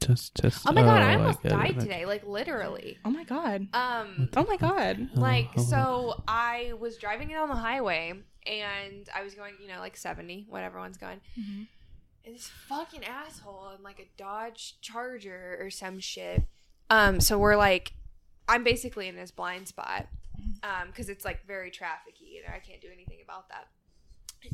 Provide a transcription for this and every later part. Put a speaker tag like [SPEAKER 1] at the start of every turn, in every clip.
[SPEAKER 1] test, test.
[SPEAKER 2] Oh my god, I
[SPEAKER 1] Oh,
[SPEAKER 2] almost
[SPEAKER 1] get it.
[SPEAKER 2] died today, like literally.
[SPEAKER 3] Oh my god.
[SPEAKER 2] Um
[SPEAKER 3] Oh my god.
[SPEAKER 2] like so I was driving down the highway and I was going, you know, like 70, what everyone's going. And this fucking asshole in like a Dodge Charger or some shit. Um so we're like I'm basically in this blind spot. Um cuz it's like very trafficy and I can't do anything about that.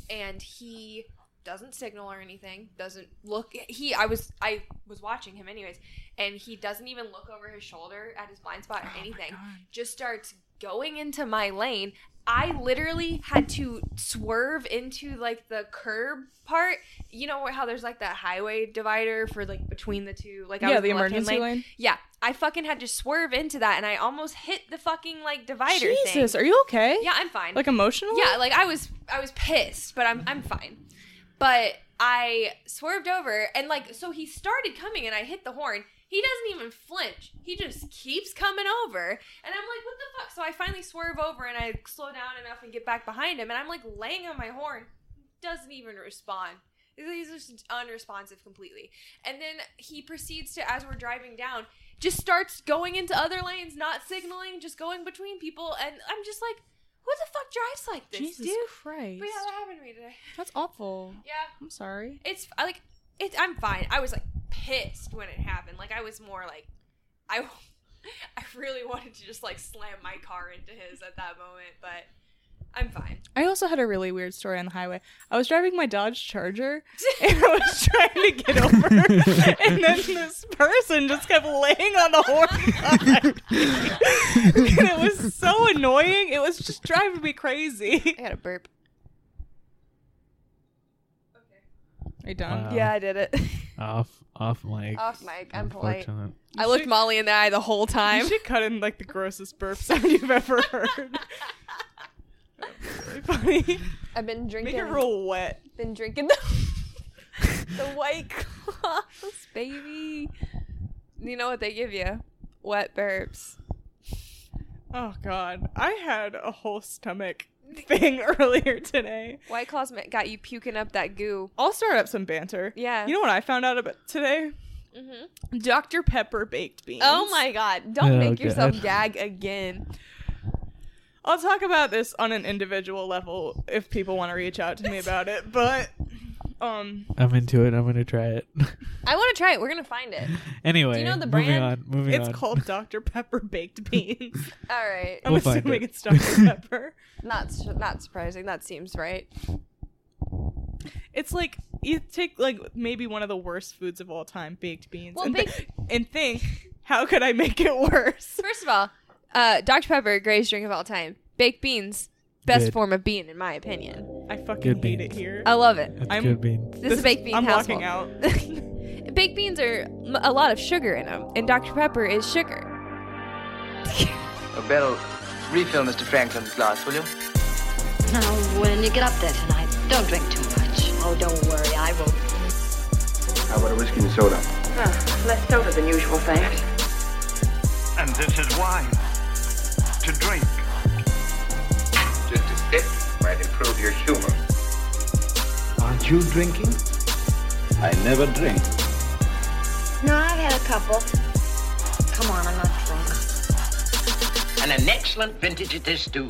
[SPEAKER 2] And he doesn't signal or anything doesn't look he i was i was watching him anyways and he doesn't even look over his shoulder at his blind
[SPEAKER 3] Oh
[SPEAKER 2] spot or anything just starts going into my lane. I literally had to swerve into like the curb part. You know how there's like that highway divider for like between the two, like I
[SPEAKER 3] yeah,
[SPEAKER 2] was
[SPEAKER 3] the
[SPEAKER 2] in left-hand
[SPEAKER 3] emergency lane.
[SPEAKER 2] Yeah, I fucking had to swerve into that, and I almost hit the fucking like divider thing.
[SPEAKER 3] Jesus, are you okay?
[SPEAKER 2] Yeah, I'm fine.
[SPEAKER 3] Like emotional?
[SPEAKER 2] Yeah, like I was I was pissed, but I'm I'm fine. But I swerved over and like so he started coming and I hit the horn. He doesn't even flinch. He just keeps coming over. And I'm like, what the fuck? So I finally swerve over and I slow down enough and get back behind him and I'm like laying on my horn. Doesn't even respond. He's just unresponsive completely. And then he proceeds to, as we're driving down, just starts going into other lanes, not signaling, just going between people. And I'm just like, who the fuck drives like this,
[SPEAKER 3] Jesus
[SPEAKER 2] dude?
[SPEAKER 3] Christ.
[SPEAKER 2] But yeah, that happened to me today.
[SPEAKER 3] That's awful.
[SPEAKER 2] Yeah,
[SPEAKER 3] I'm sorry.
[SPEAKER 2] it's I like it's. I'm fine. I was like pissed when it happened. Like I was more like, I, I really wanted to just like slam my car into his at that moment, but I'm fine.
[SPEAKER 3] I also had a really weird story on the highway. I was driving my Dodge Charger and I was trying to get over, and then this person just kept laying on the horn. and it was so annoying. It was just driving me crazy.
[SPEAKER 2] I got a burp.
[SPEAKER 3] Are you done?
[SPEAKER 1] Wow.
[SPEAKER 2] Yeah, I did it.
[SPEAKER 1] off, off mic.
[SPEAKER 2] Off mic, I'm polite.
[SPEAKER 1] Unfortunate.
[SPEAKER 2] I looked Molly in the eye the whole time.
[SPEAKER 3] You should cut in like the grossest burp sound you've ever heard. That'd be really funny.
[SPEAKER 2] I've been
[SPEAKER 3] Make
[SPEAKER 2] drinking.
[SPEAKER 3] it real wet.
[SPEAKER 2] Been drinking the, the white claws, baby. You know what they give you? Wet burps.
[SPEAKER 3] Oh god, I had a whole stomach thing earlier today.
[SPEAKER 2] White claws ma- got you puking up that goo.
[SPEAKER 3] I'll start up some banter.
[SPEAKER 2] Yeah.
[SPEAKER 3] You know what I found out about today?
[SPEAKER 2] Mhm.
[SPEAKER 3] Dr. Pepper baked beans.
[SPEAKER 2] Oh my god! Don't
[SPEAKER 1] Oh,
[SPEAKER 2] make yourself
[SPEAKER 1] God.
[SPEAKER 2] gag again.
[SPEAKER 3] I'll talk about this on an individual level if people want to reach out to me about it, but um
[SPEAKER 1] I'm into it. I'm gonna try it.
[SPEAKER 2] I want to try it. We're gonna find it.
[SPEAKER 1] anyway,
[SPEAKER 2] know the
[SPEAKER 1] moving
[SPEAKER 2] brand?
[SPEAKER 1] on. Moving
[SPEAKER 3] it's
[SPEAKER 1] on.
[SPEAKER 3] called Dr. Pepper baked beans.
[SPEAKER 2] All right.
[SPEAKER 3] I'm
[SPEAKER 1] We'll find
[SPEAKER 3] assuming
[SPEAKER 1] it.
[SPEAKER 3] it's Dr. Pepper.
[SPEAKER 2] Not su- not surprising. That seems right.
[SPEAKER 3] It's like you take like maybe one of the worst foods of all time, baked beans,
[SPEAKER 2] Well,
[SPEAKER 3] and, thi- and think, how could I make it worse?
[SPEAKER 2] First of all, uh, Dr Pepper, greatest drink of all time. Baked beans, best
[SPEAKER 1] Good.
[SPEAKER 2] form of bean in my opinion.
[SPEAKER 3] I fucking
[SPEAKER 1] Good
[SPEAKER 3] hate
[SPEAKER 1] beans.
[SPEAKER 3] it here.
[SPEAKER 2] I love it.
[SPEAKER 1] It's
[SPEAKER 3] I'm-
[SPEAKER 1] good beans.
[SPEAKER 2] This, is baked bean.
[SPEAKER 3] I'm
[SPEAKER 2] household.
[SPEAKER 3] walking out.
[SPEAKER 2] Baked beans are m- a lot of sugar in them, and Dr. Pepper is sugar.
[SPEAKER 4] A bell, refill Mr. Franklin's glass, will you?
[SPEAKER 5] Now, when you get up there tonight, don't drink too much. Oh, don't worry, I won't.
[SPEAKER 4] How about a whiskey and soda?
[SPEAKER 5] Less soda than usual, thanks.
[SPEAKER 6] And this is wine to drink.
[SPEAKER 4] Just a sip might improve your humor. Aren't you drinking? I never drink.
[SPEAKER 5] No, I've had a couple. Come on, I'm not drunk.
[SPEAKER 7] and an excellent vintage it is too.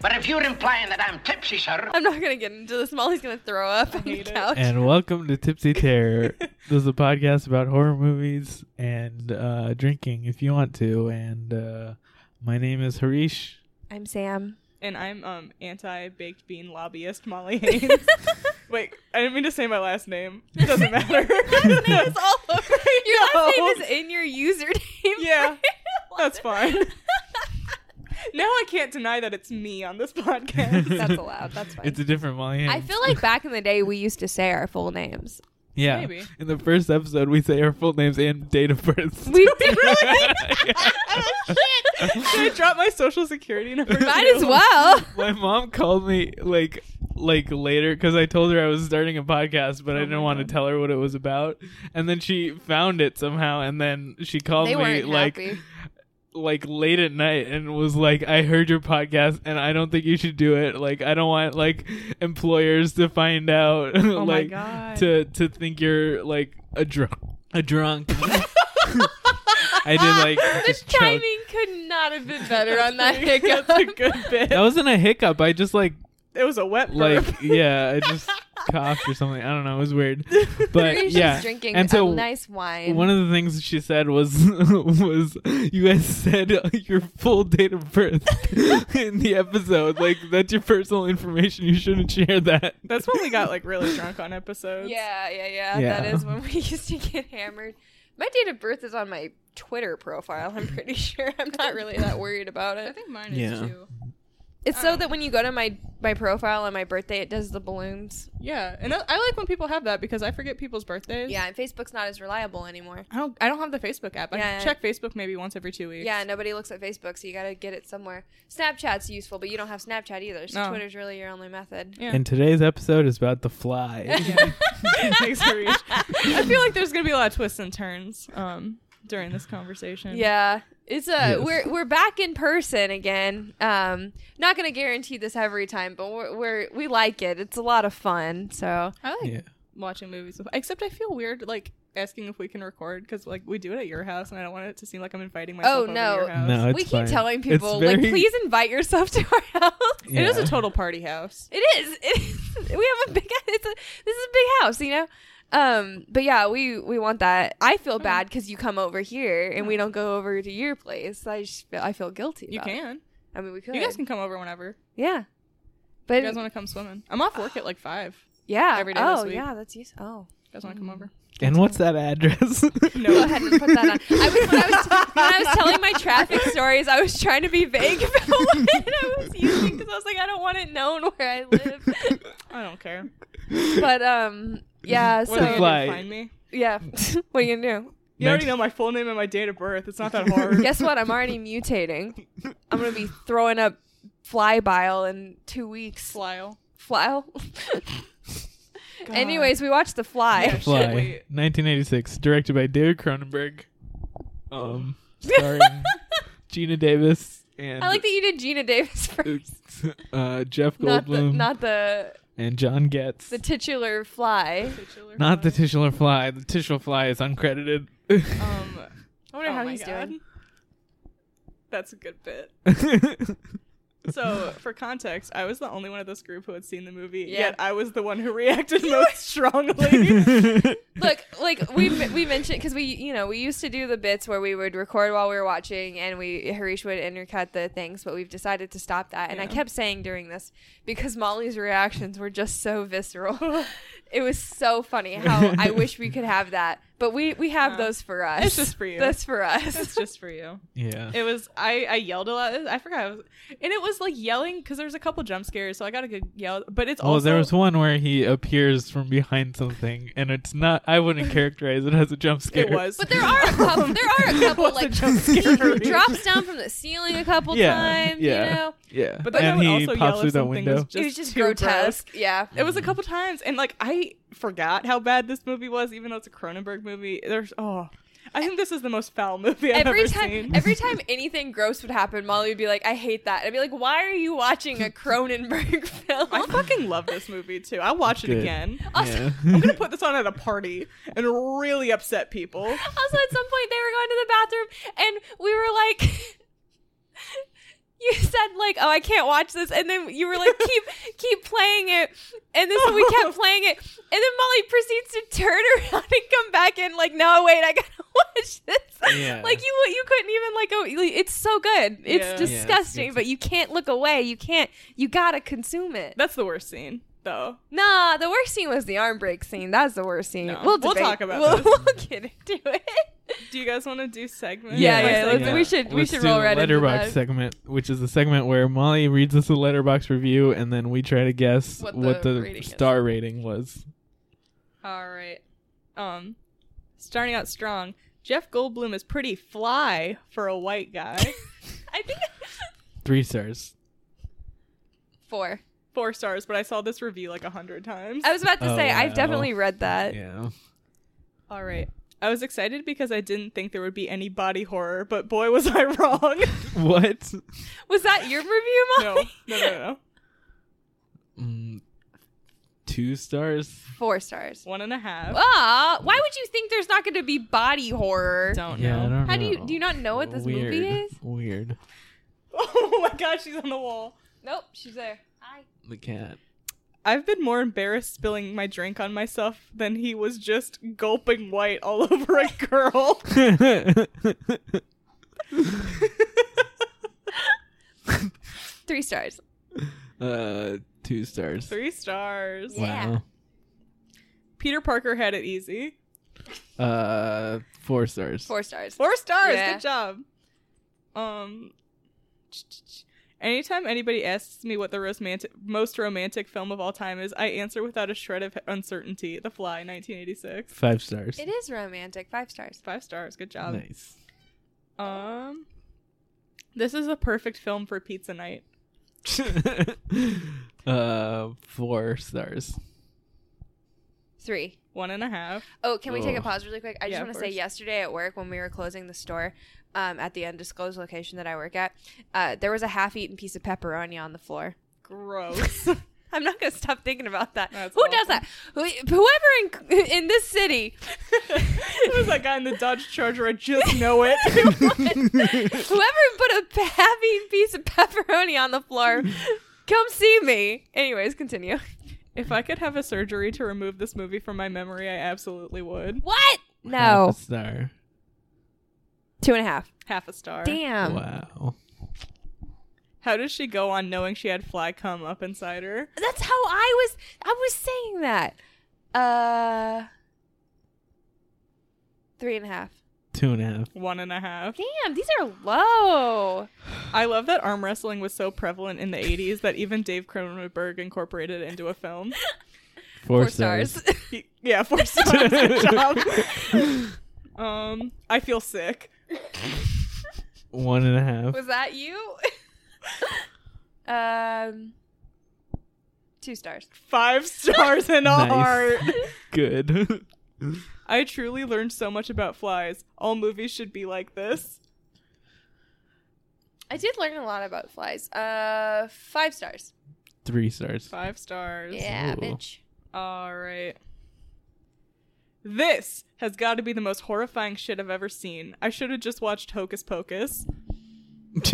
[SPEAKER 7] But if you're implying that I'm tipsy, sir,
[SPEAKER 2] I'm not gonna get into this. Molly's gonna throw up on the
[SPEAKER 3] hate it.
[SPEAKER 2] couch.
[SPEAKER 1] And welcome to Tipsy Terror. this is a podcast about horror movies and uh, drinking if you want to. And uh, my name is Harish.
[SPEAKER 2] I'm Sam.
[SPEAKER 3] and I'm um anti baked bean lobbyist Molly Haynes. Wait, I didn't mean to say my last name. It doesn't matter.
[SPEAKER 2] It's all over. Your last
[SPEAKER 3] No.
[SPEAKER 2] name is in your username.
[SPEAKER 3] yeah, that's fine. Now I can't deny that it's me on this podcast.
[SPEAKER 2] That's allowed. That's fine.
[SPEAKER 1] It's a different Molly.
[SPEAKER 2] I feel like back in the day we used to say our full names.
[SPEAKER 1] yeah.
[SPEAKER 3] Maybe.
[SPEAKER 1] In the first episode, we say our full names and date of birth.
[SPEAKER 2] We Oh, did
[SPEAKER 3] Should I drop my social security number?
[SPEAKER 2] might
[SPEAKER 3] too?
[SPEAKER 2] as well.
[SPEAKER 1] my mom called me like like later because I told her I was starting a podcast,
[SPEAKER 2] Oh
[SPEAKER 1] but I didn't want to tell her what it was about. And then she found it somehow, and then she called
[SPEAKER 2] They
[SPEAKER 1] me
[SPEAKER 2] weren't
[SPEAKER 1] like
[SPEAKER 2] happy.
[SPEAKER 1] like late at night and was like, "I heard your podcast, and I don't think you should do it. Like, I don't want like employers to find out,
[SPEAKER 3] Oh my
[SPEAKER 2] Oh
[SPEAKER 1] like
[SPEAKER 3] God.
[SPEAKER 1] to to think you're like a drunk, a drunk." I did like just choke.
[SPEAKER 2] Timing could not have been better on that hiccup.
[SPEAKER 3] That's a good bit.
[SPEAKER 1] That wasn't a hiccup. I just like
[SPEAKER 3] It was a wet burp.
[SPEAKER 1] like yeah, I just coughed or something. I don't know. It was weird, but
[SPEAKER 2] She's
[SPEAKER 1] yeah.
[SPEAKER 2] drinking
[SPEAKER 1] and so
[SPEAKER 2] a nice wine.
[SPEAKER 1] one of the things that she said was was you guys said uh, your full date of birth in the episode. Like that's your personal information. You shouldn't share that.
[SPEAKER 3] That's when we got like really drunk on episodes.
[SPEAKER 2] yeah, yeah, yeah,
[SPEAKER 1] Yeah.
[SPEAKER 2] That is when we used to get hammered. My date of birth is on my Twitter profile. I'm pretty sure. I'm not really that worried about
[SPEAKER 3] I
[SPEAKER 2] it. Um,
[SPEAKER 3] think mine
[SPEAKER 1] is,
[SPEAKER 3] is
[SPEAKER 1] Yeah.
[SPEAKER 3] too.
[SPEAKER 2] It's so that when you go to my my profile on my birthday, it does the balloons.
[SPEAKER 3] Yeah, and I, I like when people have that because I forget people's birthdays.
[SPEAKER 2] Yeah, and Facebook's not as reliable anymore.
[SPEAKER 3] I don't. I don't have the Facebook app. I
[SPEAKER 2] Yeah.
[SPEAKER 3] check Facebook maybe once every two weeks.
[SPEAKER 2] Yeah, nobody looks at Facebook, so you got to get it somewhere. Snapchat's useful, but you don't have Snapchat either, so
[SPEAKER 3] No.
[SPEAKER 2] Twitter's really your only method.
[SPEAKER 3] Yeah.
[SPEAKER 1] And today's episode is about the fly.
[SPEAKER 3] Thanks, Harish. I feel like there's gonna be a lot of twists and turns um, during this conversation.
[SPEAKER 2] Yeah. It's a
[SPEAKER 1] Yes.
[SPEAKER 2] we're we're back in person again. Um not going to guarantee this every time, but we're, we're we like it. It's a lot of fun. So,
[SPEAKER 3] I like
[SPEAKER 1] yeah.
[SPEAKER 3] watching movies. With, except I feel weird like asking if we can record because like we do it at your house, and I don't want it to seem like I'm inviting myself.
[SPEAKER 2] Oh,
[SPEAKER 3] over
[SPEAKER 2] no.
[SPEAKER 3] to your house.
[SPEAKER 1] No, it's
[SPEAKER 2] we keep
[SPEAKER 1] fine.
[SPEAKER 2] telling
[SPEAKER 1] It's
[SPEAKER 2] people like
[SPEAKER 1] very-
[SPEAKER 2] please invite yourself to our house.
[SPEAKER 1] Yeah.
[SPEAKER 3] It is a total party house.
[SPEAKER 2] It is. It is. We have a big. It's a. This is a big house, you know. Um. But yeah, we we want that. I
[SPEAKER 3] Oh.
[SPEAKER 2] feel bad because you come over here and we don't go over to your place. I just feel, I feel guilty.
[SPEAKER 3] You
[SPEAKER 2] about it.
[SPEAKER 3] can.
[SPEAKER 2] I mean, we could.
[SPEAKER 3] You guys can come over whenever.
[SPEAKER 2] Yeah.
[SPEAKER 3] You
[SPEAKER 2] But
[SPEAKER 3] guys want to come swimming? I'm off work at like five.
[SPEAKER 2] yeah.
[SPEAKER 3] every day
[SPEAKER 2] oh
[SPEAKER 3] this week.
[SPEAKER 2] yeah, that's use. Oh.
[SPEAKER 3] You guys want to come over?
[SPEAKER 1] And what's that address?
[SPEAKER 2] Go ahead and put that on. I was, when, I was, when I was telling my traffic stories, I was trying to be vague about what I was using because I was like, I don't want it known where I live.
[SPEAKER 3] I don't care.
[SPEAKER 2] But um, yeah.
[SPEAKER 3] What are they
[SPEAKER 2] So
[SPEAKER 1] fly.
[SPEAKER 3] gonna do, find me?
[SPEAKER 2] yeah, what are you gonna do?
[SPEAKER 3] You
[SPEAKER 1] Next-
[SPEAKER 3] already know my full name and my date of birth. It's not that hard.
[SPEAKER 2] Guess what? I'm already mutating. I'm gonna be throwing up fly bile in two weeks.
[SPEAKER 3] Flyle.
[SPEAKER 2] Flyle. Anyways, we watched The Fly.
[SPEAKER 1] Fly,
[SPEAKER 3] Shit, wait.
[SPEAKER 1] 1986, directed by David Cronenberg, um, starring Gina Davis and
[SPEAKER 2] I like that you did Gina Davis first,
[SPEAKER 1] uh, Jeff
[SPEAKER 2] not the
[SPEAKER 1] Goldblum
[SPEAKER 2] not the
[SPEAKER 1] and John Getz.
[SPEAKER 2] the titular fly.
[SPEAKER 1] not the titular fly. The titular fly is uncredited.
[SPEAKER 3] Um, I wonder
[SPEAKER 2] Oh
[SPEAKER 3] how
[SPEAKER 2] my
[SPEAKER 3] he's
[SPEAKER 2] God.
[SPEAKER 3] doing. That's a good bit. So, for context, I was the only one of this group who had seen the movie,
[SPEAKER 2] Yeah.
[SPEAKER 3] yet I was the one who reacted most strongly.
[SPEAKER 2] Look, like we we mentioned because we you know we used to do the bits where we would record while we were watching and we Harish would intercut the things, but we've decided to stop that. And I
[SPEAKER 3] Yeah.
[SPEAKER 2] kept saying during this because Molly's reactions were just so visceral. it was so funny how I wish we could have that, but we we have
[SPEAKER 3] Yeah.
[SPEAKER 2] those for us.
[SPEAKER 3] It's just for you.
[SPEAKER 2] That's for
[SPEAKER 3] That's
[SPEAKER 2] us.
[SPEAKER 3] just for you.
[SPEAKER 1] yeah.
[SPEAKER 3] It was I. I yelled a lot. I forgot. I was, and it was like yelling because there was a couple jump scares, so I got a good yell. But it's
[SPEAKER 1] Oh,
[SPEAKER 3] also
[SPEAKER 1] there was one where he appears from behind something, and it's not. I wouldn't characterize it as a jump scare.
[SPEAKER 3] it was.
[SPEAKER 2] But there are a couple. There are a couple
[SPEAKER 3] was a
[SPEAKER 2] like
[SPEAKER 3] jump scare.
[SPEAKER 2] he drops down from the ceiling a couple
[SPEAKER 1] Yeah,
[SPEAKER 2] times.
[SPEAKER 1] yeah.
[SPEAKER 2] You know,
[SPEAKER 1] Yeah,
[SPEAKER 3] But then I
[SPEAKER 1] and
[SPEAKER 3] would
[SPEAKER 1] he
[SPEAKER 3] also
[SPEAKER 1] pops
[SPEAKER 3] yell
[SPEAKER 1] through
[SPEAKER 3] if
[SPEAKER 1] that
[SPEAKER 3] something
[SPEAKER 1] window.
[SPEAKER 3] was just,
[SPEAKER 2] it was just
[SPEAKER 3] too gross.
[SPEAKER 2] grotesque. Yeah.
[SPEAKER 3] It was a couple times, and like I forgot how bad this movie was, even though it's a Cronenberg movie. There's oh, I think this is the most foul movie I've
[SPEAKER 2] every
[SPEAKER 3] ever
[SPEAKER 2] time
[SPEAKER 3] seen.
[SPEAKER 2] every time anything gross would happen molly would be like i hate that i'd be like why are you watching a cronenberg film
[SPEAKER 3] I fucking love this movie too. I'll watch
[SPEAKER 1] Good.
[SPEAKER 3] it again.
[SPEAKER 1] yeah.
[SPEAKER 3] I'm gonna put this on at a party and really upset people.
[SPEAKER 2] also at some point they were going to the bathroom and we were like you said like oh i can't watch this and then you were like keep keep playing it and then so we kept playing it and then molly proceeds to turn around and come back in like no wait i gotta watch this
[SPEAKER 1] Yeah.
[SPEAKER 2] like you you couldn't even like go like, it's so good it's
[SPEAKER 3] Yeah. Yeah,
[SPEAKER 1] it's-
[SPEAKER 2] disgusting
[SPEAKER 1] it's-
[SPEAKER 2] but you can't look away you can't you gotta consume it
[SPEAKER 3] That's the worst scene, though.
[SPEAKER 2] Nah, the worst scene was the arm break scene. That's the worst scene.
[SPEAKER 3] No.
[SPEAKER 2] We'll,
[SPEAKER 3] We'll
[SPEAKER 2] debate-
[SPEAKER 3] talk about
[SPEAKER 2] we'll,
[SPEAKER 3] this.
[SPEAKER 2] we'll get into it.
[SPEAKER 3] Do you guys want to do segments?
[SPEAKER 2] Yeah,
[SPEAKER 3] My
[SPEAKER 2] yeah, let's-
[SPEAKER 3] segment?
[SPEAKER 2] we should- we
[SPEAKER 1] Let's
[SPEAKER 2] should
[SPEAKER 1] do
[SPEAKER 2] roll
[SPEAKER 1] the
[SPEAKER 2] right into
[SPEAKER 1] letterbox
[SPEAKER 2] that.
[SPEAKER 1] segment, which is the segment where Molly reads us a letterbox review, and then we try to guess what
[SPEAKER 2] What
[SPEAKER 1] the,
[SPEAKER 2] the rating is.
[SPEAKER 1] star rating was.
[SPEAKER 3] All right. Um, starting out strong. Jeff Goldblum is pretty fly for a white guy.
[SPEAKER 2] I think
[SPEAKER 1] Three stars.
[SPEAKER 2] four.
[SPEAKER 3] Four stars, but I saw this review like a hundred times.
[SPEAKER 2] I was about to
[SPEAKER 1] Oh,
[SPEAKER 2] say I've
[SPEAKER 1] wow.
[SPEAKER 2] definitely read that.
[SPEAKER 1] Yeah.
[SPEAKER 3] All right. I was excited because I didn't think there would be any body horror, but boy was I wrong.
[SPEAKER 1] What?
[SPEAKER 2] Was that your review, Molly?
[SPEAKER 3] no, no, no, no.
[SPEAKER 1] Mm, two stars.
[SPEAKER 2] Four stars.
[SPEAKER 3] One and a half.
[SPEAKER 2] Ah, why would you think there's not going to be body horror?
[SPEAKER 3] Don't
[SPEAKER 1] Yeah, I
[SPEAKER 3] know.
[SPEAKER 1] don't
[SPEAKER 2] Oh, How
[SPEAKER 1] know.
[SPEAKER 2] do you- do you not know what this movie
[SPEAKER 1] Weird.
[SPEAKER 2] is?
[SPEAKER 1] Weird.
[SPEAKER 3] Oh my gosh, she's on the wall.
[SPEAKER 2] Nope, she's there.
[SPEAKER 1] The cat.
[SPEAKER 3] I've been more embarrassed spilling my drink on myself than he was just gulping white all over a girl.
[SPEAKER 2] Three stars.
[SPEAKER 1] uh, two stars.
[SPEAKER 3] Three stars.
[SPEAKER 2] Yeah.
[SPEAKER 3] Peter Parker had it easy.
[SPEAKER 1] Wow. Uh, four stars.
[SPEAKER 2] Four stars.
[SPEAKER 3] Four stars.
[SPEAKER 2] Yeah.
[SPEAKER 3] Good job. Um, anytime anybody asks me what the romantic, most romantic film of all time is, I answer without a shred of uncertainty. The Fly, 1986.
[SPEAKER 1] Five stars.
[SPEAKER 2] It is romantic. Five stars.
[SPEAKER 3] Five stars. Good job.
[SPEAKER 1] nice.
[SPEAKER 3] Um, this is a perfect film for pizza night.
[SPEAKER 1] uh, four stars.
[SPEAKER 2] Three.
[SPEAKER 3] One and a half.
[SPEAKER 2] Oh, can we take a
[SPEAKER 1] Ugh.
[SPEAKER 2] pause really quick? I
[SPEAKER 3] Yeah,
[SPEAKER 2] just
[SPEAKER 3] of
[SPEAKER 2] want to say
[SPEAKER 3] course.
[SPEAKER 2] yesterday at work when we were closing the store um, at the undisclosed location that I work at, uh, there was a half-eaten piece of pepperoni on the floor.
[SPEAKER 3] Gross.
[SPEAKER 2] I'm not gonna stop thinking about that.
[SPEAKER 3] That's
[SPEAKER 2] Who
[SPEAKER 3] awful.
[SPEAKER 2] does that? Who, whoever in in this city,
[SPEAKER 3] Who was that guy in the Dodge Charger? I just know it.
[SPEAKER 2] whoever put a p- heavy piece of pepperoni on the floor, come see me. Anyways, continue.
[SPEAKER 3] if I could have a surgery to remove this movie from my memory, I absolutely would.
[SPEAKER 2] What?
[SPEAKER 1] Half
[SPEAKER 2] No,
[SPEAKER 1] a star.
[SPEAKER 2] two and a half.
[SPEAKER 3] Half a star.
[SPEAKER 2] Damn.
[SPEAKER 1] wow.
[SPEAKER 3] How does she go on knowing she had fly cum up inside her?
[SPEAKER 2] That's how I was. I was saying that. Uh, three and a half.
[SPEAKER 1] Two and a half.
[SPEAKER 3] One and a half.
[SPEAKER 2] Damn, these are low.
[SPEAKER 3] I love that arm wrestling was so prevalent in the 80s that even Dave Cronenberg incorporated it into a film.
[SPEAKER 1] Four,
[SPEAKER 2] Four stars.
[SPEAKER 3] He- yeah, four stars. Good job. Um, I feel sick.
[SPEAKER 1] One and a half.
[SPEAKER 2] was that you? um, two stars.
[SPEAKER 3] Five stars in a
[SPEAKER 1] Nice.
[SPEAKER 3] heart.
[SPEAKER 1] Good.
[SPEAKER 3] I truly learned so much about flies. All movies should be like this.
[SPEAKER 2] I did learn a lot about flies. Uh, five stars.
[SPEAKER 1] Three stars.
[SPEAKER 3] Five stars.
[SPEAKER 2] Yeah,
[SPEAKER 1] Ooh.
[SPEAKER 2] bitch.
[SPEAKER 3] All right. This has got to be the most horrifying shit I've ever seen. I should have just watched Hocus Pocus.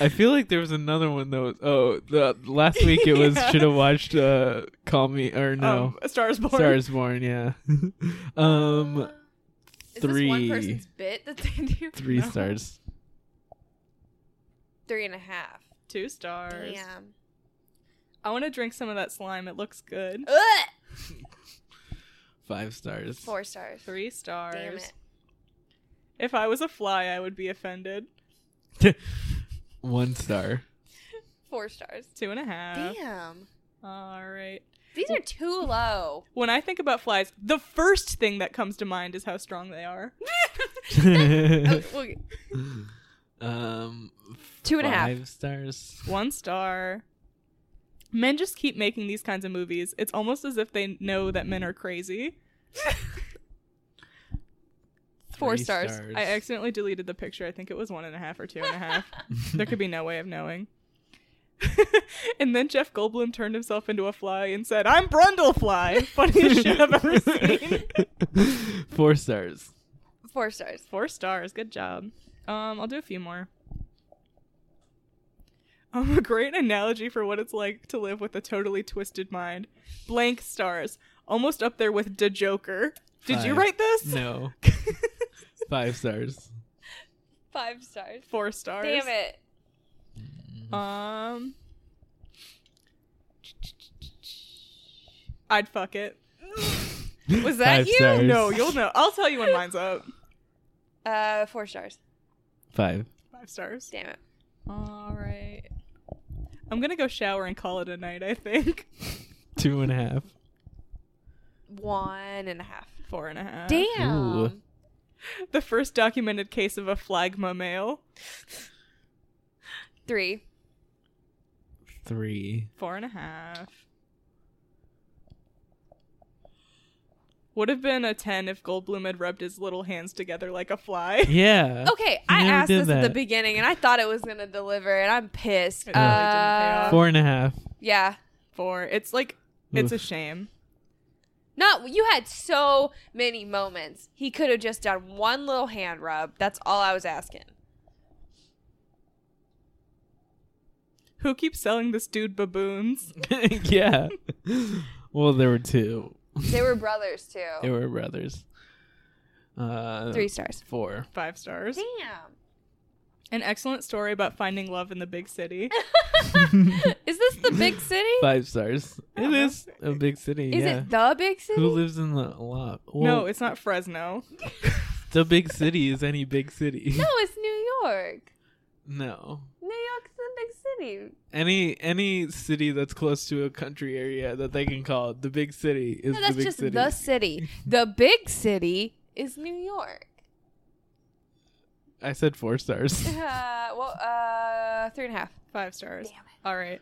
[SPEAKER 1] I feel like there was another one that was. Oh, the last week it was
[SPEAKER 3] Yeah.
[SPEAKER 1] should have watched. Uh, Call me or no.
[SPEAKER 3] Um, A Star is Born. Uh,
[SPEAKER 1] Stars born. Yeah. um,
[SPEAKER 2] Is this one
[SPEAKER 1] three.
[SPEAKER 2] person's bit that they do?
[SPEAKER 1] Three stars.
[SPEAKER 2] Three and a half.
[SPEAKER 3] Two stars.
[SPEAKER 2] Damn.
[SPEAKER 3] I want to drink some of that slime. It looks good.
[SPEAKER 2] Ugh!
[SPEAKER 1] Five stars.
[SPEAKER 2] Four stars.
[SPEAKER 3] Three stars.
[SPEAKER 2] Damn it.
[SPEAKER 3] If I was a fly, I would be offended.
[SPEAKER 1] One star.
[SPEAKER 2] Four stars.
[SPEAKER 3] Two and a half.
[SPEAKER 2] Damn.
[SPEAKER 3] All right.
[SPEAKER 2] These are too low.
[SPEAKER 3] When I think about flies, the first thing that comes to mind is how strong they are.
[SPEAKER 2] Okay.
[SPEAKER 1] um,
[SPEAKER 2] Two and a half.
[SPEAKER 1] Five stars.
[SPEAKER 3] One star. Men just keep making these kinds of movies. It's almost as if they know that men are crazy.
[SPEAKER 2] Four
[SPEAKER 1] Three
[SPEAKER 2] stars.
[SPEAKER 3] I accidentally deleted the picture. I think it was one and a half or two and a half. there could be no way of knowing. and then Jeff Goldblum turned himself into a fly and said, I'm Brundlefly. Funniest shit I've ever seen.
[SPEAKER 1] Four stars.
[SPEAKER 2] Four stars.
[SPEAKER 3] Four stars. Good job. Um, I'll do a few more. Um, a great analogy for what it's like to live with a totally twisted mind. Blank stars. Almost up there with De Joker. Did you
[SPEAKER 1] Five.
[SPEAKER 3] write this?
[SPEAKER 1] No. Five stars.
[SPEAKER 2] Five stars.
[SPEAKER 3] Four stars.
[SPEAKER 2] Damn it.
[SPEAKER 3] Um. I'd fuck it.
[SPEAKER 2] Was that
[SPEAKER 1] Five
[SPEAKER 2] you?
[SPEAKER 1] stars.
[SPEAKER 3] No, you'll know. I'll tell you when mine's up.
[SPEAKER 2] Uh, four stars.
[SPEAKER 1] Five.
[SPEAKER 3] Five stars.
[SPEAKER 2] Damn it.
[SPEAKER 3] All right. I'm gonna go shower and call it a night. I think
[SPEAKER 1] Two and a half.
[SPEAKER 2] One and a half.
[SPEAKER 3] four and a half.
[SPEAKER 2] Damn.
[SPEAKER 1] Ooh.
[SPEAKER 3] The first documented case of a phlagma male.
[SPEAKER 2] Three.
[SPEAKER 1] Three.
[SPEAKER 3] Four and a half. Would have been a ten if Goldblum had rubbed his little hands together like a fly.
[SPEAKER 1] Yeah.
[SPEAKER 2] Okay, I
[SPEAKER 1] never
[SPEAKER 2] asked
[SPEAKER 1] did
[SPEAKER 2] this at the
[SPEAKER 1] that.
[SPEAKER 2] beginning, and I thought it was gonna deliver, and I'm pissed.
[SPEAKER 3] It really didn't pay
[SPEAKER 2] Uh,
[SPEAKER 3] off.
[SPEAKER 1] Four and a half.
[SPEAKER 2] Yeah,
[SPEAKER 3] before. It's like it's a shame.
[SPEAKER 2] Not you had so many moments. He could have just done one little hand rub. That's all I was asking.
[SPEAKER 3] Who keeps selling this dude baboons?
[SPEAKER 1] yeah. Well, there were two.
[SPEAKER 2] They were brothers too.
[SPEAKER 1] They were brothers. Uh,
[SPEAKER 2] Oh. Three stars.
[SPEAKER 1] Four.
[SPEAKER 3] Five stars.
[SPEAKER 2] Damn.
[SPEAKER 3] An excellent story about finding love in the big city.
[SPEAKER 2] Is this the big city?
[SPEAKER 1] Five stars. It is a big city.
[SPEAKER 2] Uh-huh. Is
[SPEAKER 1] yeah.
[SPEAKER 2] it the big city?
[SPEAKER 1] Who lives in the lot? Well,
[SPEAKER 3] no, it's not Fresno.
[SPEAKER 1] the big city is any big city.
[SPEAKER 2] no, it's New York.
[SPEAKER 1] no.
[SPEAKER 2] New York's the big city.
[SPEAKER 1] Any any city that's close to a country area that they can call it the big city is
[SPEAKER 2] No, that's
[SPEAKER 1] the big
[SPEAKER 2] just
[SPEAKER 1] city.
[SPEAKER 2] the city. The big city is New York.
[SPEAKER 1] I said four stars.
[SPEAKER 2] Uh, well, uh, three and a half.
[SPEAKER 3] Five stars.
[SPEAKER 2] Damn it.
[SPEAKER 3] All right.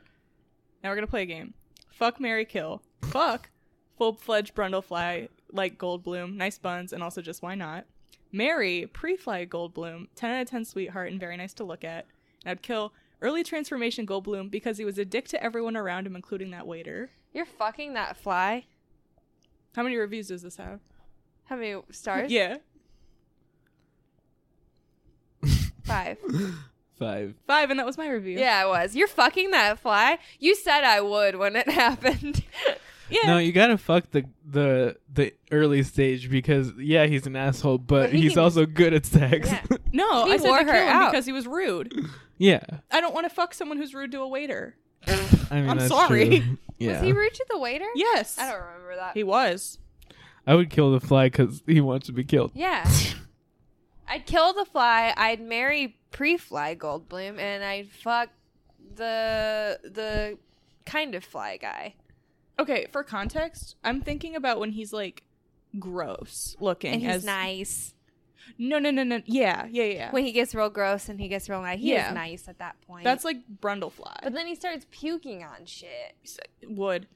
[SPEAKER 3] Now we're gonna play a game. Fuck Mary Kill. Fuck. Full fledged Brundlefly like Goldblum, nice buns, and also just why not? Mary pre-fly Goldblum, ten out of ten sweetheart and very nice to look at. And I'd kill early transformation Goldblum because he was a dick to everyone around him, including that waiter.
[SPEAKER 2] You're fucking that fly.
[SPEAKER 3] How many reviews does this have?
[SPEAKER 2] How many stars?
[SPEAKER 3] Yeah,
[SPEAKER 2] Five.
[SPEAKER 1] Five.
[SPEAKER 3] five, and that was my review.
[SPEAKER 2] Yeah, I was. You're fucking that fly. You said I would when it happened.
[SPEAKER 3] yeah.
[SPEAKER 1] No, you gotta fuck the the the early stage because yeah, he's an asshole, but,
[SPEAKER 2] But he
[SPEAKER 1] he's
[SPEAKER 2] can-
[SPEAKER 1] also good at sex.
[SPEAKER 2] Yeah.
[SPEAKER 3] No,
[SPEAKER 2] He
[SPEAKER 3] I said
[SPEAKER 2] wore
[SPEAKER 3] to
[SPEAKER 2] her
[SPEAKER 3] kill him
[SPEAKER 2] out.
[SPEAKER 3] because he was rude.
[SPEAKER 1] Yeah.
[SPEAKER 3] I don't want to fuck someone who's rude to a waiter.
[SPEAKER 1] I mean,
[SPEAKER 3] I'm
[SPEAKER 1] that's
[SPEAKER 3] sorry.
[SPEAKER 1] true. Yeah.
[SPEAKER 2] Was he rude to the waiter?
[SPEAKER 3] Yes,
[SPEAKER 2] I don't remember that.
[SPEAKER 3] He was.
[SPEAKER 1] I would kill the fly because he wants to be killed.
[SPEAKER 2] yeah. I'd kill the fly. I'd marry pre-fly Goldblum, and I'd fuck the the kind of fly guy.
[SPEAKER 3] Okay, for context, I'm thinking about when he's like gross looking.
[SPEAKER 2] And he's
[SPEAKER 3] as,
[SPEAKER 2] nice.
[SPEAKER 3] No, no, no, no. Yeah, yeah, yeah.
[SPEAKER 2] When he gets real gross and he gets real nice, he
[SPEAKER 3] Yeah.
[SPEAKER 2] is nice at that point.
[SPEAKER 3] That's like Brundlefly.
[SPEAKER 2] But then he starts puking on shit.
[SPEAKER 3] Wood.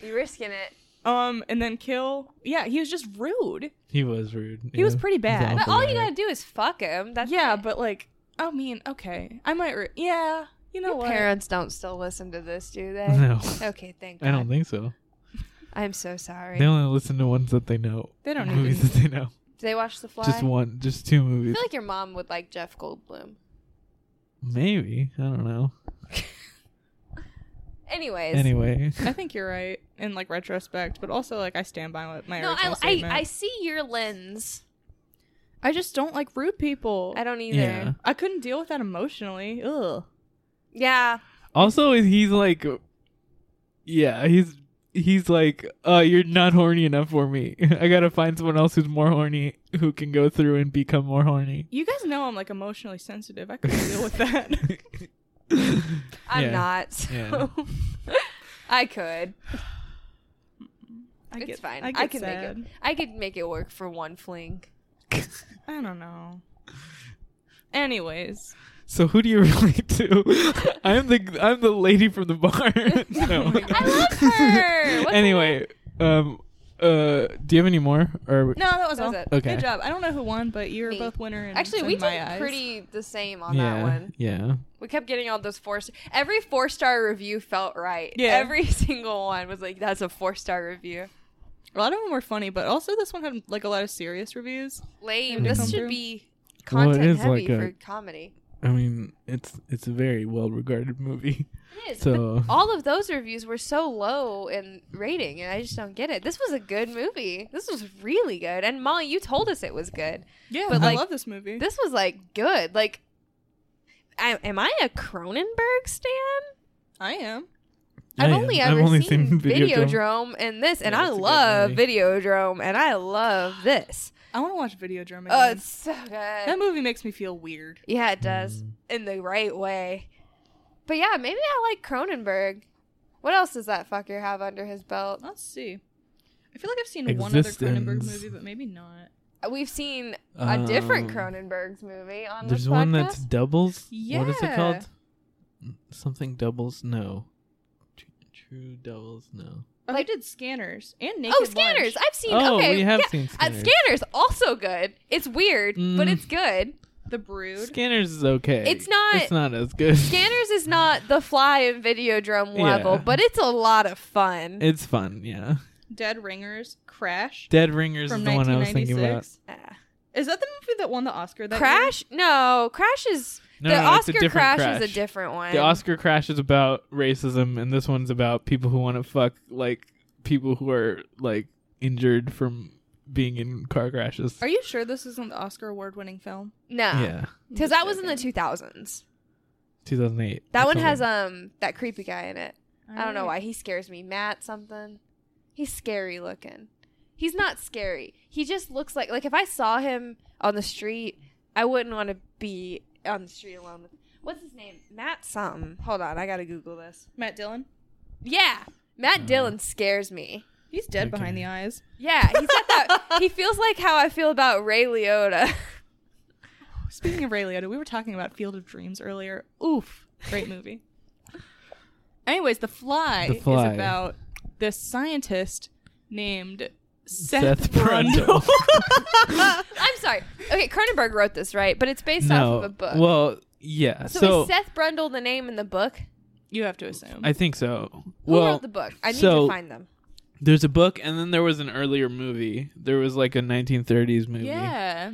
[SPEAKER 2] You're risking it.
[SPEAKER 3] Um, and then kill. Yeah, he was just rude.
[SPEAKER 1] He was rude.
[SPEAKER 3] He was pretty bad.
[SPEAKER 2] But all you gotta do is fuck him. That's
[SPEAKER 3] yeah,
[SPEAKER 2] it.
[SPEAKER 3] but like, I mean, okay, I might. Re- yeah, you know
[SPEAKER 2] Your
[SPEAKER 3] what?
[SPEAKER 2] parents don't still listen to this, do they?
[SPEAKER 1] No,
[SPEAKER 2] Okay, thank God.
[SPEAKER 1] I don't think so.
[SPEAKER 2] I'm so sorry.
[SPEAKER 1] They only listen to ones that they know.
[SPEAKER 3] They don't need
[SPEAKER 1] movies
[SPEAKER 3] to-
[SPEAKER 1] that they know.
[SPEAKER 2] Do they watch The Fly?
[SPEAKER 1] Just one, just two
[SPEAKER 2] I
[SPEAKER 1] movies.
[SPEAKER 2] feel like your mom would like Jeff Goldblum.
[SPEAKER 1] Maybe I don't know.
[SPEAKER 2] Anyways.
[SPEAKER 1] Anyway,
[SPEAKER 3] I think you're right in like retrospect, but also like I stand by what my
[SPEAKER 2] No, I,
[SPEAKER 3] original
[SPEAKER 2] I,
[SPEAKER 3] statement.
[SPEAKER 2] I see your lens.
[SPEAKER 3] I just don't like rude people.
[SPEAKER 2] I don't either.
[SPEAKER 1] Yeah.
[SPEAKER 2] Yeah.
[SPEAKER 3] I couldn't deal with that emotionally. Ugh.
[SPEAKER 1] also he's like, yeah, he's he's like, uh, you're not horny enough for me. I gotta find someone else who's more horny who can go through and become more horny.
[SPEAKER 3] You guys know I'm like emotionally sensitive. I couldn't deal with that.
[SPEAKER 2] I'm
[SPEAKER 1] Yeah.
[SPEAKER 2] not. So.
[SPEAKER 1] Yeah.
[SPEAKER 2] I could.
[SPEAKER 3] I
[SPEAKER 2] It's
[SPEAKER 3] get,
[SPEAKER 2] fine.
[SPEAKER 3] I,
[SPEAKER 2] I,
[SPEAKER 3] get
[SPEAKER 2] could
[SPEAKER 3] sad.
[SPEAKER 2] make it. I could make it work for one fling.
[SPEAKER 3] I don't know. Anyways,
[SPEAKER 1] So who do you relate to? I'm the I'm the lady from the bar. no.
[SPEAKER 2] I love her. What's her
[SPEAKER 1] anyway, um, uh, do you have any more? Or
[SPEAKER 3] no, that was
[SPEAKER 2] That
[SPEAKER 3] all.
[SPEAKER 2] was it.
[SPEAKER 1] Okay.
[SPEAKER 3] Good job. I don't know who won, but you're
[SPEAKER 2] Me.
[SPEAKER 3] both winner. In,
[SPEAKER 2] Actually,
[SPEAKER 3] in
[SPEAKER 2] we
[SPEAKER 3] my
[SPEAKER 2] did
[SPEAKER 3] eyes.
[SPEAKER 2] pretty the same on
[SPEAKER 1] yeah,
[SPEAKER 2] that one.
[SPEAKER 1] yeah.
[SPEAKER 2] We kept getting all those four. St- Every four star review felt right.
[SPEAKER 3] Yeah.
[SPEAKER 2] Every single one was like, "That's a four star review."
[SPEAKER 3] A lot of them were funny, but also this one had like a lot of serious reviews.
[SPEAKER 2] Lame.
[SPEAKER 1] Did it
[SPEAKER 2] This
[SPEAKER 1] come
[SPEAKER 2] should
[SPEAKER 3] through?
[SPEAKER 2] be
[SPEAKER 1] Well, it
[SPEAKER 2] content
[SPEAKER 1] is
[SPEAKER 2] heavy
[SPEAKER 1] like a-
[SPEAKER 2] for comedy.
[SPEAKER 1] I mean, it's it's a very well regarded movie.
[SPEAKER 2] It is.
[SPEAKER 1] So
[SPEAKER 2] all of those reviews were so low in rating, and I just don't get it. This was a good movie. This was really good. And Molly, you told us it was good.
[SPEAKER 3] Yeah,
[SPEAKER 2] But,
[SPEAKER 3] I
[SPEAKER 2] like,
[SPEAKER 3] love this movie.
[SPEAKER 2] This was like good. Like, I, am I a Cronenberg stan?
[SPEAKER 3] I am.
[SPEAKER 2] I've
[SPEAKER 1] I am.
[SPEAKER 2] only
[SPEAKER 1] I've
[SPEAKER 2] ever
[SPEAKER 1] only
[SPEAKER 2] seen,
[SPEAKER 1] seen Videodrome.
[SPEAKER 2] Videodrome. and this, and
[SPEAKER 1] Yeah,
[SPEAKER 2] I
[SPEAKER 1] it's a good
[SPEAKER 2] love
[SPEAKER 1] movie.
[SPEAKER 2] Videodrome, and I love this.
[SPEAKER 3] I want to watch Video Drum. Again.
[SPEAKER 2] Oh, it's so good.
[SPEAKER 3] that movie makes me feel weird.
[SPEAKER 2] yeah, it does
[SPEAKER 1] Mm.
[SPEAKER 2] in the right way. But yeah, maybe I like Cronenberg. What else does that fucker have under his belt?
[SPEAKER 3] Let's see. I feel like I've seen one other Cronenberg
[SPEAKER 1] Existence.
[SPEAKER 3] movie, but maybe not.
[SPEAKER 2] We've seen a different
[SPEAKER 1] Um,
[SPEAKER 2] Cronenberg's movie on this
[SPEAKER 1] There's
[SPEAKER 2] podcast.
[SPEAKER 1] one that's doubles. What is it
[SPEAKER 3] Yeah.
[SPEAKER 1] called? Something doubles? No. Tr- True doubles? No.
[SPEAKER 3] Oh,
[SPEAKER 2] Like-
[SPEAKER 3] like, did Scanners and Naked
[SPEAKER 2] oh, Scanners.
[SPEAKER 3] Lunch.
[SPEAKER 2] I've seen.
[SPEAKER 1] oh,
[SPEAKER 2] okay,
[SPEAKER 1] we have
[SPEAKER 2] yeah.
[SPEAKER 1] seen
[SPEAKER 2] Uh,
[SPEAKER 1] Scanners.
[SPEAKER 2] Scanners also good. It's weird, but
[SPEAKER 1] Mm.
[SPEAKER 2] it's good.
[SPEAKER 3] The Brood.
[SPEAKER 1] Scanners is okay.
[SPEAKER 2] It's not-
[SPEAKER 1] It's not as good.
[SPEAKER 2] Scanners is not the fly and Videodrome level,
[SPEAKER 1] Yeah.
[SPEAKER 2] but it's a lot of fun.
[SPEAKER 1] It's fun. Yeah.
[SPEAKER 3] Dead Ringers. Crash.
[SPEAKER 1] Dead Ringers
[SPEAKER 3] from
[SPEAKER 1] is the one I was thinking about.
[SPEAKER 3] 1996.
[SPEAKER 2] Ah.
[SPEAKER 3] Is that the movie that won the Oscar? That
[SPEAKER 2] Crash? No, Crash is
[SPEAKER 1] No,
[SPEAKER 2] the
[SPEAKER 1] no, it's a
[SPEAKER 2] Oscar
[SPEAKER 1] different
[SPEAKER 2] Crash, is
[SPEAKER 1] Crash.
[SPEAKER 2] a different one.
[SPEAKER 1] The Oscar crash is about racism, and this one's about people who want to fuck like people who are like injured from being in car crashes.
[SPEAKER 3] Year? Are you sure this isn't the Oscar award-winning film?
[SPEAKER 2] no,
[SPEAKER 1] yeah,
[SPEAKER 2] because that was in the two thousands.
[SPEAKER 1] 2008.
[SPEAKER 2] That
[SPEAKER 1] or
[SPEAKER 2] one has
[SPEAKER 1] something.
[SPEAKER 2] um that creepy guy in it. I don't know why he scares me. Matt something. He's scary looking. He's not scary. He just looks like like if I saw him on the street, I wouldn't want to be on the street alone with. What's his name? Matt something. Hold on, I gotta Google this.
[SPEAKER 3] Matt Dillon.
[SPEAKER 2] Yeah,
[SPEAKER 1] Uh-huh.
[SPEAKER 2] Matt Dillon scares me.
[SPEAKER 3] He's dead behind
[SPEAKER 1] Okay.
[SPEAKER 3] the eyes.
[SPEAKER 2] Yeah, he's got that. he feels like how I feel about Ray Liotta.
[SPEAKER 3] Speaking of Ray Liotta, we were talking about Field of Dreams earlier. Oof, great movie. Anyways, The Fly,
[SPEAKER 1] The Fly.
[SPEAKER 3] is about this scientist named Seth,
[SPEAKER 1] Seth
[SPEAKER 3] Brundle.
[SPEAKER 1] Brundle.
[SPEAKER 2] I'm sorry. Okay, Cronenberg wrote this right, but it's based
[SPEAKER 1] no.
[SPEAKER 2] off of a book.
[SPEAKER 1] Well, yeah.
[SPEAKER 2] so,
[SPEAKER 1] So,
[SPEAKER 2] is Seth Brundle the name in the book?
[SPEAKER 3] you have to assume.
[SPEAKER 1] I think so.
[SPEAKER 2] Who
[SPEAKER 1] well,
[SPEAKER 2] wrote the book? I need
[SPEAKER 1] so-
[SPEAKER 2] to find them.
[SPEAKER 1] there's a book, and then there was an earlier movie. There was like a 1930s movie.
[SPEAKER 3] yeah.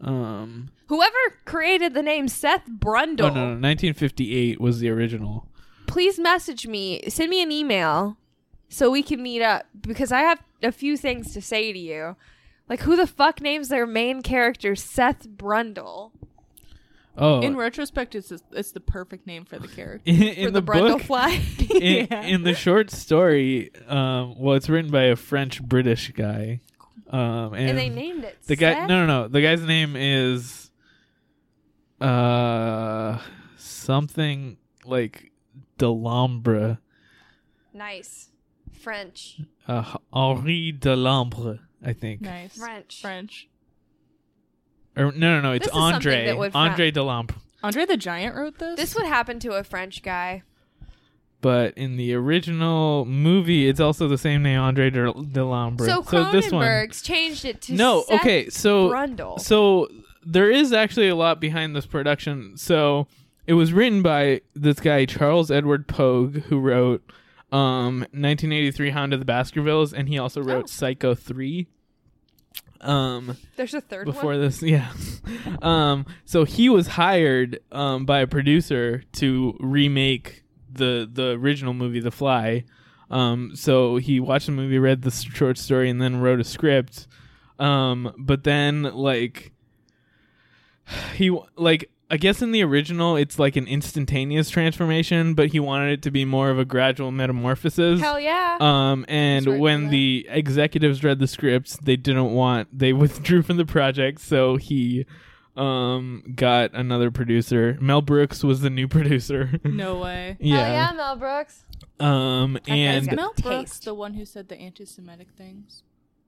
[SPEAKER 1] Um.
[SPEAKER 2] Whoever created the name Seth Brundle,
[SPEAKER 1] Oh no, no, 1958 was the original.
[SPEAKER 2] please message me. Send me an email so we can meet up because I have a few things to say to you. Like, who the fuck names their main character Seth Brundle?
[SPEAKER 1] Oh,
[SPEAKER 3] In retrospect, it's it's the perfect name for the character.
[SPEAKER 1] in,
[SPEAKER 2] For
[SPEAKER 1] in the,
[SPEAKER 2] Brundle
[SPEAKER 1] book,
[SPEAKER 2] fly?
[SPEAKER 1] in, in the short story, um, well, it's written by a French British guy, um, and,
[SPEAKER 2] and they named it
[SPEAKER 1] the guy.
[SPEAKER 2] Seth?
[SPEAKER 1] No, no, no. The guy's name is uh something like Delambre,
[SPEAKER 2] Nice. French.
[SPEAKER 1] uh, Henri Delambre, I think.
[SPEAKER 3] Nice.
[SPEAKER 2] French.
[SPEAKER 3] French.
[SPEAKER 1] Or no, no, no. It's
[SPEAKER 2] This is something
[SPEAKER 1] Andre.
[SPEAKER 2] that would fr-
[SPEAKER 1] Andre Delambre.
[SPEAKER 3] Andre the Giant wrote this.
[SPEAKER 2] This would happen to a French guy.
[SPEAKER 1] But in the original movie, it's also the same name, Andre De- Delambre.
[SPEAKER 2] So
[SPEAKER 1] this one.
[SPEAKER 2] Cronenberg's changed it to
[SPEAKER 1] No,
[SPEAKER 2] Seth
[SPEAKER 1] okay, so
[SPEAKER 2] Brundle.
[SPEAKER 1] So there is actually a lot behind this production. So it was written by this guy Charles Edward Pogue, who wrote um, 1983 Hound of the Baskervilles, and he also
[SPEAKER 2] Oh.
[SPEAKER 1] wrote Psycho 3. Um,
[SPEAKER 2] There's a third
[SPEAKER 1] before
[SPEAKER 2] one.
[SPEAKER 1] this, yeah. um, so he was hired um, by a producer to remake the the original movie, The Fly. Um, so he watched the movie, read the s- short story, and then wrote a script. Um, but then like he w- like I guess in the original it's like an instantaneous transformation, but he wanted it to be more of a gradual metamorphosis.
[SPEAKER 2] Hell yeah.
[SPEAKER 1] Um,
[SPEAKER 2] Sorry
[SPEAKER 1] and
[SPEAKER 2] for
[SPEAKER 1] when
[SPEAKER 2] that.
[SPEAKER 1] the executives read the scripts, they didn't want they withdrew from the project, so he um got another producer. Mel Brooks was the new producer.
[SPEAKER 3] no way.
[SPEAKER 2] Hell yeah, Mel Brooks.
[SPEAKER 1] Um
[SPEAKER 2] Oh, guy's
[SPEAKER 1] and
[SPEAKER 2] got-
[SPEAKER 3] Mel Brooks
[SPEAKER 2] Taste.
[SPEAKER 3] the one who said the anti-Semitic things?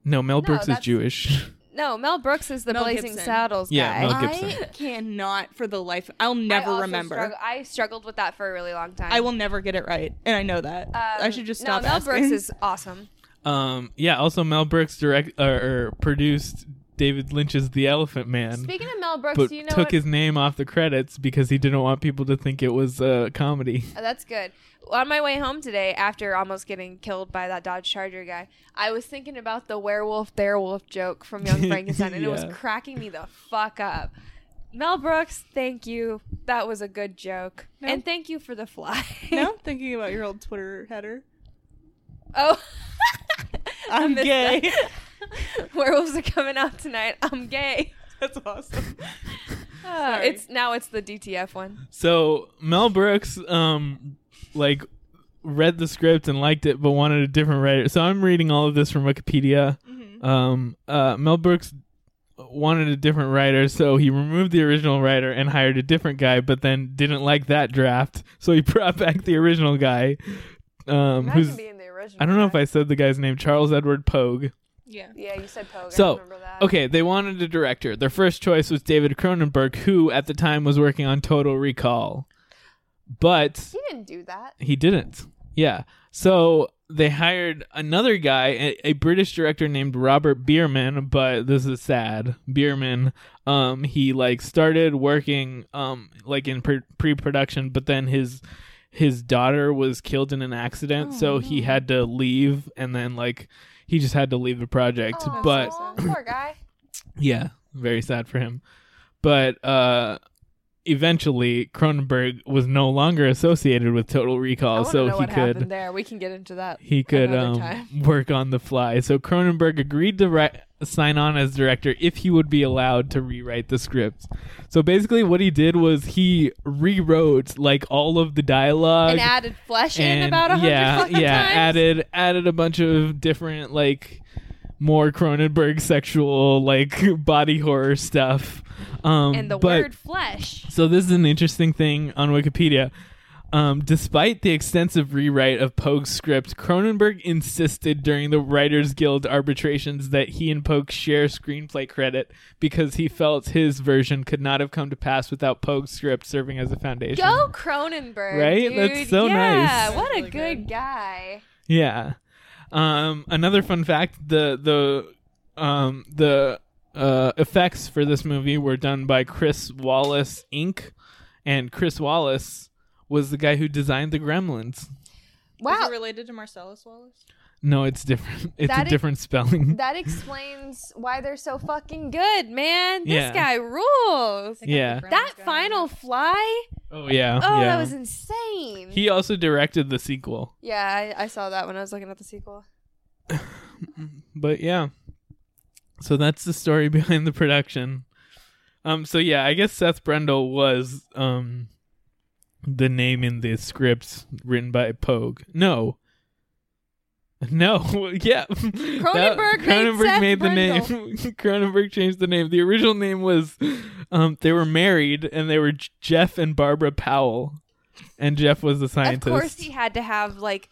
[SPEAKER 1] no, Mel Brooks is
[SPEAKER 2] that's-
[SPEAKER 1] Jewish.
[SPEAKER 2] No, Mel Brooks is the
[SPEAKER 3] Mel
[SPEAKER 2] Blazing
[SPEAKER 3] Gibson.
[SPEAKER 2] Saddles
[SPEAKER 1] Yeah, Mel
[SPEAKER 2] guy.
[SPEAKER 1] Gibson.
[SPEAKER 3] I cannot for the life. I'll never
[SPEAKER 2] I also
[SPEAKER 3] remember.
[SPEAKER 2] strugg- I struggled with that for a really long time. Um,
[SPEAKER 3] I will never get it right, and I know that. I should just
[SPEAKER 2] no,
[SPEAKER 3] stop.
[SPEAKER 2] Mel
[SPEAKER 3] asking.
[SPEAKER 2] Brooks is awesome.
[SPEAKER 1] um yeah, also Mel Brooks direct or, or produced David Lynch's The Elephant Man.
[SPEAKER 2] Speaking of Mel Brooks,
[SPEAKER 1] but
[SPEAKER 2] do you know
[SPEAKER 1] took
[SPEAKER 2] what-
[SPEAKER 1] his name off the credits because he didn't want people to think it was a comedy.
[SPEAKER 2] Oh, that's good. On my way home today, after almost getting killed by that Dodge Charger guy, I was thinking about the werewolf, werewolf joke from Young Frankenstein, and it was
[SPEAKER 1] Yeah.
[SPEAKER 2] cracking me the fuck up. Mel Brooks, thank you. That was a good joke,
[SPEAKER 3] No.
[SPEAKER 2] and thank you for the fly.
[SPEAKER 3] now I'm thinking about your old Twitter header.
[SPEAKER 2] oh, I
[SPEAKER 3] I'm
[SPEAKER 2] missed
[SPEAKER 3] gay.
[SPEAKER 2] that. Werewolves are coming out tonight. I'm gay.
[SPEAKER 3] That's awesome.
[SPEAKER 2] Uh,
[SPEAKER 3] Sorry.
[SPEAKER 2] it's now it's the DTF one.
[SPEAKER 1] So Mel Brooks, um, like read the script and liked it, but wanted a different writer. So I'm reading all of this from Wikipedia. Um, uh, Mel Brooks wanted a different writer, so he removed the original writer and hired a different guy, but then didn't like that draft, so he brought back the original guy. Um, who's
[SPEAKER 2] in the original.
[SPEAKER 1] I don't know if I said the guy's name, Charles Edward Pogue.
[SPEAKER 3] Yeah.
[SPEAKER 2] Yeah, you said Pogue.
[SPEAKER 1] So,
[SPEAKER 2] remember that.
[SPEAKER 1] Okay, they wanted a director. Their first choice was David Cronenberg, who at the time was working on Total Recall. But
[SPEAKER 2] He didn't do that.
[SPEAKER 1] he didn't. Yeah. So they hired another guy, a, a British director named Robert Bierman, but this is sad. Bierman, um, he like started working um like in pre production, but then his his daughter was killed in an accident,
[SPEAKER 3] Oh,
[SPEAKER 1] so he
[SPEAKER 3] no.
[SPEAKER 1] had to leave, and then like he just had to leave the project.
[SPEAKER 2] Aw,
[SPEAKER 1] but
[SPEAKER 2] poor guy.
[SPEAKER 1] yeah, very sad for him. But uh eventually Cronenberg was no longer associated with Total
[SPEAKER 2] I
[SPEAKER 1] Recall,
[SPEAKER 2] wanna
[SPEAKER 1] so
[SPEAKER 2] know
[SPEAKER 1] he
[SPEAKER 2] what happened
[SPEAKER 1] could
[SPEAKER 2] there. We can get into that.
[SPEAKER 1] he could
[SPEAKER 2] another
[SPEAKER 1] um,
[SPEAKER 2] time.
[SPEAKER 1] work on the fly. So Cronenberg agreed to ri- sign on as director if he would be allowed to rewrite the script. So basically what he did was he rewrote like all of the dialogue
[SPEAKER 2] and added flesh in about a hundred
[SPEAKER 1] yeah,
[SPEAKER 2] fucking
[SPEAKER 1] yeah,
[SPEAKER 2] times.
[SPEAKER 1] added added a bunch of different like more Cronenberg sexual like body horror stuff. Um,
[SPEAKER 2] and the
[SPEAKER 1] but,
[SPEAKER 2] word flesh.
[SPEAKER 1] So this is an interesting thing on Wikipedia. Um, despite the extensive rewrite of Pogue's script, Cronenberg insisted during the Writers Guild arbitrations that he and Pogue share screenplay credit because he felt his version could not have come to pass without Pogue's script serving as a foundation.
[SPEAKER 2] Go Cronenberg,
[SPEAKER 1] Right?
[SPEAKER 2] dude.
[SPEAKER 1] That's so
[SPEAKER 2] yeah,
[SPEAKER 1] nice.
[SPEAKER 2] what a
[SPEAKER 3] Really
[SPEAKER 2] good,
[SPEAKER 3] good.
[SPEAKER 2] guy.
[SPEAKER 1] Yeah. Um, another fun fact: the the um, the uh, effects for this movie were done by Chris Wallace Inc. And Chris Wallace was the guy who designed the Gremlins.
[SPEAKER 2] Wow,
[SPEAKER 3] it related to Marcellus Wallace?
[SPEAKER 1] No, it's different. It's
[SPEAKER 2] That
[SPEAKER 1] a
[SPEAKER 2] is-
[SPEAKER 1] different spelling.
[SPEAKER 2] that explains why they're so fucking good, man. This
[SPEAKER 1] Yeah.
[SPEAKER 2] guy rules.
[SPEAKER 1] Yeah.
[SPEAKER 2] That final fly.
[SPEAKER 1] Oh yeah.
[SPEAKER 2] Oh,
[SPEAKER 1] yeah.
[SPEAKER 2] that was insane.
[SPEAKER 1] he also directed the sequel.
[SPEAKER 2] yeah, I, I saw that when I was looking at the sequel.
[SPEAKER 1] But yeah. So that's the story behind the production. Um so yeah, I guess Seth Brendel was um the name in the scripts written by Pogue. No. No, yeah.
[SPEAKER 2] Cronenberg made Seth
[SPEAKER 1] the name. Cronenberg changed the name. The original name was um they were married and they were J- Jeff and Barbara Powell. And Jeff was the scientist.
[SPEAKER 2] Of course, he had to have like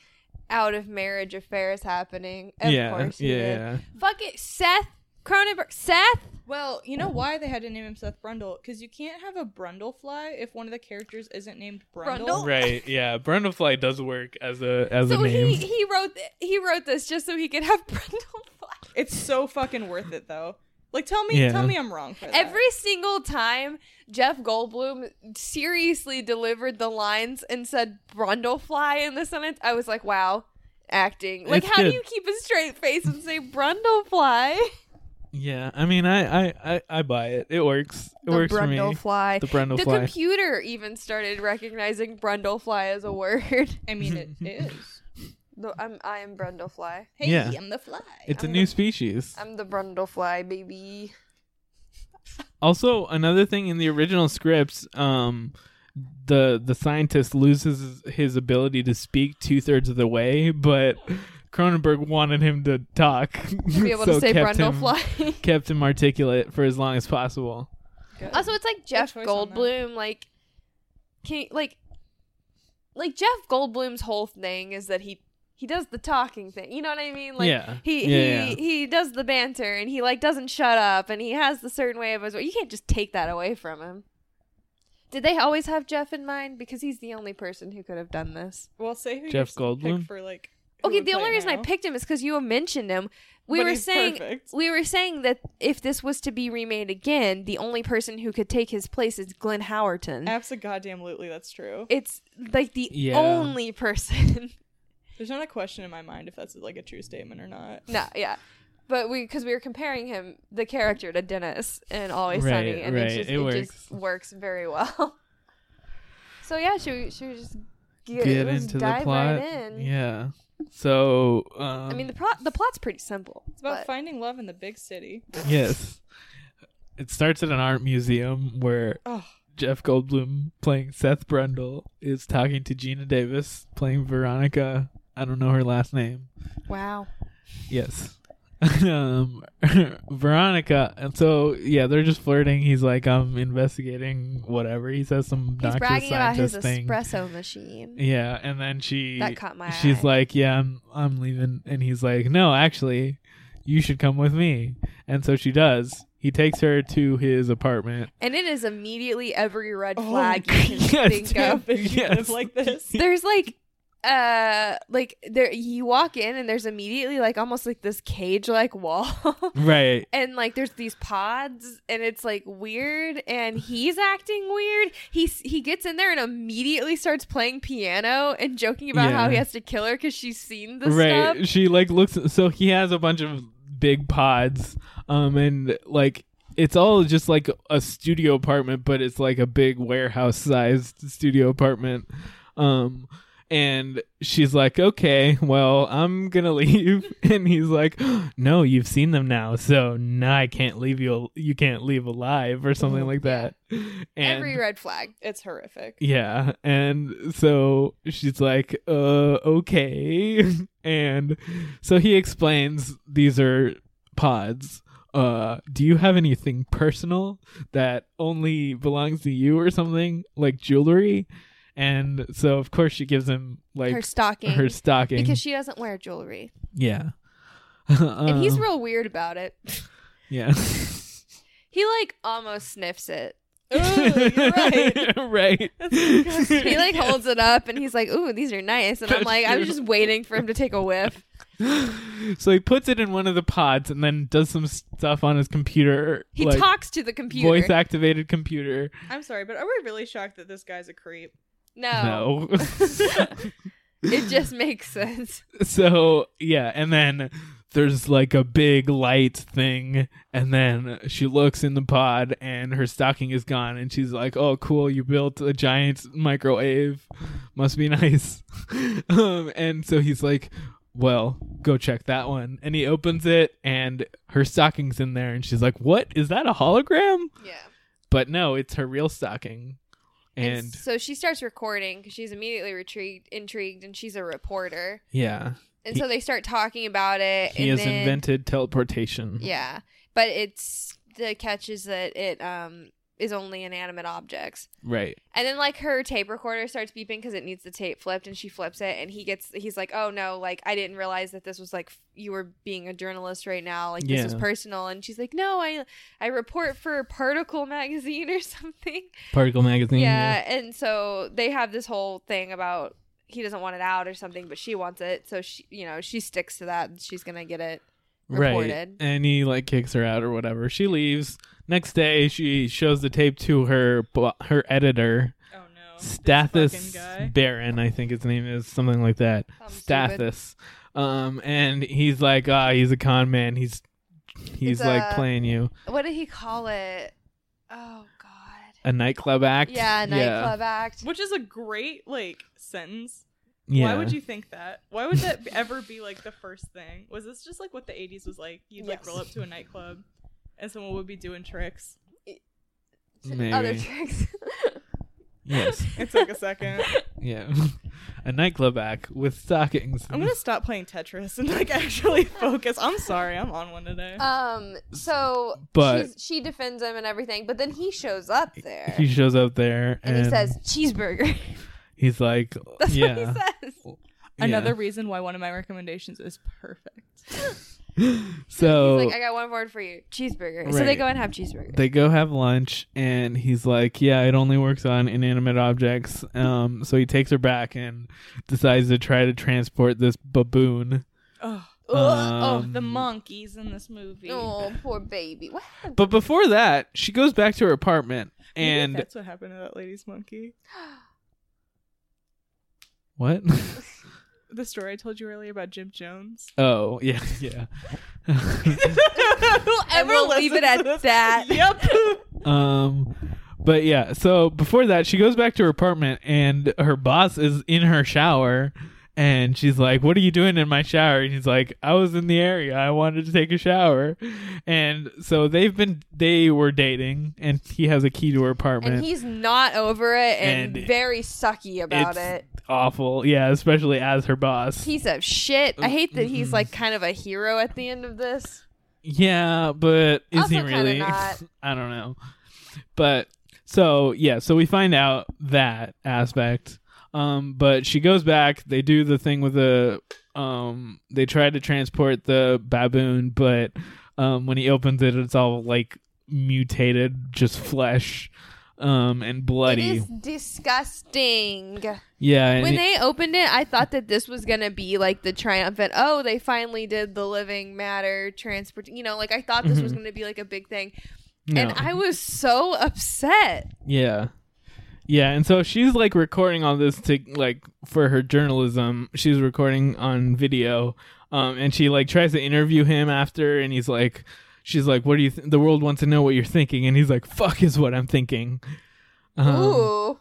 [SPEAKER 2] out of marriage affairs happening. Of
[SPEAKER 1] yeah,
[SPEAKER 2] course, he did.
[SPEAKER 1] yeah.
[SPEAKER 2] Fuck it, Seth Cronenberg. Seth.
[SPEAKER 3] Well, you know why they had to name him Seth Brundle? Because you can't have a Brundle fly if one of the characters isn't named Brundle.
[SPEAKER 2] Brundle?
[SPEAKER 1] Right. Yeah. Brundlefly does work as a as
[SPEAKER 2] So
[SPEAKER 1] a name.
[SPEAKER 2] he he wrote th- he wrote this just so he could have Brundle fly.
[SPEAKER 3] It's so fucking worth it though. Like tell me
[SPEAKER 1] Yeah.
[SPEAKER 3] tell me I'm wrong for that.
[SPEAKER 2] Every single time Jeff Goldblum seriously delivered the lines and said Brundlefly in the sentence, I was like, wow, acting. Like,
[SPEAKER 1] It's
[SPEAKER 2] how
[SPEAKER 1] good.
[SPEAKER 2] do you keep a straight face and say Brundlefly?
[SPEAKER 1] yeah. I mean, I, I I I buy it. It works. It
[SPEAKER 2] the
[SPEAKER 1] works for me.
[SPEAKER 2] Brundlefly.
[SPEAKER 1] The
[SPEAKER 2] The,
[SPEAKER 1] Brundlefly.
[SPEAKER 2] computer even started recognizing Brundlefly as a word.
[SPEAKER 3] I mean it is.
[SPEAKER 2] The- I'm, I am Brundlefly.
[SPEAKER 3] Hey,
[SPEAKER 1] Yeah.
[SPEAKER 3] I'm the fly.
[SPEAKER 1] it's a
[SPEAKER 2] I'm
[SPEAKER 1] new
[SPEAKER 2] the-
[SPEAKER 1] species.
[SPEAKER 2] I'm the Brundlefly, baby.
[SPEAKER 1] Also, another thing in the original scripts, um, the the scientist loses his ability to speak two thirds of the way, but Cronenberg wanted him to talk,
[SPEAKER 2] To be able
[SPEAKER 1] so
[SPEAKER 2] to say
[SPEAKER 1] kept him-
[SPEAKER 2] Brundlefly.
[SPEAKER 1] Kept him articulate for as long as possible.
[SPEAKER 3] Good.
[SPEAKER 2] Also, Oh, it's like Jeff
[SPEAKER 3] choice on that.
[SPEAKER 2] Goldblum, like, can like, like Jeff Goldblum's whole thing is that he he does the talking thing. You know what I mean? Like,
[SPEAKER 1] Yeah.
[SPEAKER 2] he
[SPEAKER 1] Yeah,
[SPEAKER 2] he
[SPEAKER 1] yeah.
[SPEAKER 2] he does the banter and he like doesn't shut up and he has the certain way of his. You can't just take that away from him. Did they always have Jeff in mind? Because he's the only person who could have done this.
[SPEAKER 3] well say who
[SPEAKER 1] Jeff
[SPEAKER 3] you pick
[SPEAKER 1] Goldblum?
[SPEAKER 3] for like who
[SPEAKER 2] Okay,
[SPEAKER 3] would
[SPEAKER 2] the
[SPEAKER 3] play
[SPEAKER 2] only reason I
[SPEAKER 3] now.
[SPEAKER 2] picked him is because you mentioned him. We
[SPEAKER 3] But
[SPEAKER 2] were
[SPEAKER 3] he's
[SPEAKER 2] saying
[SPEAKER 3] perfect.
[SPEAKER 2] we were saying that if this was to be remade again, the only person who could take his place is Glenn Howerton.
[SPEAKER 3] Absolutely goddamn lutely, that's true.
[SPEAKER 2] it's like the
[SPEAKER 1] Yeah.
[SPEAKER 2] only person.
[SPEAKER 3] There's not a question in my mind if that's like a true statement or not.
[SPEAKER 2] no, yeah. But we, because we were comparing him, the character to Dennis and Always
[SPEAKER 1] Right,
[SPEAKER 2] Sunny, and
[SPEAKER 1] right,
[SPEAKER 2] it, just,
[SPEAKER 1] it
[SPEAKER 2] it, just works very well. So yeah, should we, should we just get,
[SPEAKER 1] Get
[SPEAKER 2] let's
[SPEAKER 1] into the
[SPEAKER 2] dive
[SPEAKER 1] plot.
[SPEAKER 2] Right in.
[SPEAKER 1] Yeah. So um,
[SPEAKER 2] I mean the plot the plot's pretty simple.
[SPEAKER 3] It's about
[SPEAKER 2] but-
[SPEAKER 3] finding love in the big city.
[SPEAKER 1] Yes. It starts at an art museum where
[SPEAKER 3] Oh,
[SPEAKER 1] Jeff Goldblum playing Seth Brundle is talking to Gina Davis playing Veronica. I don't know her last name.
[SPEAKER 2] wow.
[SPEAKER 1] Yes. um Veronica. And so yeah, they're just flirting. He's like, I'm investigating whatever. He says some
[SPEAKER 2] He's
[SPEAKER 1] obnoxious
[SPEAKER 2] bragging about his
[SPEAKER 1] scientist thing.
[SPEAKER 2] espresso machine.
[SPEAKER 1] Yeah, and then she
[SPEAKER 2] That caught my
[SPEAKER 1] she's
[SPEAKER 2] eye.
[SPEAKER 1] like, "Yeah, I'm I'm leaving." And he's like, "No, actually, you should come with me." And so she does. He takes her to his apartment.
[SPEAKER 2] And it is immediately every red
[SPEAKER 3] Oh,
[SPEAKER 2] flag you can
[SPEAKER 1] yes,
[SPEAKER 2] think
[SPEAKER 1] yeah.
[SPEAKER 2] of.
[SPEAKER 3] bitch, you
[SPEAKER 1] Yes.
[SPEAKER 3] live like this.
[SPEAKER 2] There's like uh like there you walk in and there's immediately like almost like this cage like wall
[SPEAKER 1] Right.
[SPEAKER 2] and like there's these pods and it's like weird and he's acting weird he's he gets in there and immediately starts playing piano and joking about how
[SPEAKER 1] Yeah.
[SPEAKER 2] he has to kill her because she's seen the
[SPEAKER 1] right.
[SPEAKER 2] stuff
[SPEAKER 1] She like looks so he has a bunch of big pods. Um and like it's all just like a studio apartment, but it's like a big warehouse sized studio apartment. Um and she's like, "Okay, well, I'm going to leave." And he's like, "No, you've seen them now. So, now I can't leave you you can't leave alive or something like that." And
[SPEAKER 2] every red flag
[SPEAKER 3] It's horrific.
[SPEAKER 1] yeah, and so she's like, "Uh, okay." And so he explains these are pods. Uh, do you have anything personal that only belongs to you or something like jewelry? And so of course she gives him like
[SPEAKER 2] her stocking
[SPEAKER 1] her stocking.
[SPEAKER 2] because she doesn't wear jewelry
[SPEAKER 1] yeah.
[SPEAKER 2] and he's
[SPEAKER 1] Um,
[SPEAKER 2] real weird about it
[SPEAKER 1] yeah.
[SPEAKER 2] he like almost sniffs it
[SPEAKER 3] Ooh, you're
[SPEAKER 2] Oh,
[SPEAKER 3] right.
[SPEAKER 1] right.
[SPEAKER 2] he like holds it up and he's like ooh these are nice and i'm like i'm just waiting for him to take a whiff
[SPEAKER 1] so he puts it in one of the pods and then does some stuff on his computer.
[SPEAKER 2] he
[SPEAKER 1] like,
[SPEAKER 2] talks to the computer
[SPEAKER 1] Voice activated computer.
[SPEAKER 3] I'm sorry, but are we really shocked that this guy's a creep?
[SPEAKER 2] no,
[SPEAKER 1] No.
[SPEAKER 2] it just makes sense
[SPEAKER 1] so yeah, and then there's like a big light thing, and then she looks in the pod and her stocking is gone, and she's like, "Oh, cool! You built a giant microwave. Must be nice." um, and so he's like. Well, go check that one. And he opens it, and her stocking's in there. And she's like, What? Is that a hologram?
[SPEAKER 2] yeah
[SPEAKER 1] But no, it's her real stocking. And
[SPEAKER 2] so she starts recording because she's immediately retrieved, intrigued and she's a reporter
[SPEAKER 1] yeah,
[SPEAKER 2] and so they start talking about it
[SPEAKER 1] he
[SPEAKER 2] and
[SPEAKER 1] has
[SPEAKER 2] then,
[SPEAKER 1] invented teleportation.
[SPEAKER 2] yeah but it's the catch is that it um is only inanimate objects
[SPEAKER 1] Right.
[SPEAKER 2] And then like her tape recorder starts beeping because it needs the tape flipped, and she flips it, and he gets he's like, "Oh no, like I didn't realize that this was like f- you were being a journalist right now, like this was
[SPEAKER 1] Yeah.
[SPEAKER 2] personal." And she's like, "No, I I report for Particle magazine or something."
[SPEAKER 1] Particle magazine.
[SPEAKER 2] yeah, and so they have this whole thing about he doesn't want it out or something, but she wants it, so she you know she sticks to that, and she's gonna get it reported.
[SPEAKER 1] Right. And he like kicks her out or whatever. She leaves. Next day, she shows the tape to her bo- her editor,
[SPEAKER 3] Oh no. fucking guy.
[SPEAKER 1] Stathis Baron, I think his name is something like that.
[SPEAKER 2] Something stupid.
[SPEAKER 1] Stathis. Um, and he's like, ah, he's a con man. He's he's
[SPEAKER 2] It's uh,
[SPEAKER 1] like
[SPEAKER 2] a-
[SPEAKER 1] playing you
[SPEAKER 2] What did he call it? Oh God,
[SPEAKER 1] a nightclub act.
[SPEAKER 2] yeah, nightclub act.
[SPEAKER 3] Which is a great like sentence.
[SPEAKER 1] Yeah.
[SPEAKER 3] Why would you think that? Why would that ever be like the first thing? Was this just like what the 80s was like? You'd like
[SPEAKER 2] Yes.
[SPEAKER 3] roll up to a nightclub and someone would be doing tricks.
[SPEAKER 1] Maybe.
[SPEAKER 2] Other tricks.
[SPEAKER 1] yes.
[SPEAKER 3] It took a second.
[SPEAKER 1] Yeah. a nightclub act with stockings.
[SPEAKER 3] I'm gonna stop playing Tetris and like actually focus. I'm sorry, I'm on one today.
[SPEAKER 2] Um. So,
[SPEAKER 1] But-
[SPEAKER 2] she's, she defends him and everything, but then he shows up there
[SPEAKER 1] He shows up there
[SPEAKER 2] and,
[SPEAKER 1] and,
[SPEAKER 2] he says cheeseburger.
[SPEAKER 1] he's like,
[SPEAKER 2] That's
[SPEAKER 1] yeah.
[SPEAKER 2] what he says.
[SPEAKER 1] Yeah.
[SPEAKER 3] Another reason why one of my recommendations is perfect.
[SPEAKER 1] So
[SPEAKER 2] He's like, I got one word for you, cheeseburger. So they
[SPEAKER 1] Right.
[SPEAKER 2] go and have cheeseburger.
[SPEAKER 1] they go have lunch, and he's like, "Yeah, it only works on inanimate objects." Um, so he takes her back and decides to try to transport this baboon.
[SPEAKER 3] Oh,
[SPEAKER 1] Oh,
[SPEAKER 3] oh, the monkeys in this movie.
[SPEAKER 2] oh, poor baby. What happened?
[SPEAKER 1] But before that, she goes back to her apartment,
[SPEAKER 3] Maybe
[SPEAKER 1] and
[SPEAKER 3] that's what happened to that lady's monkey.
[SPEAKER 1] what?
[SPEAKER 3] The story I told you earlier about Jim Jones.
[SPEAKER 1] oh, yeah, yeah.
[SPEAKER 2] Whoever
[SPEAKER 3] Everyone
[SPEAKER 2] leave it
[SPEAKER 3] listens
[SPEAKER 2] at
[SPEAKER 3] to this.
[SPEAKER 2] that.
[SPEAKER 3] Yep.
[SPEAKER 1] um, but yeah. So before that, she goes back to her apartment, and her boss is in her shower. And she's like, "What are you doing in my shower?" And he's like, "I was in the area. I wanted to take a shower." And so they've been they were dating, and he has a key to her apartment.
[SPEAKER 2] And he's not over it and,
[SPEAKER 1] And
[SPEAKER 2] very sucky about
[SPEAKER 1] it's
[SPEAKER 2] it.
[SPEAKER 1] awful, yeah, especially as her boss.
[SPEAKER 2] Piece of shit. I hate that he's
[SPEAKER 1] Mm-mm.
[SPEAKER 2] like kind of a hero at the end of this.
[SPEAKER 1] yeah, but is
[SPEAKER 2] Also
[SPEAKER 1] he
[SPEAKER 2] kinda
[SPEAKER 1] really?
[SPEAKER 2] not.
[SPEAKER 1] I don't know. But so yeah, so we find out that aspect. Um, but she goes back. They do the thing with the um. They try to transport the baboon, but um, when he opens it, it's all like mutated, just flesh. um, and bloody.
[SPEAKER 2] It is disgusting.
[SPEAKER 1] yeah, and
[SPEAKER 2] When
[SPEAKER 1] it-
[SPEAKER 2] they opened it, I thought that this was gonna be like the triumphant. Oh, they finally did the living matter transport. You know, like I thought this was gonna be like a big thing, and
[SPEAKER 1] Mm-hmm. no.
[SPEAKER 2] I was so upset.
[SPEAKER 1] Yeah. Yeah, and so she's like recording all this to like for her journalism. She's recording on video. Um and she like tries to interview him after and he's like she's like what do you th- the world wants to know what you're thinking and he's like fuck is what I'm thinking. Um,
[SPEAKER 2] Ooh,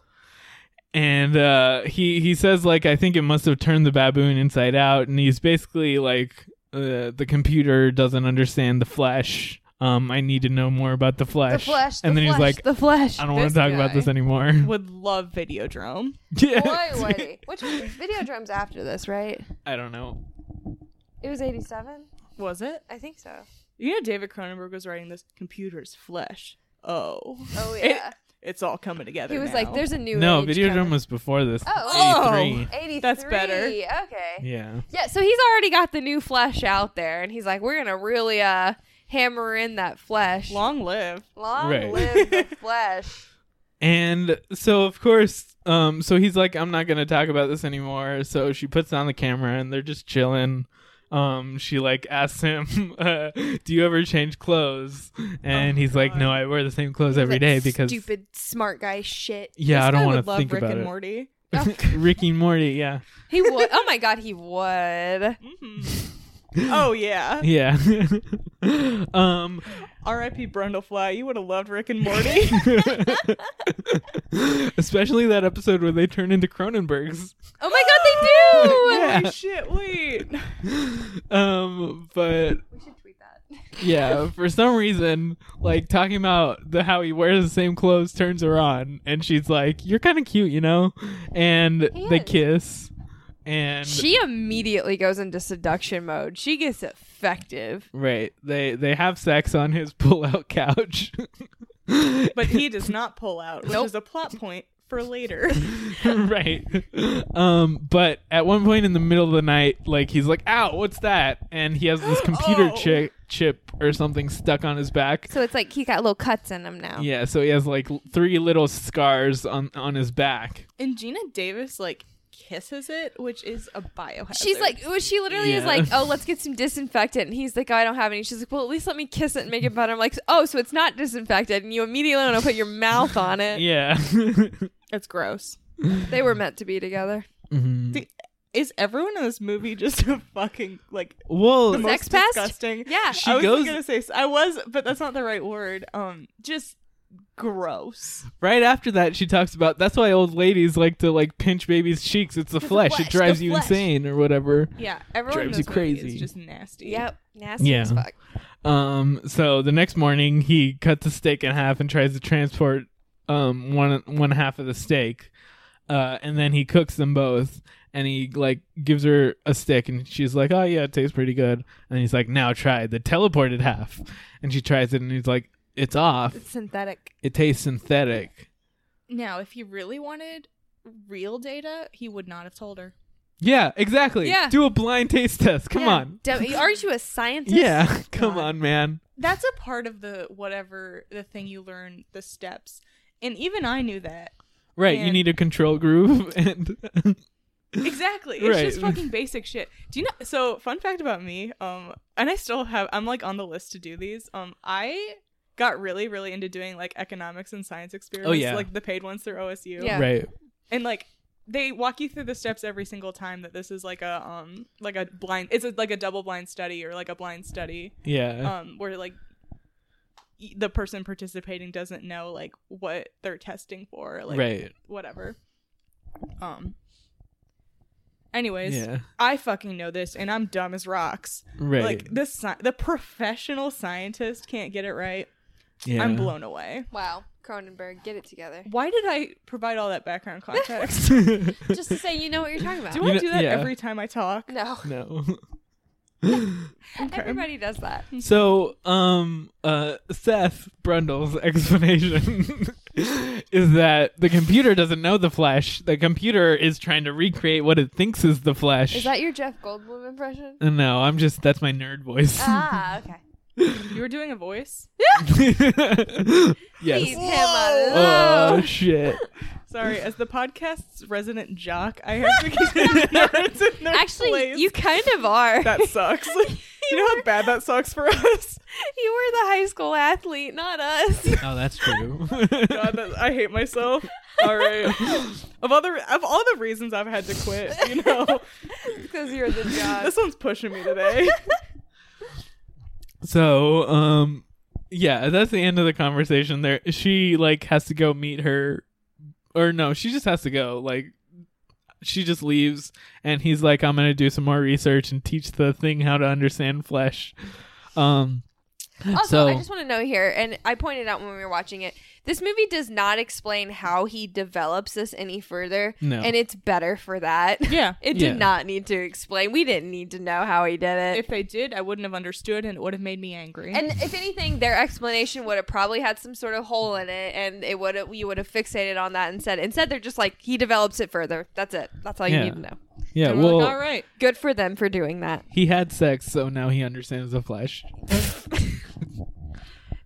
[SPEAKER 1] and uh, he he says like I think it must have turned the baboon inside out, and he's basically like uh, the computer doesn't understand the flesh. Um, I need to know more about the
[SPEAKER 2] the
[SPEAKER 1] flesh.
[SPEAKER 2] flesh. The
[SPEAKER 1] and then
[SPEAKER 2] flesh,
[SPEAKER 1] he's like,
[SPEAKER 2] the flesh.
[SPEAKER 1] I don't want
[SPEAKER 2] this
[SPEAKER 1] to talk about
[SPEAKER 2] guy.
[SPEAKER 1] this anymore.
[SPEAKER 3] Would love Videodrome.
[SPEAKER 1] yeah,
[SPEAKER 2] Boy, was he. Which one? video drums after this, right?
[SPEAKER 1] I don't know.
[SPEAKER 2] It was eighty-seven.
[SPEAKER 3] Was it?
[SPEAKER 2] I think so.
[SPEAKER 3] You know, David Cronenberg was writing this. Computer's flesh. Oh,
[SPEAKER 2] Oh
[SPEAKER 3] It-
[SPEAKER 2] yeah.
[SPEAKER 3] it's all coming together.
[SPEAKER 2] he was
[SPEAKER 3] now.
[SPEAKER 2] like, "There's a new
[SPEAKER 1] No,
[SPEAKER 2] age
[SPEAKER 1] video drum
[SPEAKER 2] coming."
[SPEAKER 1] was before this.
[SPEAKER 2] Oh.
[SPEAKER 1] 83.
[SPEAKER 2] 83.
[SPEAKER 3] That's better.
[SPEAKER 2] Okay.
[SPEAKER 1] Yeah.
[SPEAKER 2] Yeah, so he's already got the new flesh out there, and he's like, we're gonna really uh hammer in that flesh.
[SPEAKER 3] long live."
[SPEAKER 2] Long
[SPEAKER 1] Right.
[SPEAKER 2] live the flesh.
[SPEAKER 1] And so of course, um, so he's like, I'm not gonna talk about this anymore. So she puts on the camera and they're just chilling. Um, she like asks him, uh, "Do you ever change clothes?"
[SPEAKER 3] Oh
[SPEAKER 1] And he's like, "No, I wear the same clothes every
[SPEAKER 2] That
[SPEAKER 1] day because
[SPEAKER 2] stupid smart guy shit.
[SPEAKER 1] yeah,
[SPEAKER 3] This
[SPEAKER 1] I don't
[SPEAKER 3] guy
[SPEAKER 1] want
[SPEAKER 3] would
[SPEAKER 1] to
[SPEAKER 3] love
[SPEAKER 1] think
[SPEAKER 3] Rick
[SPEAKER 1] about
[SPEAKER 3] and
[SPEAKER 1] it."
[SPEAKER 3] Morty.
[SPEAKER 1] Ricky and Morty, yeah,
[SPEAKER 2] He would. Oh my god, he would.
[SPEAKER 3] Oh yeah.
[SPEAKER 1] yeah. um,
[SPEAKER 3] R.I.P. Brundlefly. You would have loved Rick and Morty.
[SPEAKER 1] especially that episode where they turn into Cronenbergs.
[SPEAKER 2] Oh my god, they do.
[SPEAKER 1] Yeah.
[SPEAKER 3] Holy shit! Wait.
[SPEAKER 1] Um, but
[SPEAKER 2] We should tweet that.
[SPEAKER 1] Yeah, for some reason, like talking about the how he wears the same clothes turns her on, and she's like, "You're kind of cute, you know," and
[SPEAKER 2] He
[SPEAKER 1] they
[SPEAKER 2] is.
[SPEAKER 1] kiss, and
[SPEAKER 2] She immediately goes into seduction mode. She gets effective.
[SPEAKER 1] right they they have sex on his pull-out couch,
[SPEAKER 3] But he does not pull out, which is a plot point for later.
[SPEAKER 1] right? Um, but at one point in the middle of the night, like he's like, "Ow, what's that?" And he has this computer
[SPEAKER 3] Oh.
[SPEAKER 1] chip chip or something stuck on his back.
[SPEAKER 2] So it's like he's got little cuts in him now.
[SPEAKER 1] Yeah, so he has like l- three little scars on on his back.
[SPEAKER 3] And Gina Davis like kisses it, which is a biohazard.
[SPEAKER 2] She's like, well, she literally is
[SPEAKER 1] Yeah.
[SPEAKER 2] like, oh, let's get some disinfectant. And he's like, oh, I don't have any. She's like, well, at least let me kiss it and make it better. I'm like, oh, so it's not disinfected. And you immediately want to put your mouth on it.
[SPEAKER 1] Yeah.
[SPEAKER 2] Mm-hmm.
[SPEAKER 3] that's gross.
[SPEAKER 2] They were meant to be together.
[SPEAKER 1] Mhm.
[SPEAKER 3] Is everyone in this movie just a fucking like
[SPEAKER 1] Well,
[SPEAKER 3] the
[SPEAKER 2] Sex
[SPEAKER 3] most
[SPEAKER 2] pest?
[SPEAKER 3] disgusting?
[SPEAKER 2] Yeah.
[SPEAKER 1] She
[SPEAKER 3] I was
[SPEAKER 1] goes-
[SPEAKER 3] gonna say I was, but that's not the right word. Um, just gross.
[SPEAKER 1] right after that she talks about that's why old ladies like to like pinch babies cheeks it's the flesh,
[SPEAKER 2] flesh,
[SPEAKER 1] it drives
[SPEAKER 2] the
[SPEAKER 1] you
[SPEAKER 2] flesh.
[SPEAKER 1] insane or whatever
[SPEAKER 3] Yeah, everyone in
[SPEAKER 1] Drives
[SPEAKER 3] this
[SPEAKER 1] you
[SPEAKER 3] movie
[SPEAKER 1] crazy.
[SPEAKER 3] is just nasty.
[SPEAKER 2] Yep. Nasty
[SPEAKER 1] Yeah.
[SPEAKER 2] as fuck.
[SPEAKER 1] um so the next morning he cuts the steak in half and tries to transport um one one half of the steak uh and then he cooks them both and he like gives her a stick and she's like oh yeah it tastes pretty good and he's like now try the teleported half and she tries it and he's like it's off
[SPEAKER 2] It's synthetic.
[SPEAKER 1] it tastes synthetic
[SPEAKER 3] Now, if he really wanted real data, he would not have told her.
[SPEAKER 1] yeah exactly
[SPEAKER 2] Yeah.
[SPEAKER 1] do a blind taste test come
[SPEAKER 2] Yeah.
[SPEAKER 1] on
[SPEAKER 2] Dem- aren't you a scientist?
[SPEAKER 1] Yeah, come
[SPEAKER 3] God.
[SPEAKER 1] on, man.
[SPEAKER 3] That's a part of the whatever the thing you learn, the steps. And even I knew that.
[SPEAKER 1] Right, you
[SPEAKER 3] And-
[SPEAKER 1] need a control groove and
[SPEAKER 3] Exactly. It's
[SPEAKER 1] Right.
[SPEAKER 3] just fucking basic shit. Do you know so fun fact about me, um and I still have I'm like on the list to do these. Um I got really, really into doing like economics and science experiments,
[SPEAKER 1] yeah.
[SPEAKER 3] like the paid ones through OSU.
[SPEAKER 2] Yeah.
[SPEAKER 1] right.
[SPEAKER 3] And like they walk you through the steps every single time that this is like a um like a blind it's a, like a double blind study or like a blind study.
[SPEAKER 1] Yeah.
[SPEAKER 3] um where like y- the person participating doesn't know like what they're testing for Oh, like
[SPEAKER 1] right.
[SPEAKER 3] whatever um anyways
[SPEAKER 1] Yeah.
[SPEAKER 3] i fucking know this and i'm dumb as rocks
[SPEAKER 1] Right.
[SPEAKER 3] like this sci- the professional scientist can't get it right
[SPEAKER 1] yeah.
[SPEAKER 3] i'm blown away
[SPEAKER 2] Wow. Cronenberg, get it together.
[SPEAKER 3] why did i provide all that background context do
[SPEAKER 1] blown.
[SPEAKER 2] Just to say you know what you're talking about.
[SPEAKER 1] You
[SPEAKER 3] i
[SPEAKER 1] know-
[SPEAKER 3] do that
[SPEAKER 1] yeah.
[SPEAKER 3] every time i talk
[SPEAKER 2] no.
[SPEAKER 1] no.
[SPEAKER 2] Everybody does that.
[SPEAKER 1] So, um, uh, Seth Brundle's explanation is that the computer doesn't know the flesh. The computer is trying to recreate what it thinks is the flesh.
[SPEAKER 2] Is that your Jeff Goldblum impression?
[SPEAKER 1] no, I'm just that's my nerd voice.
[SPEAKER 2] ah, okay.
[SPEAKER 3] You were doing a voice?
[SPEAKER 2] Leave him
[SPEAKER 1] yes. Oh
[SPEAKER 2] alone.
[SPEAKER 1] shit.
[SPEAKER 3] Sorry, as the podcast's resident jock, I have to keep the nerds in their
[SPEAKER 2] Actually,
[SPEAKER 3] place.
[SPEAKER 2] you kind of are.
[SPEAKER 3] That sucks. you know how bad that sucks for us?
[SPEAKER 2] you were the high school athlete, not us.
[SPEAKER 1] Oh, that's true.
[SPEAKER 3] God, that, I hate myself. All right. Of all the of all the reasons I've had to quit, you know,
[SPEAKER 2] Because you're the job.
[SPEAKER 3] this one's pushing me today.
[SPEAKER 1] so, um, yeah, that's the end of the conversation. There, she like has to go meet her, or no, she just has to go. Like, she just leaves, and he's like, "I'm gonna do some more research and teach the thing how to understand flesh." Um,
[SPEAKER 2] Also,
[SPEAKER 1] so
[SPEAKER 2] I just want to know here, and I pointed out when we were watching it, this movie does not explain how he develops this any further,
[SPEAKER 1] No.
[SPEAKER 2] and it's better for that.
[SPEAKER 3] Yeah.
[SPEAKER 2] It
[SPEAKER 1] Yeah.
[SPEAKER 2] did not need to explain. We didn't need to know how he did it.
[SPEAKER 3] If they did, I wouldn't have understood and it would have made me angry.
[SPEAKER 2] and if anything, their explanation would have probably had some sort of hole in it, and it would have you would have fixated on that instead. Instead, they're just like he develops it further. That's it. That's all you
[SPEAKER 1] Yeah.
[SPEAKER 2] need to know.
[SPEAKER 1] yeah,
[SPEAKER 3] And we're
[SPEAKER 1] well,
[SPEAKER 3] like, all right.
[SPEAKER 2] Good for them for doing that.
[SPEAKER 1] he had sex, so now he understands the flesh.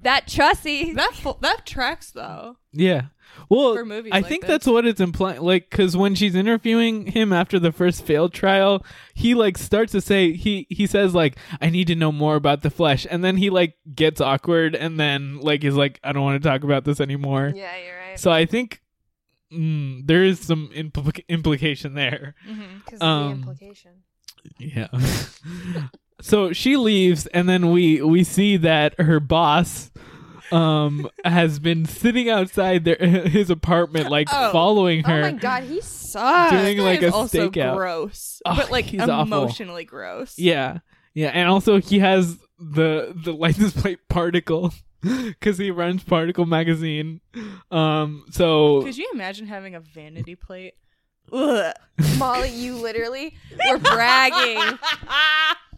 [SPEAKER 2] That Chussy.
[SPEAKER 3] That fu- that tracks though.
[SPEAKER 1] Yeah. Well,
[SPEAKER 3] For movies
[SPEAKER 1] I
[SPEAKER 3] like
[SPEAKER 1] think
[SPEAKER 3] this.
[SPEAKER 1] that's what it's implying. Like, because when she's interviewing him after the first failed trial, he like starts to say he he says like I need to know more about the flesh, and then he like gets awkward, and then like is like I don't want to talk about this anymore.
[SPEAKER 2] yeah, you're right.
[SPEAKER 1] So I think mm, there is some impl- implication there.
[SPEAKER 3] Mm-hmm.
[SPEAKER 2] Because
[SPEAKER 1] um,
[SPEAKER 2] the implication.
[SPEAKER 1] Yeah. so she leaves, and then we we see that her boss um has been sitting outside their his apartment like
[SPEAKER 3] Oh.
[SPEAKER 1] following
[SPEAKER 2] Oh
[SPEAKER 1] her
[SPEAKER 2] my god, he sucks.
[SPEAKER 1] doing like a
[SPEAKER 3] ah, also
[SPEAKER 1] stakeout.
[SPEAKER 3] gross,
[SPEAKER 1] Ugh,
[SPEAKER 3] but like
[SPEAKER 1] he's awful.
[SPEAKER 3] emotionally gross.
[SPEAKER 1] Yeah, yeah, and also he has the the license plate particle because he runs Particle magazine. Um, so
[SPEAKER 3] Could you imagine having a vanity plate? Ugh.
[SPEAKER 2] Molly, you literally were bragging.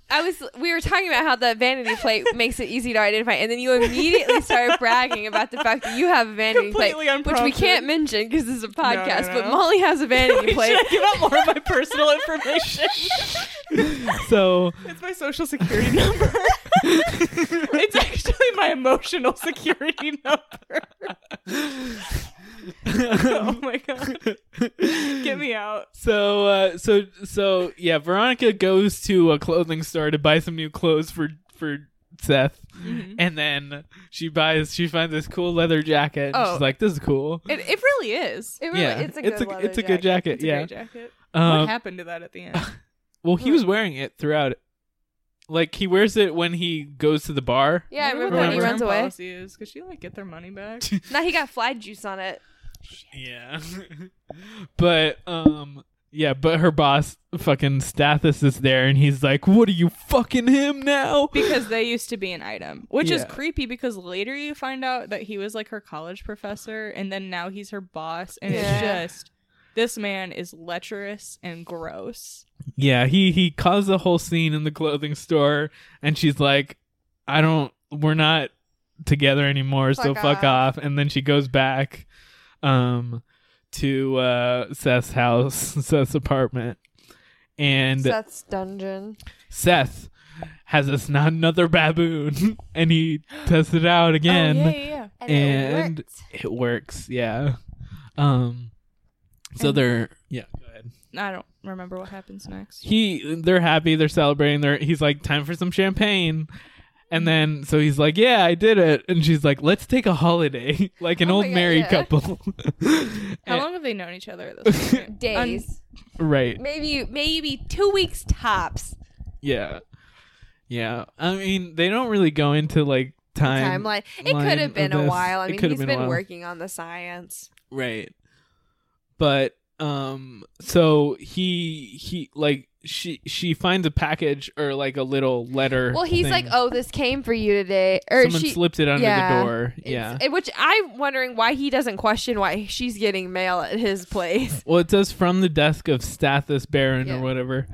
[SPEAKER 2] I was we were talking about how the vanity plate makes it easy to identify, and then you immediately started bragging about the fact that you have a vanity
[SPEAKER 3] Completely
[SPEAKER 2] plate, which we
[SPEAKER 3] unprompted.
[SPEAKER 2] can't mention because this is a podcast. But
[SPEAKER 3] no.
[SPEAKER 2] Molly has a vanity plate.
[SPEAKER 3] Should I give out more of my personal information?
[SPEAKER 1] so
[SPEAKER 3] it's my social security number. it's actually my emotional security number. oh my god. Get me out.
[SPEAKER 1] so uh, so so yeah, Veronica goes to a clothing store to buy some new clothes for for Seth,
[SPEAKER 3] Mm-hmm.
[SPEAKER 1] and then she buys she finds this cool leather jacket. And
[SPEAKER 3] Oh.
[SPEAKER 1] She's like, "This is cool."
[SPEAKER 3] It, it really is.
[SPEAKER 2] It really,
[SPEAKER 1] yeah,
[SPEAKER 2] it's a good
[SPEAKER 1] it's a,
[SPEAKER 2] leather
[SPEAKER 1] it's a good jacket.
[SPEAKER 3] It's a
[SPEAKER 1] yeah.
[SPEAKER 3] great jacket. what
[SPEAKER 1] Um,
[SPEAKER 3] happened to that at the end?
[SPEAKER 1] Well, he was wearing it throughout. it. Like he wears it when he goes to the bar.
[SPEAKER 2] Yeah, I
[SPEAKER 3] Wonder
[SPEAKER 2] remember
[SPEAKER 3] what
[SPEAKER 2] when he
[SPEAKER 3] their
[SPEAKER 1] Remember.
[SPEAKER 2] runs
[SPEAKER 3] return
[SPEAKER 2] away.
[SPEAKER 3] Policy is. Could she like get their money back?
[SPEAKER 2] Now he got fly juice on it.
[SPEAKER 1] Yeah. but um yeah, but her boss fucking Stathis is there and he's like, "What are you fucking him now?"
[SPEAKER 3] because they used to be an item, which is
[SPEAKER 1] Yeah.
[SPEAKER 3] creepy because later you find out that he was like her college professor and then now he's her boss and
[SPEAKER 2] Yeah.
[SPEAKER 3] it's just this man is lecherous and gross.
[SPEAKER 1] Yeah, he he caused a whole scene in the clothing store and she's like, "I don't we're not together anymore, so
[SPEAKER 2] Fuck
[SPEAKER 1] fuck off." And then she goes back um to uh Seth's house, Seth's apartment. And
[SPEAKER 2] That's dungeon.
[SPEAKER 1] Seth has us not another baboon, and he tests it out again,
[SPEAKER 3] oh, yeah, yeah,
[SPEAKER 2] And,
[SPEAKER 1] and
[SPEAKER 2] it worked.
[SPEAKER 1] it works. Yeah. Um. So
[SPEAKER 3] And-
[SPEAKER 1] they're yeah. Go ahead.
[SPEAKER 3] yeah. I don't remember what happens next.
[SPEAKER 1] He they're happy. They're celebrating. They're he's like time for some champagne. And then, so he's like, "Yeah, I did it," and she's like, "Let's take a holiday, like an
[SPEAKER 2] Oh my
[SPEAKER 1] old
[SPEAKER 2] God,
[SPEAKER 1] married
[SPEAKER 2] yeah.
[SPEAKER 1] couple." Eh,
[SPEAKER 3] How long have they known each other at this point?
[SPEAKER 2] days.
[SPEAKER 1] right?
[SPEAKER 2] maybe maybe two weeks tops.
[SPEAKER 1] Yeah, yeah. I mean, they don't really go into like time
[SPEAKER 2] timeline. It
[SPEAKER 1] line
[SPEAKER 2] could have been
[SPEAKER 1] of
[SPEAKER 2] a
[SPEAKER 1] this.
[SPEAKER 2] while.
[SPEAKER 1] It
[SPEAKER 2] I mean,
[SPEAKER 1] could have
[SPEAKER 2] he's
[SPEAKER 1] been a
[SPEAKER 2] been
[SPEAKER 1] while.
[SPEAKER 2] working on the science.
[SPEAKER 1] Right. But um so he he like she she finds a package or like a little letter.
[SPEAKER 2] Well, he's
[SPEAKER 1] thing.
[SPEAKER 2] like, "Oh, this came for you today," or
[SPEAKER 1] someone
[SPEAKER 2] she.
[SPEAKER 1] slipped it under
[SPEAKER 2] yeah,
[SPEAKER 1] the door. Yeah.
[SPEAKER 2] It's- it- which I'm wondering why he doesn't question why she's getting mail at his place.
[SPEAKER 1] well, it says from the desk of Stathis Baron
[SPEAKER 2] Yeah.
[SPEAKER 1] or whatever.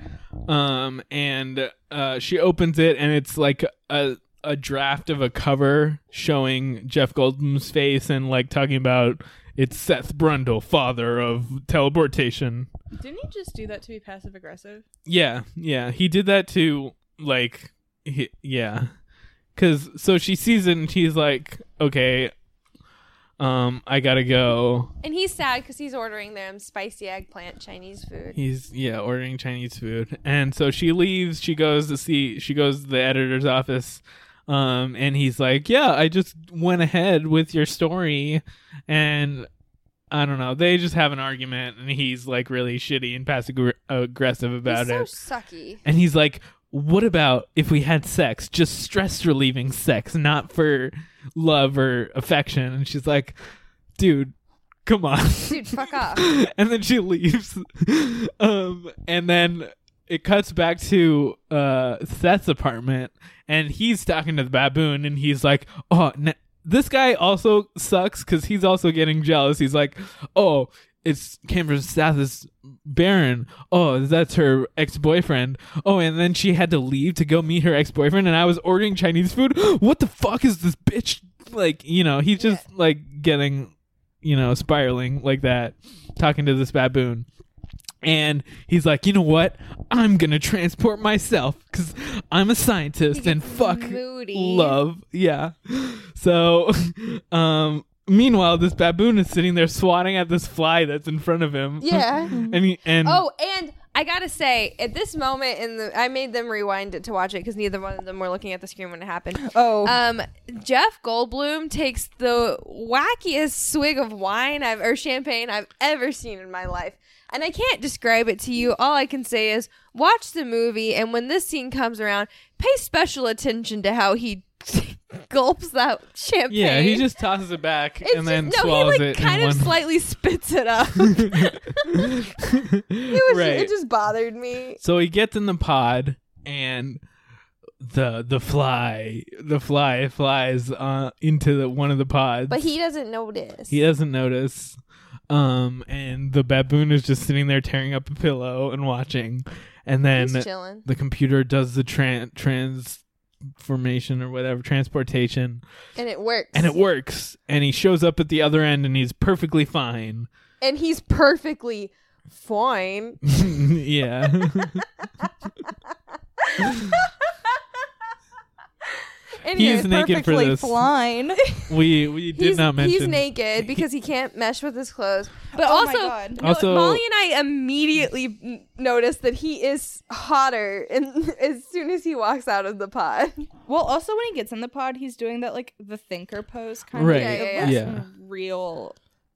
[SPEAKER 1] Um and uh she opens it and it's like a a draft of a cover showing Jeff Goldblum's face and like talking about it's Seth Brundle, father of teleportation.
[SPEAKER 3] Didn't he just do that to be passive aggressive?
[SPEAKER 1] Yeah, yeah, he did that to like, he, yeah, Cause so she sees it and she's like, okay, um, I gotta go.
[SPEAKER 2] And he's sad because he's ordering them spicy eggplant Chinese food.
[SPEAKER 1] He's yeah ordering Chinese food, and so she leaves. She goes to see. She goes to the editor's office, um, and he's like, yeah, I just went ahead with your story, and I don't know. They just have an argument, and he's like really shitty and passive aggr- aggressive about
[SPEAKER 2] He's so
[SPEAKER 1] it.
[SPEAKER 2] sucky.
[SPEAKER 1] And he's like, "What about if we had sex? Just stress relieving sex, not for love or affection." And she's like, "Dude, come on."
[SPEAKER 2] Dude, fuck off.
[SPEAKER 1] and then she leaves. um, and then it cuts back to uh, Seth's apartment, and he's talking to the baboon, and he's like, "Oh, n- this guy also sucks because he's also getting jealous." He's like, "Oh." It's Cambridge Seth is barren. Oh, that's her ex boyfriend. Oh, and then she had to leave to go meet her ex boyfriend, and I was ordering Chinese food. What the fuck is this bitch like? You know, he's just like getting you know, spiraling like that, talking to this baboon. And he's like, you know what? I'm gonna transport myself because I'm a scientist and fuck
[SPEAKER 2] moody.
[SPEAKER 1] love. Yeah. So, um, meanwhile, this baboon is sitting there swatting at this fly that's in front of him.
[SPEAKER 2] Yeah.
[SPEAKER 1] and he, and
[SPEAKER 2] Oh, and I gotta say, at this moment in the, I made them rewind it to watch it because neither one of them were looking at the screen when it happened.
[SPEAKER 3] Oh.
[SPEAKER 2] um, Jeff Goldblum takes the wackiest swig of wine I've or champagne I've ever seen in my life, and I can't describe it to you. All I can say is watch the movie, and when this scene comes around, pay special attention to how he gulps that champagne.
[SPEAKER 1] yeah, he just tosses it back
[SPEAKER 2] It's
[SPEAKER 1] and
[SPEAKER 2] just-
[SPEAKER 1] then
[SPEAKER 2] no,
[SPEAKER 1] swallows
[SPEAKER 2] he like
[SPEAKER 1] it. in
[SPEAKER 2] kind of
[SPEAKER 1] one-
[SPEAKER 2] slightly spits it up. it was
[SPEAKER 1] right.
[SPEAKER 2] it just bothered me.
[SPEAKER 1] So he gets in the pod and the the fly the fly flies uh, into the, one of the pods.
[SPEAKER 2] But he doesn't notice.
[SPEAKER 1] he doesn't notice. Um, and the baboon is just sitting there tearing up a pillow and watching. And then
[SPEAKER 2] He's chilling.
[SPEAKER 1] the computer does the tran- transformation or whatever transportation,
[SPEAKER 2] And it works.
[SPEAKER 1] and it works. And he shows up at the other end, and he's perfectly fine.
[SPEAKER 2] And he's perfectly fine.
[SPEAKER 1] yeah.
[SPEAKER 2] And
[SPEAKER 1] He's
[SPEAKER 2] he's,
[SPEAKER 1] naked for
[SPEAKER 3] Perfectly
[SPEAKER 1] this.
[SPEAKER 3] flying.
[SPEAKER 1] we we did
[SPEAKER 2] he's,
[SPEAKER 1] not mention
[SPEAKER 2] he's naked because he can't mesh with his clothes. But
[SPEAKER 3] Oh my
[SPEAKER 2] also,
[SPEAKER 3] God.
[SPEAKER 2] no,
[SPEAKER 1] Also-
[SPEAKER 2] Molly and I immediately n- noticed that he is hotter in, as soon as he walks out of the pod.
[SPEAKER 3] well, also when he gets in the pod, he's doing that like the thinker pose kind
[SPEAKER 1] Right.
[SPEAKER 3] of.
[SPEAKER 1] Yeah,
[SPEAKER 2] yeah,
[SPEAKER 3] It looks
[SPEAKER 1] yeah.
[SPEAKER 3] Real.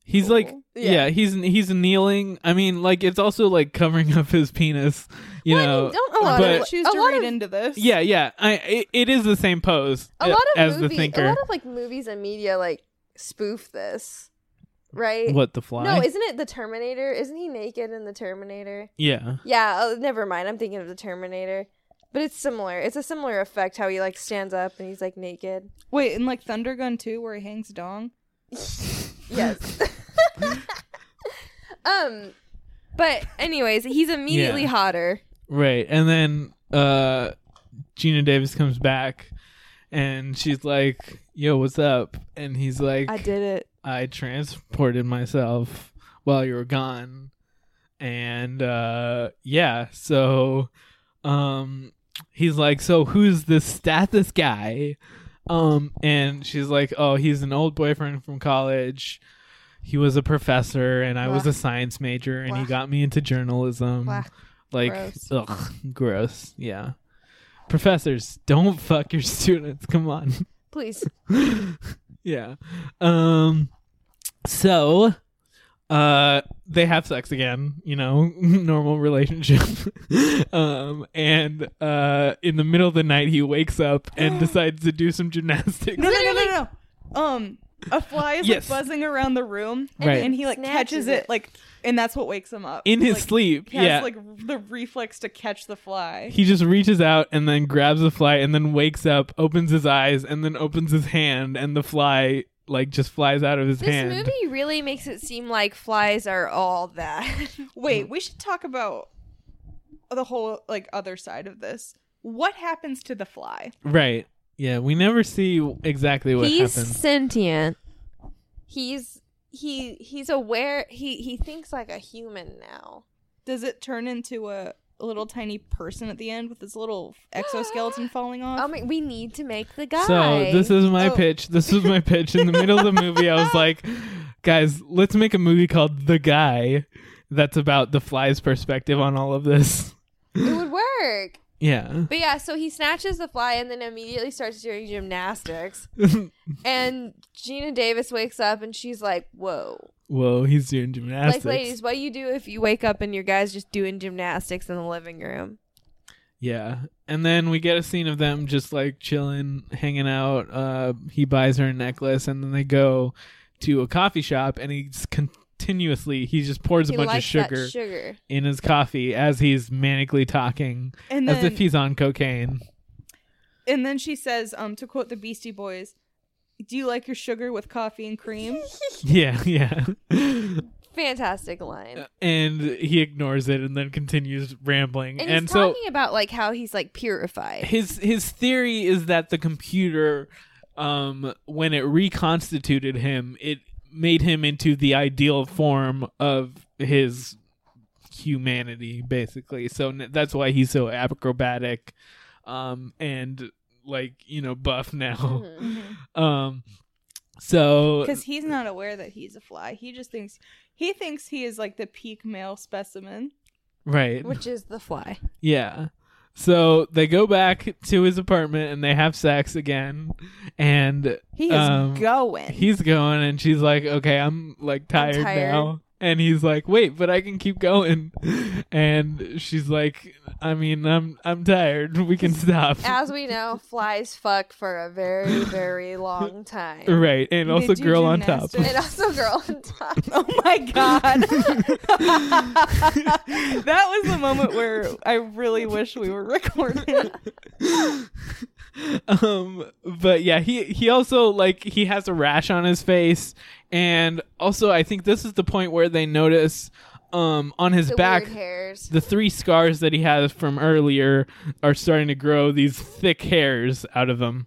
[SPEAKER 1] He's like,
[SPEAKER 2] Yeah.
[SPEAKER 1] yeah. he's he's kneeling. I mean, like it's also like covering up his penis, you
[SPEAKER 2] Well, I mean,
[SPEAKER 1] know.
[SPEAKER 2] don't a lot
[SPEAKER 1] but
[SPEAKER 2] of
[SPEAKER 3] choose
[SPEAKER 2] a
[SPEAKER 3] to
[SPEAKER 2] lot
[SPEAKER 3] read
[SPEAKER 2] of-
[SPEAKER 3] into this.
[SPEAKER 1] yeah, yeah, I it, it is the same pose
[SPEAKER 2] A
[SPEAKER 1] uh,
[SPEAKER 2] lot of
[SPEAKER 1] as
[SPEAKER 2] movies,
[SPEAKER 1] the
[SPEAKER 2] a
[SPEAKER 1] thinker.
[SPEAKER 2] lot of like movies and media like spoof this, right?
[SPEAKER 1] what the fly?
[SPEAKER 2] No, isn't it the Terminator? Isn't he naked in the Terminator?
[SPEAKER 1] yeah,
[SPEAKER 2] Yeah, oh, never mind. I'm thinking of the Terminator. But it's similar. It's a similar effect how he like stands up and he's like naked.
[SPEAKER 3] Wait, in like Thundergun 2 where he hangs dong?
[SPEAKER 2] Yes. um but anyways, he's immediately
[SPEAKER 1] Yeah.
[SPEAKER 2] hotter.
[SPEAKER 1] right. And then uh Gina Davis comes back, and she's like, "Yo, what's up?" And he's like,
[SPEAKER 3] I did it.
[SPEAKER 1] I transported myself while you were gone. And uh yeah, so um he's like, So who's this Stathis guy? Um and she's like, Oh, he's an old boyfriend from college. He was a professor and I was
[SPEAKER 2] Blah.
[SPEAKER 1] a science major and he
[SPEAKER 2] Blah.
[SPEAKER 1] got me into journalism.
[SPEAKER 2] Blah.
[SPEAKER 1] Like
[SPEAKER 2] Gross.
[SPEAKER 1] ugh, gross. Yeah. Professors, don't fuck your students. Come on.
[SPEAKER 2] Please.
[SPEAKER 1] Yeah. Um so uh they have sex again, you know, normal relationship. um and uh in the middle of the night he wakes up and decides to do some gymnastics.
[SPEAKER 3] No, no, no, no, no. Um, a fly is
[SPEAKER 1] Yes.
[SPEAKER 3] like buzzing around the room,
[SPEAKER 1] Right.
[SPEAKER 3] and he like
[SPEAKER 2] Snatches
[SPEAKER 3] catches it,
[SPEAKER 2] it.
[SPEAKER 3] like, and that's what wakes him up
[SPEAKER 1] in his
[SPEAKER 3] Like,
[SPEAKER 1] sleep.
[SPEAKER 3] He has
[SPEAKER 1] yeah.
[SPEAKER 3] like the reflex to catch the fly.
[SPEAKER 1] he just reaches out and then grabs the fly and then wakes up, opens his eyes and then opens his hand and the fly like just flies out of his
[SPEAKER 2] This
[SPEAKER 1] hand.
[SPEAKER 2] movie really makes it seem like flies are all that.
[SPEAKER 3] Wait, we should talk about the whole like other side of this. What happens to the fly?
[SPEAKER 1] Right. Yeah, we never see exactly what
[SPEAKER 2] he's
[SPEAKER 1] happens.
[SPEAKER 2] sentient. He's he he's aware he he thinks like a human now.
[SPEAKER 3] Does it turn into a little tiny person at the end with his little exoskeleton falling off.
[SPEAKER 2] Oh my, we need to make the guy.
[SPEAKER 1] So this is my
[SPEAKER 3] Oh.
[SPEAKER 1] pitch. This was my pitch. In the middle of the movie, I was like, guys, let's make a movie called The Guy that's about the fly's perspective on all of this.
[SPEAKER 2] it would work.
[SPEAKER 1] Yeah.
[SPEAKER 2] But yeah, so he snatches the fly and then immediately starts doing gymnastics. and Gina Davis wakes up and she's like, "Whoa."
[SPEAKER 1] Whoa, he's doing gymnastics.
[SPEAKER 2] Like ladies, what do you do if you wake up and your guy's just doing gymnastics in the living room?
[SPEAKER 1] Yeah. And then we get a scene of them just like chilling, hanging out. Uh, he buys her a necklace, and then they go to a coffee shop, and he's continuously he just pours a
[SPEAKER 2] he
[SPEAKER 1] bunch of
[SPEAKER 2] likes
[SPEAKER 1] sugar
[SPEAKER 2] that sugar.
[SPEAKER 1] in his coffee as he's manically talking,
[SPEAKER 3] And
[SPEAKER 1] as
[SPEAKER 3] then,
[SPEAKER 1] if he's on cocaine.
[SPEAKER 3] and then she says, um, to quote the Beastie Boys, "Do you like your sugar with coffee and cream?"
[SPEAKER 1] Yeah, yeah.
[SPEAKER 2] Fantastic line.
[SPEAKER 1] and he ignores it, and then continues rambling.
[SPEAKER 2] and
[SPEAKER 1] And,
[SPEAKER 2] he's
[SPEAKER 1] so
[SPEAKER 2] talking about like how he's like purified.
[SPEAKER 1] his his theory is that the computer um when it reconstituted him it made him into the ideal form of his humanity basically so n- that's why he's so acrobatic um and like you know buff now
[SPEAKER 3] Mm-hmm.
[SPEAKER 1] um so
[SPEAKER 3] Because he's not aware that he's a fly. He just thinks he thinks he is like the peak male specimen.
[SPEAKER 1] right
[SPEAKER 2] Which is the fly.
[SPEAKER 1] Yeah. So they go back to his apartment and they have sex again. And
[SPEAKER 3] He is
[SPEAKER 1] um,
[SPEAKER 3] going.
[SPEAKER 1] He's going, and she's like, "Okay, I'm like tired,
[SPEAKER 2] tired."
[SPEAKER 1] now." And he's like, "Wait, but I can keep going." And she's like, "I mean, I'm I'm tired. We can stop."
[SPEAKER 2] As we know, flies fuck for a very, very long time.
[SPEAKER 1] right, and
[SPEAKER 3] They
[SPEAKER 1] also
[SPEAKER 3] do
[SPEAKER 1] girl on top.
[SPEAKER 3] gymnastics.
[SPEAKER 2] And also, girl on top.
[SPEAKER 3] Oh my god. that was the moment where I really wish we were recording.
[SPEAKER 1] um, but yeah, he he also like he has a rash on his face, and also I think this is the point where they notice um on his
[SPEAKER 2] The
[SPEAKER 1] back.
[SPEAKER 2] weird hairs.
[SPEAKER 1] the three scars that he has from earlier are starting to grow these thick hairs out of them.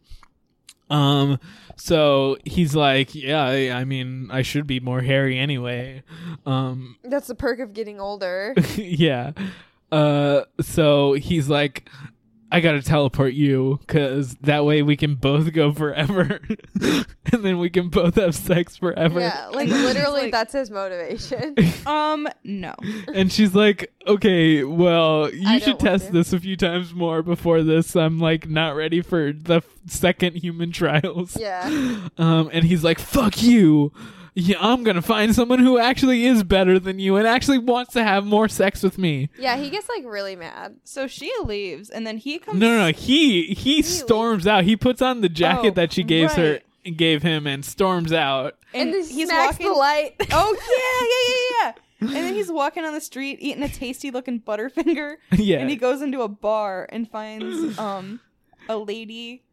[SPEAKER 1] Um, so he's like, yeah, I, I mean, I should be more hairy anyway. Um,
[SPEAKER 2] That's the perk of getting older.
[SPEAKER 1] yeah. Uh, so he's like, I gotta teleport you because that way we can both go forever, and then we can both have sex forever.
[SPEAKER 2] yeah, like
[SPEAKER 3] He's
[SPEAKER 2] literally,
[SPEAKER 3] like-
[SPEAKER 2] that's his motivation.
[SPEAKER 3] Um, no.
[SPEAKER 1] And she's like, okay, well, you
[SPEAKER 2] I
[SPEAKER 1] should
[SPEAKER 2] don't want
[SPEAKER 1] test
[SPEAKER 2] to."
[SPEAKER 1] this a few times more before this. I'm like not ready for the f- second human trials.
[SPEAKER 2] yeah.
[SPEAKER 1] Um, and he's like, fuck you. Yeah, I'm gonna find someone who actually is better than you and actually wants to have more sex with me.
[SPEAKER 2] Yeah, he gets like really mad.
[SPEAKER 3] So she leaves and then he comes
[SPEAKER 1] No, no, no. He he storms out. He puts on the jacket
[SPEAKER 3] Oh,
[SPEAKER 1] that she gave her
[SPEAKER 3] right.
[SPEAKER 1] and gave him and storms out.
[SPEAKER 2] And, then
[SPEAKER 3] he's
[SPEAKER 2] smacks
[SPEAKER 3] walking
[SPEAKER 2] the light.
[SPEAKER 3] Oh yeah, yeah, yeah, yeah. And then he's walking on the street eating a tasty looking butterfinger.
[SPEAKER 1] Yeah.
[SPEAKER 3] And he goes into a bar and finds um a lady.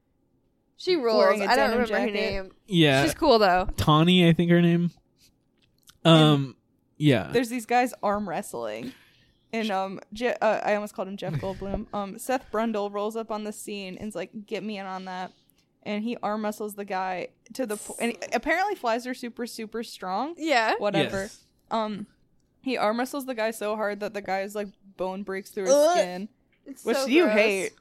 [SPEAKER 2] She rules.
[SPEAKER 3] Wearing a
[SPEAKER 2] I don't
[SPEAKER 3] denim
[SPEAKER 2] remember her
[SPEAKER 3] jacket.
[SPEAKER 2] name.
[SPEAKER 1] yeah.
[SPEAKER 2] She's cool though.
[SPEAKER 1] Tawny, I think her name. Um yeah.
[SPEAKER 3] There's these guys arm wrestling. And um, Je- uh, I almost called him Jeff Goldblum. Um, Seth Brundle rolls up on the scene and's like, "Get me in on that," and he arm wrestles the guy to the. Po- and apparently, flies are super, super strong.
[SPEAKER 2] Yeah.
[SPEAKER 3] Whatever.
[SPEAKER 1] Yes.
[SPEAKER 3] Um, he arm wrestles the guy so hard that the guy's like bone breaks through his
[SPEAKER 2] Ugh.
[SPEAKER 3] skin,
[SPEAKER 2] It's
[SPEAKER 3] which
[SPEAKER 2] so
[SPEAKER 3] you
[SPEAKER 2] gross.
[SPEAKER 3] hate.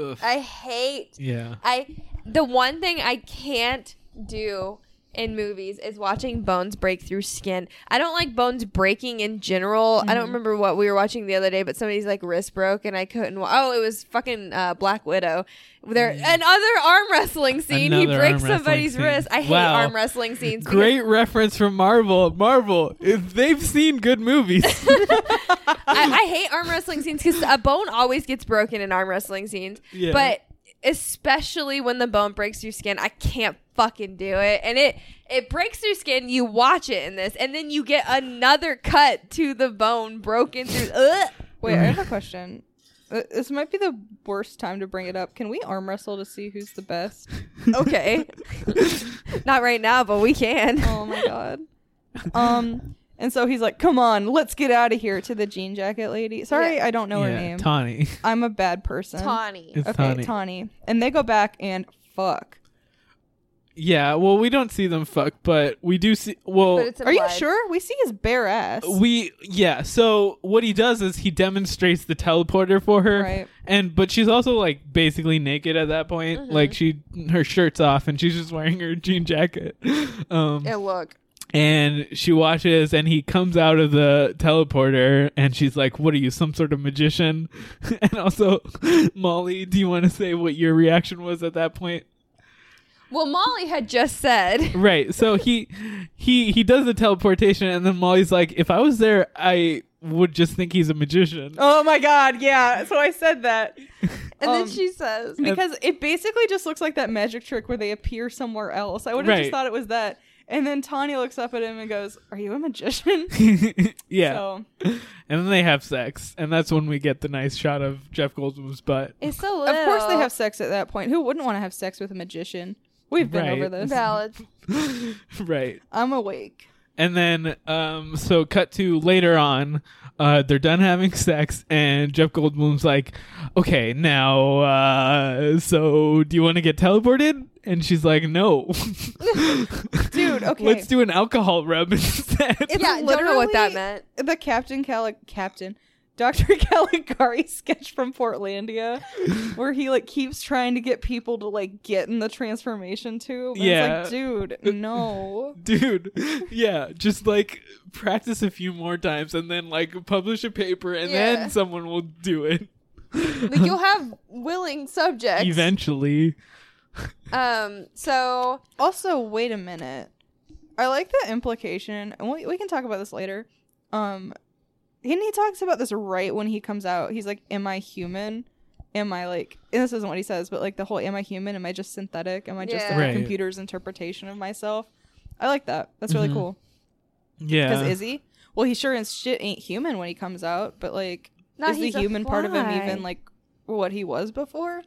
[SPEAKER 1] Ugh.
[SPEAKER 2] I hate.
[SPEAKER 1] yeah.
[SPEAKER 2] I the one thing I can't do in movies is watching bones break through skin. I don't like bones breaking in general. I don't remember what we were watching the other day, but somebody's like wrist broke and I couldn't. Wa- oh, it was fucking uh, Black Widow. There another arm wrestling scene. he
[SPEAKER 1] Mm. Another arm
[SPEAKER 2] breaks
[SPEAKER 1] wrestling
[SPEAKER 2] somebody's
[SPEAKER 1] scene.
[SPEAKER 2] wrist. I hate
[SPEAKER 1] Wow.
[SPEAKER 2] arm wrestling scenes. because
[SPEAKER 1] Great reference from Marvel. Marvel, if they've seen good movies.
[SPEAKER 2] I, I hate arm wrestling scenes because a bone always gets broken in arm wrestling scenes.
[SPEAKER 1] Yeah.
[SPEAKER 2] But especially when the bone breaks through skin, I can't fucking do it. And it it breaks through skin. You watch it in this, and then you get another cut to the bone broken through. Ugh.
[SPEAKER 3] Wait, I
[SPEAKER 2] Mm.
[SPEAKER 3] have a question. Uh, This might be the worst time to bring it up. Can we arm wrestle to see who's the best?
[SPEAKER 2] Okay, not right now, but we can.
[SPEAKER 3] Oh my god. Um, and so he's like, "Come on, let's get out of here." To the jean jacket lady. Sorry, I don't know her name.
[SPEAKER 1] Tawny.
[SPEAKER 3] I'm a bad person.
[SPEAKER 2] Tawny.
[SPEAKER 1] It's
[SPEAKER 3] Okay,
[SPEAKER 1] Tawny.
[SPEAKER 3] Tawny. And they go back and fuck.
[SPEAKER 1] Yeah, well, we don't see them fuck, but we do see. Well,
[SPEAKER 2] But it's
[SPEAKER 3] Are you
[SPEAKER 2] implied.
[SPEAKER 3] sure? We see his bare ass.
[SPEAKER 1] we yeah. So what he does is he demonstrates the teleporter for her,
[SPEAKER 3] Right.
[SPEAKER 1] and but she's also like basically naked at that point.
[SPEAKER 2] Mm-hmm.
[SPEAKER 1] Like she her shirt's off and she's just wearing her jean jacket. Um,
[SPEAKER 2] Yeah, look.
[SPEAKER 1] and she watches and he comes out of the teleporter and she's like what are you some sort of magician and also molly do you want to say what your reaction was at that point
[SPEAKER 2] Well, Molly had just said.
[SPEAKER 1] right so he he he does the teleportation and then molly's like if i was there i would just think he's a magician
[SPEAKER 3] oh my god, yeah. So I said that.
[SPEAKER 2] And
[SPEAKER 3] Um,
[SPEAKER 2] then she says,
[SPEAKER 3] Because it basically just looks like that magic trick where they appear somewhere else. I would have
[SPEAKER 1] Right.
[SPEAKER 3] just thought it was that. And then Tanya looks up at him and goes, Are you a magician?
[SPEAKER 1] yeah
[SPEAKER 3] So
[SPEAKER 1] and then they have sex and that's when we get the nice shot of jeff goldblum's butt
[SPEAKER 2] It's so little.
[SPEAKER 3] Of course they have sex at that point. Who wouldn't want to have sex with a magician? We've been
[SPEAKER 1] Right.
[SPEAKER 3] over this.
[SPEAKER 2] valid.
[SPEAKER 1] right
[SPEAKER 3] I'm awake.
[SPEAKER 1] And then, um, so cut to later on, uh, they're done having sex, and Jeff Goldblum's like, "Okay, now, uh, so do you want to get teleported?" And she's like, "No,
[SPEAKER 3] Dude, okay.
[SPEAKER 1] let's do an alcohol rub instead."
[SPEAKER 3] It's
[SPEAKER 2] Yeah, don't know what that
[SPEAKER 3] literally
[SPEAKER 2] meant.
[SPEAKER 3] The Captain Cali- Captain Dr. Caligari sketch from Portlandia where he like keeps trying to get people to like get in the transformation tube. And
[SPEAKER 1] Yeah. Uh,
[SPEAKER 3] It's like, dude, no.
[SPEAKER 1] Dude, yeah, just like practice a few more times, and then like publish a paper, and
[SPEAKER 2] Yeah.
[SPEAKER 1] then someone will do it
[SPEAKER 2] Like you'll have willing subjects.
[SPEAKER 1] eventually.
[SPEAKER 2] Um. So
[SPEAKER 3] Also, wait a minute. I like the implication, and we, we can talk about this later. Um, and he talks about this right when he comes out. He's like, "Am I human? Am I like?" And this isn't what he says, but like the whole "Am I human? Am I just synthetic? Am I just
[SPEAKER 2] Yeah.
[SPEAKER 3] like,
[SPEAKER 1] Right.
[SPEAKER 3] a computer's interpretation of myself?" I like that. That's really
[SPEAKER 1] Mhm.
[SPEAKER 3] cool. Because
[SPEAKER 1] Yeah,
[SPEAKER 3] Izzy, well, he sure as shit ain't human when he comes out, but like,
[SPEAKER 2] No,
[SPEAKER 3] is the
[SPEAKER 2] he's a
[SPEAKER 3] human part of him
[SPEAKER 2] fly.
[SPEAKER 3] even like what he was before?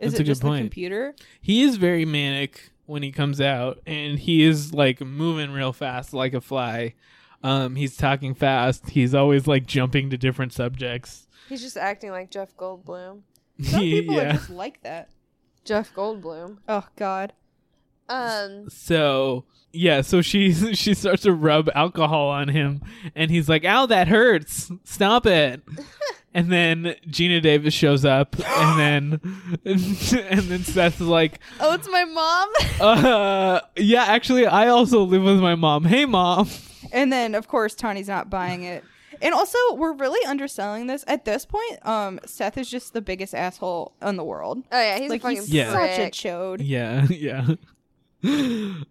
[SPEAKER 3] Is
[SPEAKER 1] That's
[SPEAKER 3] it
[SPEAKER 1] a good
[SPEAKER 3] just
[SPEAKER 1] point.
[SPEAKER 3] the computer?
[SPEAKER 1] he is very manic when he comes out and he is like moving real fast like a fly um he's talking fast he's always like jumping to different subjects
[SPEAKER 2] he's just acting like Jeff Goldblum.
[SPEAKER 3] Some people
[SPEAKER 1] yeah
[SPEAKER 3] are just like that.
[SPEAKER 2] Jeff Goldblum.
[SPEAKER 3] Oh God.
[SPEAKER 2] Um.
[SPEAKER 1] so yeah so she she starts to rub alcohol on him and he's like ow that hurts stop it and then gina davis shows up and then and then seth is like
[SPEAKER 2] Oh, it's my mom.
[SPEAKER 1] uh yeah actually i also live with my mom hey mom
[SPEAKER 3] And then of course Tawny's not buying it. And also we're really underselling this. At this point, um, Seth is just the biggest asshole in the world.
[SPEAKER 2] oh yeah, he's
[SPEAKER 3] like
[SPEAKER 2] a fucking
[SPEAKER 3] he's
[SPEAKER 1] Yeah.
[SPEAKER 3] such a
[SPEAKER 2] prick.
[SPEAKER 3] chode.
[SPEAKER 1] Yeah, yeah.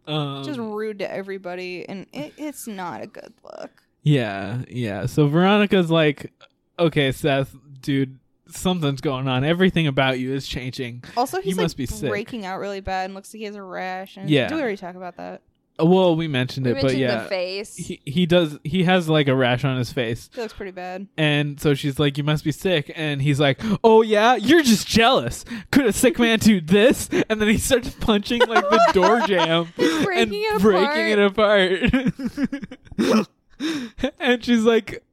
[SPEAKER 1] um,
[SPEAKER 3] Just rude to everybody and it, it's not a good look.
[SPEAKER 1] yeah, yeah. So Veronica's like, okay, Seth, dude, something's going on. Everything about you is changing.
[SPEAKER 3] Also he's
[SPEAKER 1] You must
[SPEAKER 3] like
[SPEAKER 1] be sick.
[SPEAKER 3] breaking out really bad and looks like he has a rash and
[SPEAKER 1] Yeah.
[SPEAKER 3] do we already talk about that?
[SPEAKER 1] Uh, Well, we mentioned
[SPEAKER 2] We
[SPEAKER 1] it,
[SPEAKER 2] mentioned
[SPEAKER 1] but
[SPEAKER 2] the
[SPEAKER 1] yeah,
[SPEAKER 2] face.
[SPEAKER 1] he he does he has like a rash on his face,
[SPEAKER 3] He looks pretty bad.
[SPEAKER 1] and so she's like, you must be sick, and he's like, oh yeah, you're just jealous. Could a sick man do this? And then he starts punching like the door jam and
[SPEAKER 2] breaking it
[SPEAKER 1] breaking it apart. and she's like,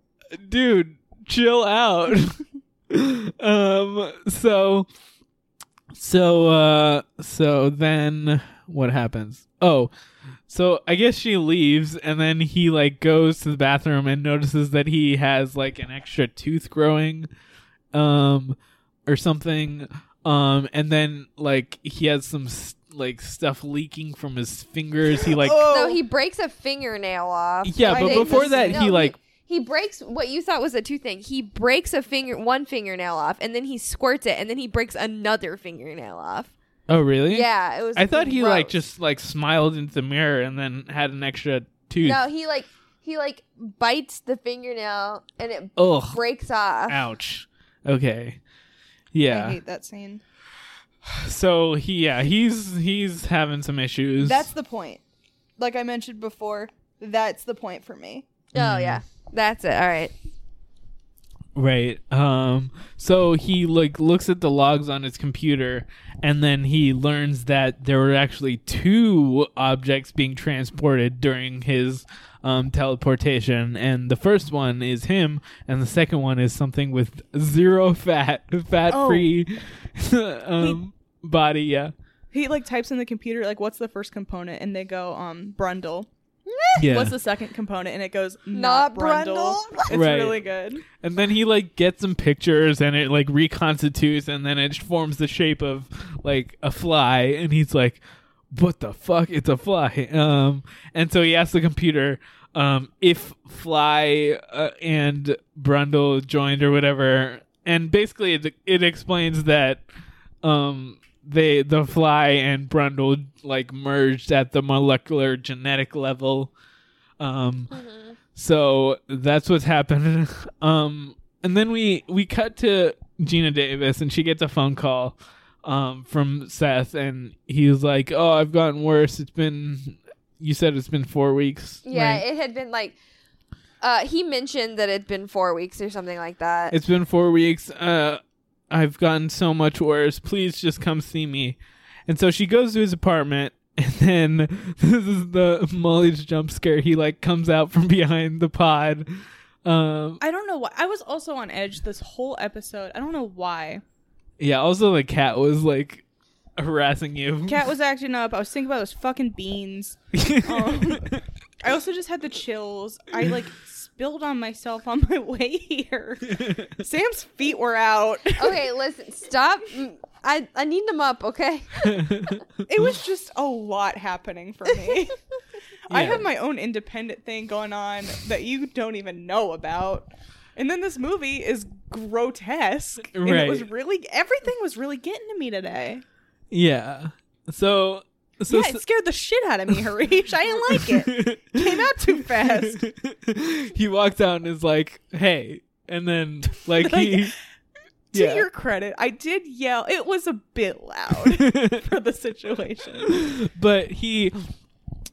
[SPEAKER 1] dude, chill out. um so so uh so then what happens? Oh, so I guess she leaves and then he like goes to the bathroom and notices that he has like an extra tooth growing um or something um and then like he has some s like stuff leaking from his fingers. He like
[SPEAKER 3] Oh.
[SPEAKER 2] no, he breaks a fingernail off.
[SPEAKER 1] Yeah,
[SPEAKER 3] I
[SPEAKER 1] but
[SPEAKER 3] think
[SPEAKER 1] before
[SPEAKER 3] this-
[SPEAKER 1] that
[SPEAKER 2] No,
[SPEAKER 1] he like
[SPEAKER 2] he breaks what you thought was a two thing. He breaks a finger, one fingernail off, and then he squirts it, and then he breaks another fingernail off.
[SPEAKER 1] Oh, really?
[SPEAKER 2] Yeah, it was.
[SPEAKER 1] I thought he like
[SPEAKER 2] gross.
[SPEAKER 1] just like smiled into the mirror and then had an extra tooth.
[SPEAKER 2] No, he like he like bites the fingernail and it
[SPEAKER 1] Ugh.
[SPEAKER 2] breaks off.
[SPEAKER 1] Ouch. Okay.
[SPEAKER 3] I
[SPEAKER 1] Yeah.
[SPEAKER 3] hate that scene.
[SPEAKER 1] So he yeah, he's he's having some issues.
[SPEAKER 3] That's the point. Like I mentioned before, that's the point for me.
[SPEAKER 2] Oh yeah, that's it. All right.
[SPEAKER 1] right. Um so he like looks at the logs on his computer and then he learns that there were actually two objects being transported during his um teleportation and the first one is him and the second one is something with zero fat fat free um body yeah
[SPEAKER 3] he like types in the computer like what's the first component and they go um brundle
[SPEAKER 1] Yeah.
[SPEAKER 3] what's the second component and it goes
[SPEAKER 2] Not
[SPEAKER 3] not, brundle,
[SPEAKER 2] Brundle.
[SPEAKER 3] it's
[SPEAKER 1] Right.
[SPEAKER 3] really good
[SPEAKER 1] And then he like gets some pictures and it like reconstitutes and then it forms the shape of like a fly and he's like, What the fuck? It's a fly. Um and so he asks the computer um if fly uh, and Brundle joined or whatever and basically it, it explains that um they the fly and Brundle like merged at the molecular genetic level. Um so that's what's happened. Um, and then we we cut to Gina Davis, and she gets a phone call um, from Seth, and he's like, "Oh, I've gotten worse. It's been you said it's been four weeks.
[SPEAKER 2] Yeah,
[SPEAKER 1] right?
[SPEAKER 2] it had been like uh he mentioned that it'd been four weeks or something like that.
[SPEAKER 1] it's been four weeks. Uh, I've gotten so much worse. Please just come see me." And so she goes to his apartment. And then this is the Molly's jump scare. He like comes out from behind the pod. Um,
[SPEAKER 3] i don't know why i was also on edge this whole episode i don't know why
[SPEAKER 1] Yeah, also the cat was like harassing you.
[SPEAKER 3] cat was acting up i was thinking about those fucking beans um, i also just had the chills i like spilled on myself on my way here sam's feet were out
[SPEAKER 2] okay, listen, stop. Mm, I I need them up, okay?
[SPEAKER 3] it was just a lot happening for me. I
[SPEAKER 1] Yeah.
[SPEAKER 3] have my own independent thing going on that you don't even know about. And then this movie is grotesque. And it was
[SPEAKER 1] Right.
[SPEAKER 3] really everything was really getting to me today.
[SPEAKER 1] yeah. So so
[SPEAKER 3] yeah, it scared the shit out of me, Harish. I didn't like it. Came out too fast.
[SPEAKER 1] he walks out and is like, "Hey," and then like, he yeah.
[SPEAKER 3] To your credit, I did yell. It was a bit loud for the situation.
[SPEAKER 1] but he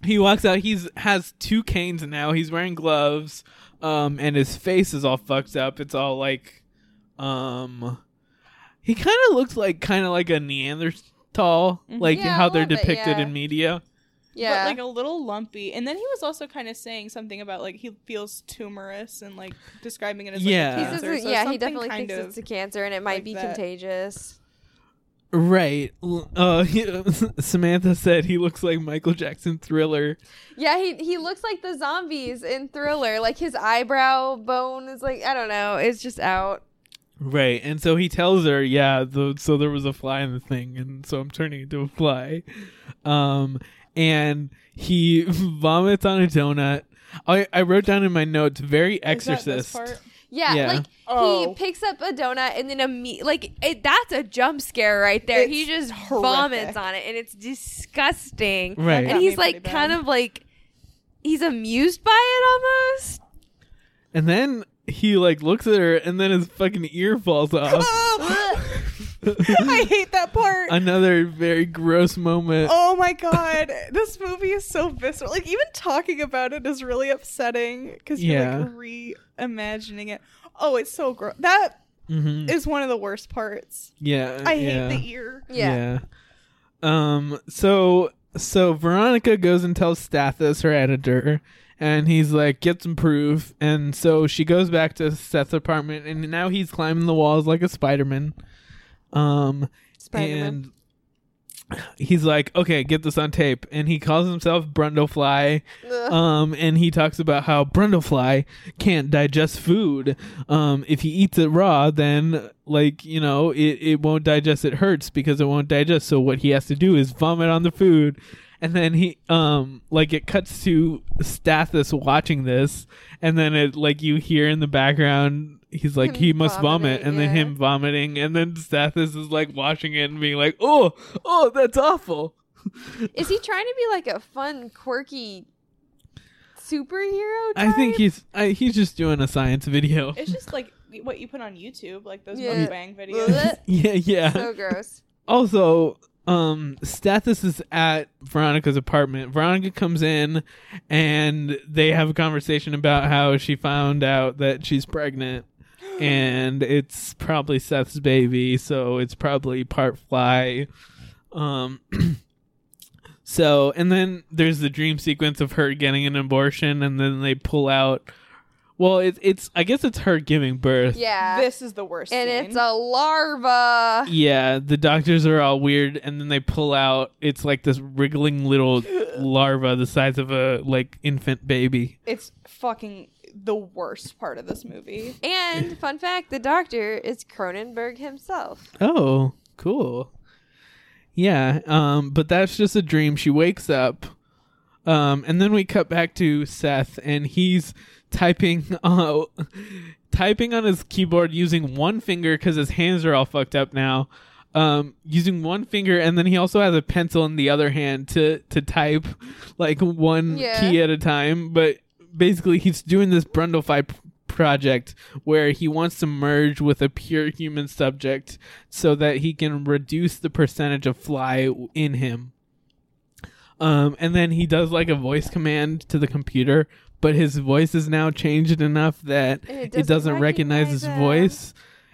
[SPEAKER 1] he walks out. He's has two canes now. He's wearing gloves, um, and his face is all fucked up. It's all like, um, he kind of looks like kind of like a Neanderthal, like
[SPEAKER 2] Yeah,
[SPEAKER 1] how
[SPEAKER 2] a
[SPEAKER 1] they're
[SPEAKER 2] little bit,
[SPEAKER 1] depicted
[SPEAKER 2] yeah.
[SPEAKER 1] in media.
[SPEAKER 2] Yeah.
[SPEAKER 3] But like a little lumpy. And then he was also kind of saying something about like he feels tumorous and like describing it as like,
[SPEAKER 1] Yeah.
[SPEAKER 3] a
[SPEAKER 2] he
[SPEAKER 1] He
[SPEAKER 2] says,
[SPEAKER 3] cancer.
[SPEAKER 2] that-
[SPEAKER 3] So
[SPEAKER 2] yeah, he
[SPEAKER 3] something
[SPEAKER 2] definitely
[SPEAKER 3] kind
[SPEAKER 2] thinks
[SPEAKER 3] of,
[SPEAKER 2] it's a cancer and it might
[SPEAKER 3] like
[SPEAKER 2] be
[SPEAKER 3] that.
[SPEAKER 2] contagious.
[SPEAKER 1] Right. L- Uh, Samantha said he looks like Michael Jackson Thriller.
[SPEAKER 2] Yeah, he he looks like the zombies in Thriller. Like his eyebrow bone is like I don't know, it's just out.
[SPEAKER 1] Right. And so he tells her, yeah, the, so there was a fly in the thing, and so I'm turning into a fly. Um, and he vomits on a donut. I, I wrote down in my notes, very
[SPEAKER 3] Is that this
[SPEAKER 1] exorcist.
[SPEAKER 3] part?
[SPEAKER 2] Yeah,
[SPEAKER 1] Yeah.
[SPEAKER 2] like he
[SPEAKER 3] Oh.
[SPEAKER 2] picks up a donut and then a meat like it, that's a jump scare right there. he
[SPEAKER 3] It's
[SPEAKER 2] just
[SPEAKER 3] horrific.
[SPEAKER 2] vomits on it and it's disgusting.
[SPEAKER 1] Right.
[SPEAKER 2] And he's
[SPEAKER 3] Got me
[SPEAKER 2] like
[SPEAKER 3] pretty
[SPEAKER 2] kind
[SPEAKER 3] bad.
[SPEAKER 2] of like he's amused by it almost.
[SPEAKER 1] And then he like looks at her, and then his fucking ear falls off. Oh.
[SPEAKER 3] I hate that part.
[SPEAKER 1] Another very gross moment.
[SPEAKER 3] Oh my god, this movie is so visceral. Like even talking about it is really upsetting because you're
[SPEAKER 1] Yeah.
[SPEAKER 3] like reimagining it. Oh, it's so gross. That
[SPEAKER 1] Mhm.
[SPEAKER 3] is one of the worst parts.
[SPEAKER 1] yeah. Uh,
[SPEAKER 3] I
[SPEAKER 1] yeah.
[SPEAKER 3] hate the ear.
[SPEAKER 2] Yeah.
[SPEAKER 1] Um. So so Veronica goes and tells Stathis, her editor, and he's like, "Get some proof." And so she goes back to Seth's apartment, and now he's climbing the walls like a Spider-Man. Um.
[SPEAKER 2] Spider-Man.
[SPEAKER 1] And he's like, "Okay, get this on tape," and he calls himself Brundlefly. Um. And he talks about how Brundlefly can't digest food. Um. If he eats it raw, then like you know, it it won't digest. It hurts because it won't digest. So what he has to do is vomit on the food and then he um like it cuts to Stathis watching this and then it like you hear in the background he's like
[SPEAKER 2] Him
[SPEAKER 1] he must vomit
[SPEAKER 2] vomiting,
[SPEAKER 1] and then
[SPEAKER 2] yeah.
[SPEAKER 1] him vomiting and then Stathis is like watching it and being like oh oh that's awful
[SPEAKER 2] Is he trying to be like a fun, quirky superhero?
[SPEAKER 1] I think
[SPEAKER 2] type?
[SPEAKER 1] he's I, he's just doing a science video
[SPEAKER 3] It's just like what you put on YouTube, like those
[SPEAKER 2] Yeah.
[SPEAKER 3] mukbang videos.
[SPEAKER 1] yeah yeah
[SPEAKER 2] so gross.
[SPEAKER 1] also um stathis is at veronica's apartment veronica comes in and they have a conversation about how she found out that she's pregnant and it's probably seth's baby so it's probably part fly um so and then there's the dream sequence of her getting an abortion and then they pull out Well, it's it's I guess it's her giving birth.
[SPEAKER 2] Yeah.
[SPEAKER 3] This is the worst.
[SPEAKER 2] and
[SPEAKER 3] scene.
[SPEAKER 2] it's a larva.
[SPEAKER 1] Yeah, the doctors are all weird, and then they pull out. It's like this wriggling little larva, the size of a like infant baby.
[SPEAKER 3] it's fucking the worst part of this movie.
[SPEAKER 2] And fun fact, the doctor is Cronenberg himself.
[SPEAKER 1] Oh, cool. Yeah, um, but that's just a dream. She wakes up, um, and then we cut back to Seth, and he's typing, uh, typing on his keyboard using one finger because his hands are all fucked up now. Um, using one finger, and then he also has a pencil in the other hand to to type like one
[SPEAKER 2] Yeah.
[SPEAKER 1] key at a time. But basically, he's doing this Brundlefly p- project where he wants to merge with a pure human subject so that he can reduce the percentage of fly w- in him. Um, and then he does like a voice command to the computer, but his voice is now changed enough that
[SPEAKER 2] And it
[SPEAKER 1] it doesn't,
[SPEAKER 2] doesn't
[SPEAKER 1] recognize,
[SPEAKER 2] recognize
[SPEAKER 1] his
[SPEAKER 2] him.
[SPEAKER 1] voice.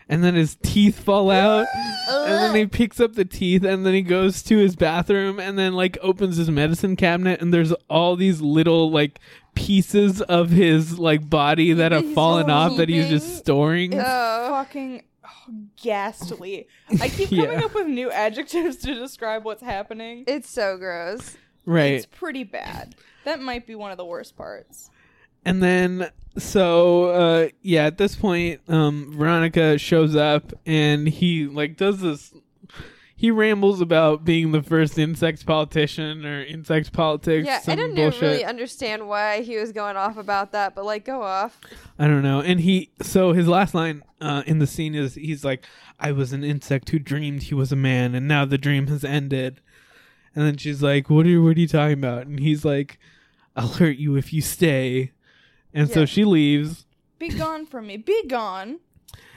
[SPEAKER 1] And then his teeth fall out, and then he picks up the teeth, and then he goes to his bathroom, and then like opens his medicine cabinet, and there's all these little like pieces of his like body that have
[SPEAKER 2] He's
[SPEAKER 1] fallen off that he's
[SPEAKER 2] keeping-
[SPEAKER 1] just storing.
[SPEAKER 3] It's
[SPEAKER 2] Oh.
[SPEAKER 3] fucking oh, ghastly. I keep
[SPEAKER 1] Yeah.
[SPEAKER 3] coming up with new adjectives to describe what's happening.
[SPEAKER 2] It's so gross.
[SPEAKER 1] right.
[SPEAKER 3] It's pretty bad. That might be one of the worst parts.
[SPEAKER 1] And then so uh yeah, at this point um Veronica shows up and he like does this he rambles about being the first insect politician or insect politics.
[SPEAKER 2] Yeah, I
[SPEAKER 1] some
[SPEAKER 2] didn't
[SPEAKER 1] bullshit.
[SPEAKER 2] really uh, understand why he was going off about that, but like, go off.
[SPEAKER 1] I don't know. And he so his last line uh, in the scene is he's like, "I was an insect who dreamed he was a man, and now the dream has ended." And then she's like, "What are you, what are you talking about?" And he's like, "I'll hurt you if you stay." And so
[SPEAKER 2] Yeah.
[SPEAKER 1] she leaves.
[SPEAKER 3] Be gone from me. Be gone.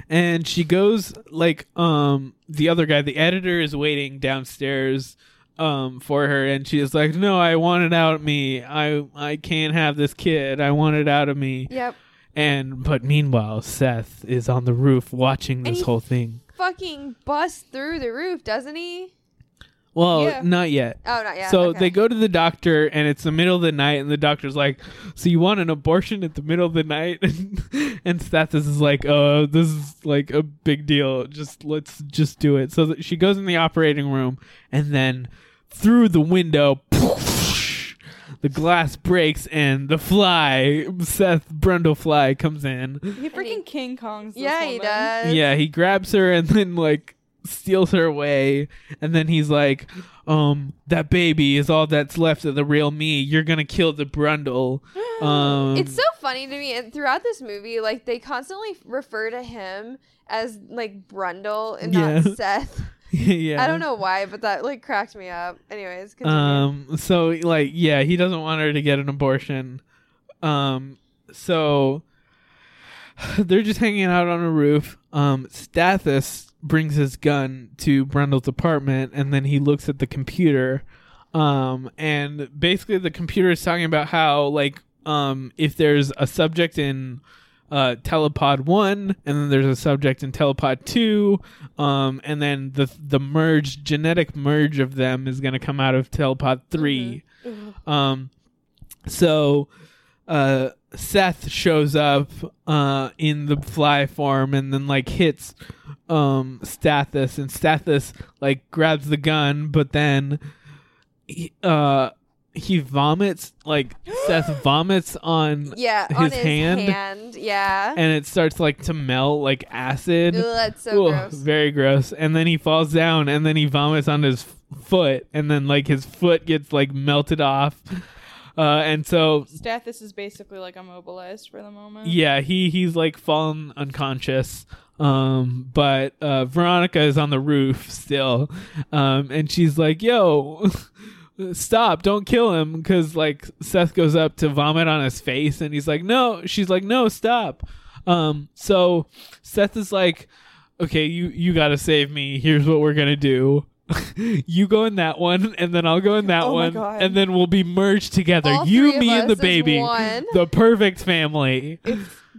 [SPEAKER 1] and she goes like um the other guy the editor is waiting downstairs um for her and she is like no i want it out of me i i can't have this kid i want it out of me
[SPEAKER 2] Yep.
[SPEAKER 1] and but meanwhile seth is on the roof watching
[SPEAKER 2] And
[SPEAKER 1] this
[SPEAKER 2] he-
[SPEAKER 1] whole thing
[SPEAKER 2] Fucking busts through the roof, doesn't he?
[SPEAKER 1] well
[SPEAKER 3] Yeah.
[SPEAKER 1] not yet
[SPEAKER 2] Oh, not yet.
[SPEAKER 1] so
[SPEAKER 2] okay.
[SPEAKER 1] they go to the doctor and it's the middle of the night and the doctor's like so you want an abortion at the middle of the night and Stathis is like oh this is like a big deal just let's just do it so that she goes in the operating room and then through the window the glass breaks and the fly seth brundlefly comes in
[SPEAKER 3] He freaking King Kong's. This
[SPEAKER 2] Yeah, he
[SPEAKER 3] woman.
[SPEAKER 2] does.
[SPEAKER 1] yeah, he grabs her and then like steals her away and then he's like, um, that baby is all that's left of the real me. You're gonna kill the Brundle. Um
[SPEAKER 2] It's so funny to me, and throughout this movie, like they constantly refer to him as like Brundle and
[SPEAKER 1] Yeah.
[SPEAKER 2] not Seth.
[SPEAKER 1] yeah.
[SPEAKER 2] I don't know why, but that like cracked me up. Anyways, continue.
[SPEAKER 1] Um so like yeah, he doesn't want her to get an abortion. Um so they're just hanging out on a roof. Um Stathis brings his gun to Brundle's apartment and then he looks at the computer. Um and basically the computer is talking about how like um if there's a subject in uh, telepod one, and then there's a subject in telepod two, um, and then the the merge genetic merge of them is going to come out of telepod 3 Um, so uh, Seth shows up uh, in the fly form, and then like hits um, Stathis, and Stathis like grabs the gun, but then he, uh, he vomits like Seth vomits on
[SPEAKER 2] yeah, on
[SPEAKER 1] his
[SPEAKER 2] his
[SPEAKER 1] hand.
[SPEAKER 2] hand. Yeah.
[SPEAKER 1] and it starts like to melt like acid.
[SPEAKER 2] Ugh, that's so
[SPEAKER 1] Ugh,
[SPEAKER 2] gross.
[SPEAKER 1] Very gross. And then he falls down and then he vomits on his f- foot and then like his foot gets like melted off. Uh, and so
[SPEAKER 3] Stathis is basically like immobilized for the moment.
[SPEAKER 1] yeah, he he's like fallen unconscious. Um, but uh, Veronica is on the roof still, um, and she's like, "Yo, stop! Don't kill him!" Because like Seth goes up to vomit on his face, and he's like, "No!" She's like, "No, stop!" Um, so Seth is like, "Okay, you you gotta save me. Here's what we're gonna do." you go in that one, and then I'll go in that
[SPEAKER 3] Oh
[SPEAKER 1] one,
[SPEAKER 3] my God.
[SPEAKER 1] and then we'll be merged together.
[SPEAKER 2] All
[SPEAKER 1] you,
[SPEAKER 2] three of
[SPEAKER 1] me, and the
[SPEAKER 2] us is
[SPEAKER 1] baby,
[SPEAKER 2] one.
[SPEAKER 1] the perfect family.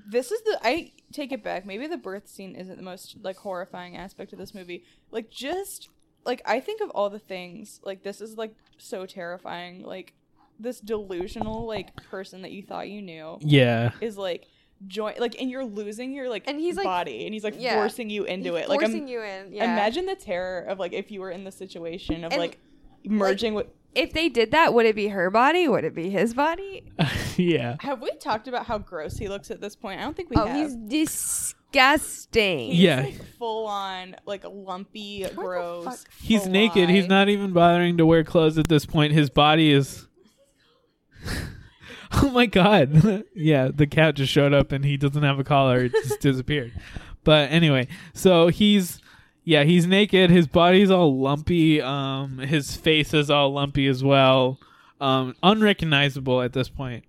[SPEAKER 3] This is the I take it back. Maybe the birth scene isn't the most like horrifying aspect of this movie. Like just like I think of all the things like this is like so terrifying. Like this delusional like person that you thought you knew
[SPEAKER 1] Yeah.
[SPEAKER 3] is like join like and you're losing your like
[SPEAKER 2] And he's, like-
[SPEAKER 3] body and he's like
[SPEAKER 2] yeah.
[SPEAKER 3] forcing you into
[SPEAKER 2] He's
[SPEAKER 3] it. Like
[SPEAKER 2] forcing
[SPEAKER 3] I'm,
[SPEAKER 2] you in. Yeah.
[SPEAKER 3] imagine the terror of like if you were in the situation of
[SPEAKER 2] And,
[SPEAKER 3] like merging with
[SPEAKER 2] if they did that, would it be her body? Would it be his body?
[SPEAKER 1] yeah.
[SPEAKER 3] have we talked about how gross he looks at this point? I don't think we
[SPEAKER 2] Oh,
[SPEAKER 3] have.
[SPEAKER 2] he's disgusting.
[SPEAKER 1] Yeah.
[SPEAKER 3] full on like lumpy, gross.
[SPEAKER 1] He's naked. He's not even bothering to wear clothes at this point. His body is. oh my god! yeah, the cat just showed up and he doesn't have a collar. It just disappeared. But anyway, so he's yeah, he's naked. His body's all lumpy. Um, his face is all lumpy as well. Um, unrecognizable at this point.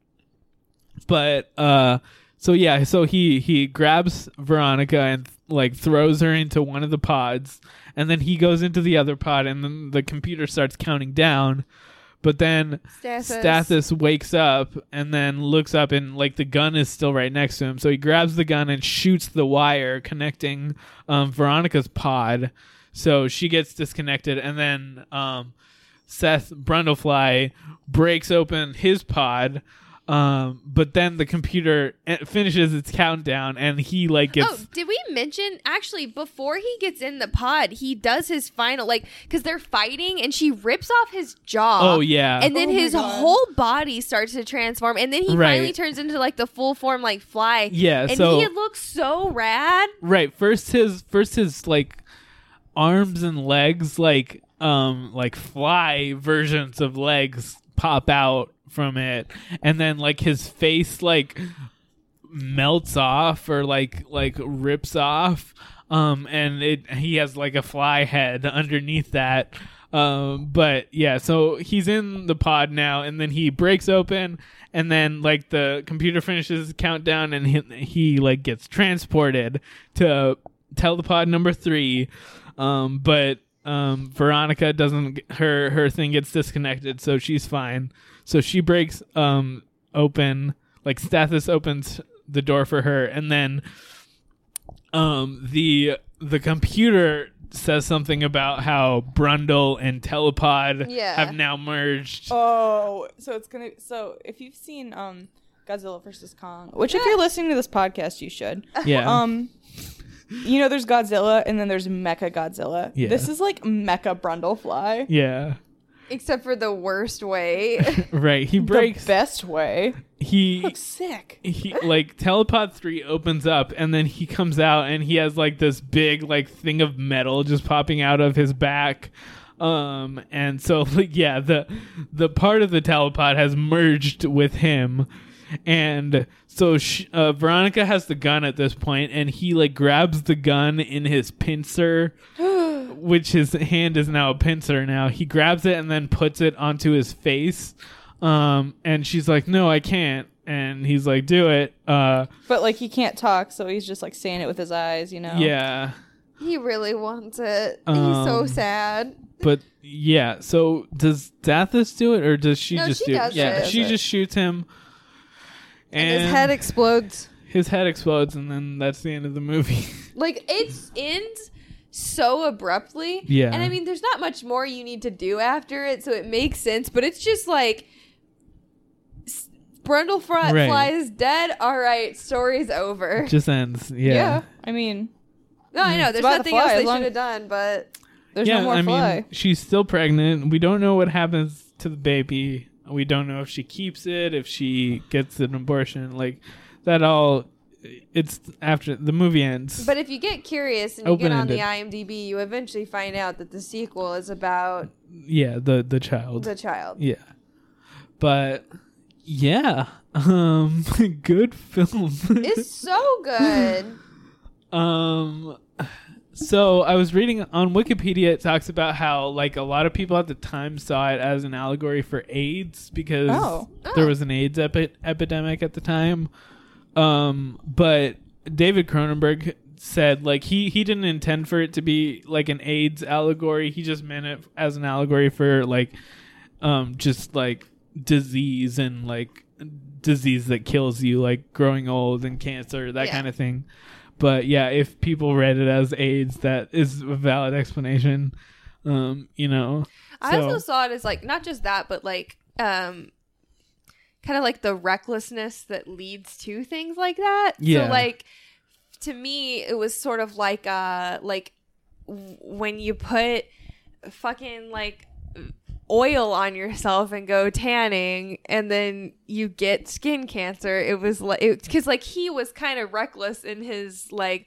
[SPEAKER 1] But uh, so yeah, so he he grabs Veronica and like throws her into one of the pods, and then he goes into the other pod, and then the computer starts counting down. But then
[SPEAKER 2] Stathis.
[SPEAKER 1] Stathis wakes up and then looks up, and like the gun is still right next to him. So he grabs the gun and shoots the wire connecting um, Veronica's pod. So she gets disconnected, and then um, Seth Brundlefly breaks open his pod. Um, but then the computer eh, finishes its countdown, and he like gets
[SPEAKER 2] Oh, did we mention actually before he gets in the pod, he does his final like because they're fighting and she rips off his jaw.
[SPEAKER 1] Oh, yeah.
[SPEAKER 2] and then
[SPEAKER 3] Oh my
[SPEAKER 2] his
[SPEAKER 3] God.
[SPEAKER 2] whole body starts to transform, and then he
[SPEAKER 1] Right.
[SPEAKER 2] finally turns into like the full form like fly.
[SPEAKER 1] Yeah,
[SPEAKER 2] and
[SPEAKER 1] so-
[SPEAKER 2] he looks so rad.
[SPEAKER 1] right first his first his like arms and legs like um like fly versions of legs pop out from it and then like his face like melts off or like like rips off um and it he has like a fly head underneath that um but yeah so he's in the pod now and then he breaks open and then like the computer finishes countdown and he, he like gets transported to telepod number 3 um but um Veronica doesn't her her thing gets disconnected so she's fine so she breaks um open like Stathis opens the door for her and then um the the computer says something about how Brundle and Telepod
[SPEAKER 2] Yeah.
[SPEAKER 1] have now merged.
[SPEAKER 3] Oh, so it's gonna. So if you've seen um Godzilla versus Kong, which if you're listening to this podcast, you should.
[SPEAKER 1] yeah.
[SPEAKER 3] Um, you know, there's Godzilla and then there's Mecha Godzilla.
[SPEAKER 1] Yeah.
[SPEAKER 3] This is like Mecha Brundlefly.
[SPEAKER 1] yeah.
[SPEAKER 2] Except for the worst way.
[SPEAKER 1] Right. He breaks
[SPEAKER 3] The best way.
[SPEAKER 1] he
[SPEAKER 3] Sick.
[SPEAKER 1] he like telepod 3 opens up and then he comes out and he has like this big like thing of metal just popping out of his back um and so like yeah the the part of the telepod has merged with him and so sh uh, veronica has the gun at this point and he like grabs the gun in his pincer which his hand is now a pincer now he grabs it and then puts it onto his face um and she's like no i can't and he's like do it uh
[SPEAKER 3] But like he can't talk, so he's just like saying it with his eyes. You know.
[SPEAKER 1] yeah
[SPEAKER 2] he really wants it.
[SPEAKER 1] Um,
[SPEAKER 2] He's so sad.
[SPEAKER 1] but yeah so does dathis do it or does she
[SPEAKER 2] No,
[SPEAKER 1] just
[SPEAKER 2] she
[SPEAKER 1] do
[SPEAKER 2] does
[SPEAKER 1] yeah
[SPEAKER 2] it.
[SPEAKER 1] she
[SPEAKER 3] Does it.
[SPEAKER 1] just shoots him and,
[SPEAKER 2] And his head explodes.
[SPEAKER 1] his head explodes and then that's the end of the movie
[SPEAKER 2] Like it ends so abruptly.
[SPEAKER 1] Yeah.
[SPEAKER 2] And I mean, there's not much more you need to do after it, so it makes sense. But it's just like s- Brundle fr-
[SPEAKER 1] Right.
[SPEAKER 2] flies dead. All right, story's over.
[SPEAKER 1] just ends yeah,
[SPEAKER 3] I mean,
[SPEAKER 2] No, I know.
[SPEAKER 1] Mm.
[SPEAKER 2] There's
[SPEAKER 3] about the
[SPEAKER 2] nothing
[SPEAKER 3] fly,
[SPEAKER 2] else
[SPEAKER 3] as
[SPEAKER 2] they
[SPEAKER 3] long-
[SPEAKER 2] should have done, but
[SPEAKER 3] there's
[SPEAKER 1] yeah
[SPEAKER 3] no more
[SPEAKER 1] i
[SPEAKER 3] fly.
[SPEAKER 1] mean she's still pregnant we don't know what happens to the baby we don't know if she keeps it if she gets an abortion like that all it's after the movie ends
[SPEAKER 2] but if you get curious and you get on the
[SPEAKER 1] Open-ended.
[SPEAKER 2] IMDb, you eventually find out that the sequel is about
[SPEAKER 1] yeah the the child
[SPEAKER 2] the child.
[SPEAKER 1] Yeah. But yeah. Um good film.
[SPEAKER 2] It's so good.
[SPEAKER 1] um so I was reading on Wikipedia it talks about how like a lot of people at the time saw it as an allegory for AIDS because
[SPEAKER 3] Oh.
[SPEAKER 1] there was an AIDS epi- epidemic at the time. Um but David Cronenberg said like he he didn't intend for it to be like an AIDS allegory. He just meant it as an allegory for like um just like disease and like disease that kills you like growing old and cancer that
[SPEAKER 2] Yeah.
[SPEAKER 1] kind of thing but yeah if people read it as aids that is a valid explanation um you know
[SPEAKER 2] I also
[SPEAKER 1] So-
[SPEAKER 2] saw it as like not just that, but like um kind of like the recklessness that leads to things like that.
[SPEAKER 1] Yeah.
[SPEAKER 2] So like to me, it was sort of like uh like w- when you put fucking like oil on yourself and go tanning and then you get skin cancer it was like because like he was kind of reckless in his like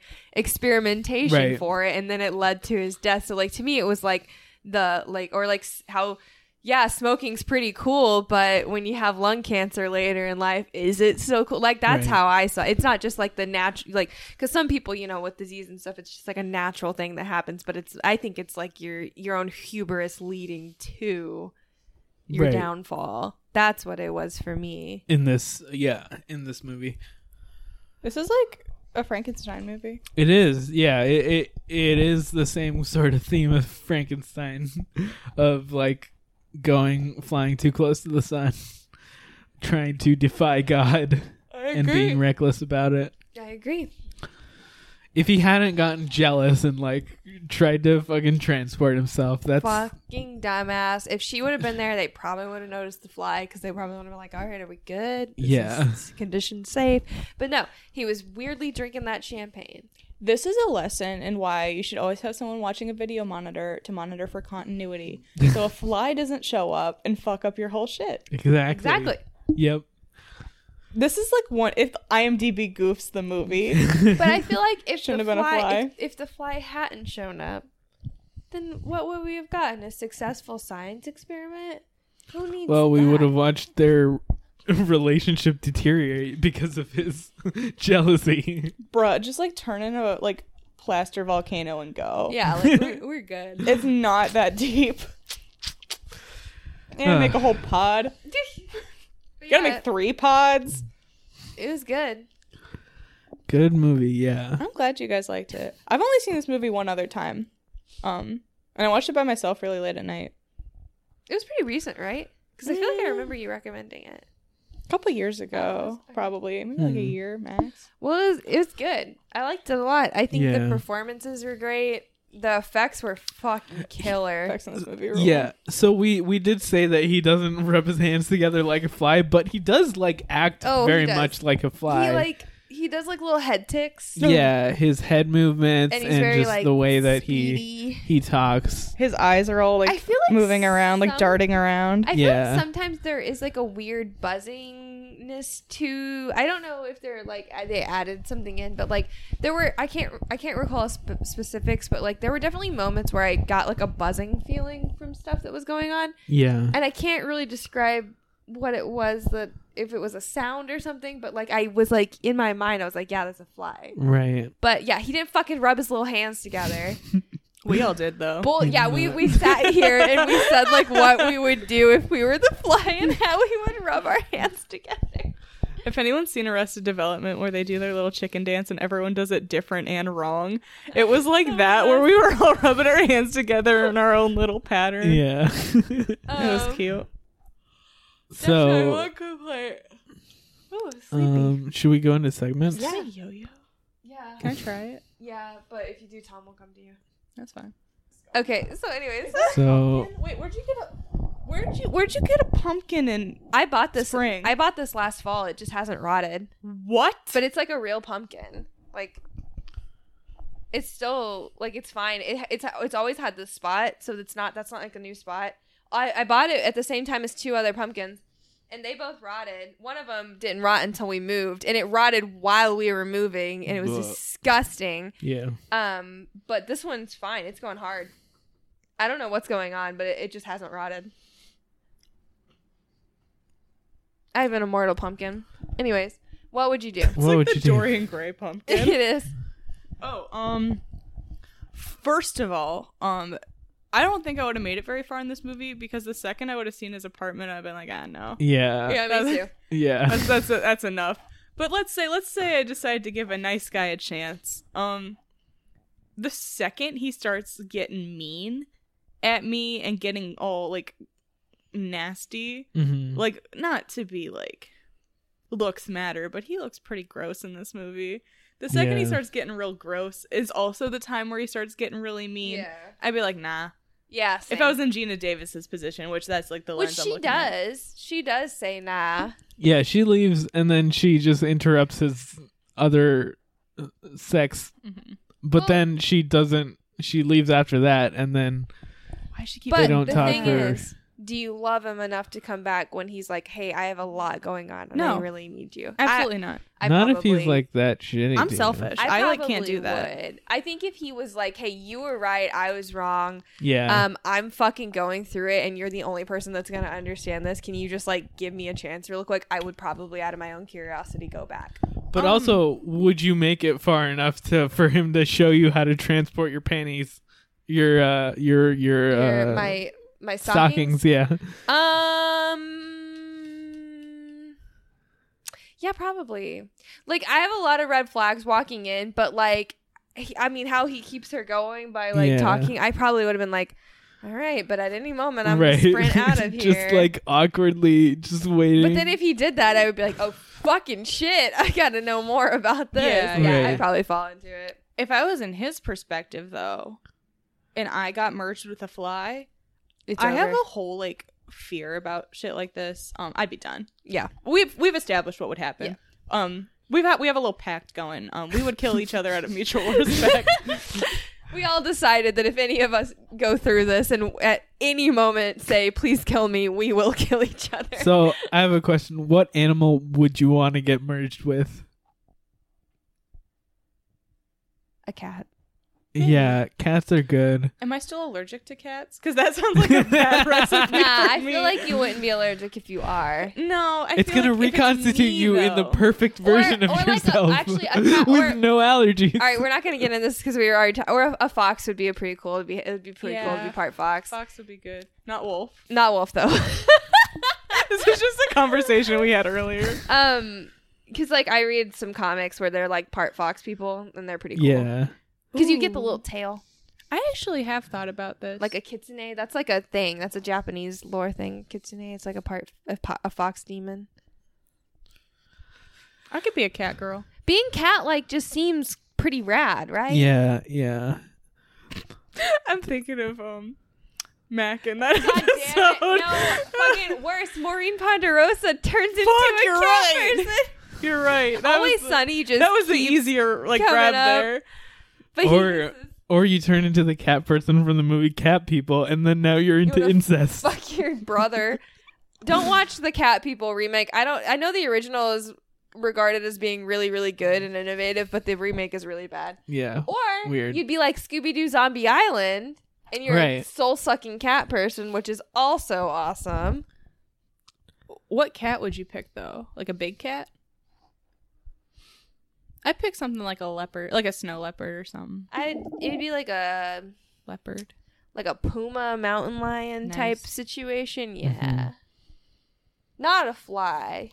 [SPEAKER 2] experimentation
[SPEAKER 1] Right.
[SPEAKER 2] for it and then it led to his death so like to me it was like the like or like s- how yeah smoking's pretty cool but when you have lung cancer later in life is it so cool like that's
[SPEAKER 1] Right.
[SPEAKER 2] how i saw it. it's not just like the natural like because some people you know with disease and stuff it's just like a natural thing that happens but it's i think it's like your your own hubris leading to your
[SPEAKER 1] Right.
[SPEAKER 2] downfall that's what it was for me
[SPEAKER 1] in this yeah in this movie
[SPEAKER 3] This is like a Frankenstein movie.
[SPEAKER 1] it is yeah it it, it is the same sort of theme of frankenstein of like going flying too close to the sun trying to defy god
[SPEAKER 3] I
[SPEAKER 1] and being reckless about it
[SPEAKER 2] i agree
[SPEAKER 1] if he hadn't gotten jealous and like tried to fucking transport himself that's
[SPEAKER 2] fucking dumbass if she would have been there they probably would have noticed the fly because they probably would have been like all right are we good Is
[SPEAKER 1] Yeah.
[SPEAKER 2] this condition safe but no he was weirdly drinking that champagne
[SPEAKER 3] This is a lesson in why you should always have someone watching a video monitor to monitor for continuity. so a fly doesn't show up and fuck up your whole shit.
[SPEAKER 1] exactly
[SPEAKER 2] exactly
[SPEAKER 1] yep
[SPEAKER 3] This is like one if IMDb goofs the movie.
[SPEAKER 2] But I feel like if the
[SPEAKER 3] Shouldn't have been a
[SPEAKER 2] fly,
[SPEAKER 3] fly.
[SPEAKER 2] If, if the fly hadn't shown up, then what would we have gotten? A successful science experiment? Who needs?
[SPEAKER 1] well we
[SPEAKER 2] that?
[SPEAKER 1] would have watched their relationship deteriorate because of his jealousy
[SPEAKER 3] Bruh, just like turn into a like plaster volcano and go.
[SPEAKER 2] Yeah, like we're, we're good.
[SPEAKER 3] It's not that deep. And
[SPEAKER 1] Huh.
[SPEAKER 3] make a whole pod.
[SPEAKER 2] But
[SPEAKER 3] You gotta
[SPEAKER 2] yeah,
[SPEAKER 3] make three pods.
[SPEAKER 2] it was good.
[SPEAKER 1] good movie yeah
[SPEAKER 3] I'm glad you guys liked it. I've only seen this movie one other time. Um and I watched it by myself really late at night.
[SPEAKER 2] It was pretty recent, right? Because I feel like I remember you recommending it.
[SPEAKER 3] A couple years ago, probably. Maybe
[SPEAKER 1] Hmm.
[SPEAKER 3] like a year max.
[SPEAKER 2] Well, it was, it was good. I liked it a lot. I think
[SPEAKER 1] Yeah.
[SPEAKER 2] the performances were great. The effects were fucking killer.
[SPEAKER 3] Effects in this movie. rule.
[SPEAKER 1] yeah so we we did say that he doesn't rub his hands together like a fly but he does like act
[SPEAKER 2] Oh, he
[SPEAKER 1] very
[SPEAKER 2] does.
[SPEAKER 1] much like a
[SPEAKER 2] he
[SPEAKER 1] fly
[SPEAKER 2] like he does like little head ticks.
[SPEAKER 1] yeah his head movements
[SPEAKER 2] and
[SPEAKER 1] and,
[SPEAKER 2] he's very
[SPEAKER 1] just
[SPEAKER 2] like
[SPEAKER 1] the way that
[SPEAKER 2] speedy.
[SPEAKER 1] he he talks
[SPEAKER 3] His eyes are all like,
[SPEAKER 2] I feel like
[SPEAKER 3] moving around, like
[SPEAKER 2] some-
[SPEAKER 3] darting around.
[SPEAKER 2] I feel
[SPEAKER 1] Yeah.
[SPEAKER 2] like sometimes there is like a weird buzzingness to. I don't know if they're like uh, they added something in, but like there were I can't I can't recall sp- specifics, but like there were definitely moments where I got like a buzzing feeling from stuff that was going on,
[SPEAKER 1] yeah
[SPEAKER 2] and I can't really describe what it was that if it was a sound or something, but like I was like in my mind I was like yeah that's a fly,
[SPEAKER 1] right
[SPEAKER 2] but yeah he didn't fucking rub his little hands together.
[SPEAKER 3] we all did though.
[SPEAKER 2] Bull, yeah, we, we sat here and we said like what we would do if we were the fly and how we would rub our hands together.
[SPEAKER 3] If anyone's seen Arrested Development where they do their little chicken dance and everyone does it different and wrong, it was like that where we were all rubbing our hands together in our own little pattern.
[SPEAKER 2] Oh,
[SPEAKER 1] yeah
[SPEAKER 3] It was cute.
[SPEAKER 1] so
[SPEAKER 2] Ooh, Oh, sleepy.
[SPEAKER 1] um should we go into segments
[SPEAKER 2] Yeah.
[SPEAKER 3] yo-yo.
[SPEAKER 2] yeah,
[SPEAKER 3] Can I try it?
[SPEAKER 2] yeah, but if you do, Tom will come to you.
[SPEAKER 3] That's fine.
[SPEAKER 2] Okay, so anyways,
[SPEAKER 1] so
[SPEAKER 3] Wait, where'd you get a where'd you where'd you get a pumpkin and
[SPEAKER 2] I bought this.
[SPEAKER 3] Spring.
[SPEAKER 2] I bought this last fall. It just hasn't rotted,
[SPEAKER 3] what?
[SPEAKER 2] but it's like a real pumpkin. Like it's still like it's fine. It, it's it's always had this spot, so it's not that's not like a new spot. I, I bought it at the same time as two other pumpkins, and they both rotted. One of them didn't rot until we moved, and it rotted while we were moving, and it was
[SPEAKER 1] Blah.
[SPEAKER 2] disgusting.
[SPEAKER 1] yeah
[SPEAKER 2] Um, but this one's fine. It's going hard. I don't know what's going on, but it, it just hasn't rotted. I have an immortal pumpkin. Anyways, what would you do?
[SPEAKER 1] what would you do
[SPEAKER 3] Gray pumpkin.
[SPEAKER 2] it is.
[SPEAKER 3] Oh, um first of all, um I don't think I would have made it very far in this movie because the second I would have seen his apartment, I'd have been like, ah, no.
[SPEAKER 1] yeah yeah,
[SPEAKER 2] Yeah, me too.
[SPEAKER 3] That's that's that's enough. But let's say let's say I decide to give a nice guy a chance. Um the second he starts getting mean at me and getting all like nasty,
[SPEAKER 1] Mhm.
[SPEAKER 3] like not to be like looks matter, but he looks pretty gross in this movie. The second he
[SPEAKER 1] Yeah.
[SPEAKER 3] starts getting real gross is also the time where he starts getting really mean.
[SPEAKER 2] Yeah.
[SPEAKER 3] I'd be like, nah.
[SPEAKER 2] Yeah. Same.
[SPEAKER 3] If I was in Gina Davis's position, which that's like the
[SPEAKER 2] which
[SPEAKER 3] lens I'm
[SPEAKER 2] she
[SPEAKER 3] looking at.
[SPEAKER 2] does, she does say nah.
[SPEAKER 1] Yeah, she leaves and then she just interrupts his other uh, sex.
[SPEAKER 3] Mhm.
[SPEAKER 1] But
[SPEAKER 2] Mm-hmm. Well-
[SPEAKER 1] then she doesn't. She leaves after that, and then
[SPEAKER 3] Why does she keep?
[SPEAKER 2] but
[SPEAKER 1] they don't
[SPEAKER 2] the
[SPEAKER 1] talk
[SPEAKER 2] thing
[SPEAKER 1] for-
[SPEAKER 2] is, do you love him enough to come back when he's like, "Hey, I have a lot going on, and
[SPEAKER 3] No.
[SPEAKER 2] I really need you"? I-
[SPEAKER 3] Absolutely not.
[SPEAKER 2] I
[SPEAKER 1] not if he's
[SPEAKER 2] probably-
[SPEAKER 1] like that shitty.
[SPEAKER 3] I'm
[SPEAKER 1] dude.
[SPEAKER 3] selfish. I, like can't
[SPEAKER 2] probably
[SPEAKER 3] do that.
[SPEAKER 2] Would. I think if he was like, "Hey, you were right. I was wrong.
[SPEAKER 1] Yeah.
[SPEAKER 2] Um, I'm fucking going through it, and you're the only person that's gonna understand this. Can you just like give me a chance real quick? I would probably, out of my own curiosity, go back.
[SPEAKER 1] but also, would you make it far enough to for him to show you how to transport your panties, your uh, your your,
[SPEAKER 2] Or
[SPEAKER 1] uh,
[SPEAKER 2] my my
[SPEAKER 1] stockings?
[SPEAKER 2] stockings.
[SPEAKER 1] Yeah.
[SPEAKER 2] Um. Yeah, probably. Like, I have a lot of red flags walking in, but like, he- I mean, how he keeps her going by like
[SPEAKER 1] Yeah.
[SPEAKER 2] talking, I probably would have been like, "All right," but at any moment, I'm
[SPEAKER 1] right.
[SPEAKER 2] gonna sprint out of here.
[SPEAKER 1] just like awkwardly, just waiting.
[SPEAKER 2] But then if he did that, I would be like, oh, fucking shit. I got to know more about this.
[SPEAKER 3] Yeah,
[SPEAKER 2] Yeah,
[SPEAKER 1] yeah.
[SPEAKER 2] I'd probably fall into it.
[SPEAKER 3] If I was in his perspective though, and I got merged with a fly,
[SPEAKER 2] It's
[SPEAKER 3] I have a whole like fear about shit like this. Um, I'd be done.
[SPEAKER 2] Yeah.
[SPEAKER 3] We've we've established what would happen. Um, we've had we have a little pact going. Um, we would kill each other out of mutual respect.
[SPEAKER 2] We all decided that if any of us go through this and at any moment say, please kill me, we will kill each other.
[SPEAKER 1] so I have a question: What animal would you want to get merged with?
[SPEAKER 2] a cat. Mm.
[SPEAKER 1] Yeah, cats are good.
[SPEAKER 3] Am I still allergic to cats? Because that sounds like a bad recipe.
[SPEAKER 2] Nah,
[SPEAKER 3] for
[SPEAKER 2] I
[SPEAKER 3] me.
[SPEAKER 2] feel like you wouldn't be allergic if you are.
[SPEAKER 3] no. I
[SPEAKER 1] it's
[SPEAKER 3] feel
[SPEAKER 1] gonna
[SPEAKER 3] like if
[SPEAKER 1] reconstitute
[SPEAKER 3] me,
[SPEAKER 1] you in the
[SPEAKER 3] though-
[SPEAKER 1] perfect version of
[SPEAKER 2] or like a-
[SPEAKER 1] yourself,
[SPEAKER 2] actually, a cat-
[SPEAKER 1] with
[SPEAKER 2] or-
[SPEAKER 1] no allergies.
[SPEAKER 2] All right, we're not going to get into this because we were already. Ta- or a, a fox would be a pretty cool. It'd be, it'd be pretty cool to
[SPEAKER 3] Yeah.
[SPEAKER 2] be part fox.
[SPEAKER 3] Fox would be good, not wolf.
[SPEAKER 2] Not wolf though.
[SPEAKER 3] this was just a conversation we had earlier.
[SPEAKER 2] um, because like I read some comics where they're like part fox people, and they're pretty cool.
[SPEAKER 1] yeah,
[SPEAKER 2] Because you get the little tail,
[SPEAKER 3] I actually have thought about this.
[SPEAKER 2] like a kitsune. That's like a thing. That's a Japanese lore thing. Kitsune. It's like a part a, po- a fox demon.
[SPEAKER 3] I could be a cat girl.
[SPEAKER 2] Being cat like just seems pretty rad, right?
[SPEAKER 1] yeah, yeah.
[SPEAKER 3] I'm thinking of um Mac in that
[SPEAKER 2] God damn it!
[SPEAKER 3] episode.
[SPEAKER 2] No, fucking worse. Maureen Ponderosa turns into a
[SPEAKER 3] you're
[SPEAKER 2] cat
[SPEAKER 3] right.
[SPEAKER 2] person.
[SPEAKER 3] You're right. That
[SPEAKER 2] Always
[SPEAKER 3] was the,
[SPEAKER 2] Sunny just
[SPEAKER 3] that was the
[SPEAKER 2] keeps-
[SPEAKER 3] easier like
[SPEAKER 2] coming up.
[SPEAKER 3] grab there.
[SPEAKER 2] but he
[SPEAKER 1] Or-
[SPEAKER 2] just-
[SPEAKER 1] Or you turn into the cat person from the movie Cat People, and then now you're into
[SPEAKER 2] wanna
[SPEAKER 1] incest.
[SPEAKER 2] fuck your brother. don't watch the Cat People remake. I don't. I know the original is regarded as being really, really good and innovative, but the remake is really bad.
[SPEAKER 1] yeah,
[SPEAKER 2] Or
[SPEAKER 1] Weird.
[SPEAKER 2] you'd be like Scooby Doo Zombie Island, and you're a
[SPEAKER 1] Right.
[SPEAKER 2] soul sucking cat person, which is also awesome.
[SPEAKER 3] What cat would you pick though? Like a big cat? I pick something like a leopard, like a snow leopard or something.
[SPEAKER 2] I it'd be like a
[SPEAKER 3] Leopard.
[SPEAKER 2] like a puma mountain lion type
[SPEAKER 3] Nice.
[SPEAKER 2] situation. Yeah. Not a fly.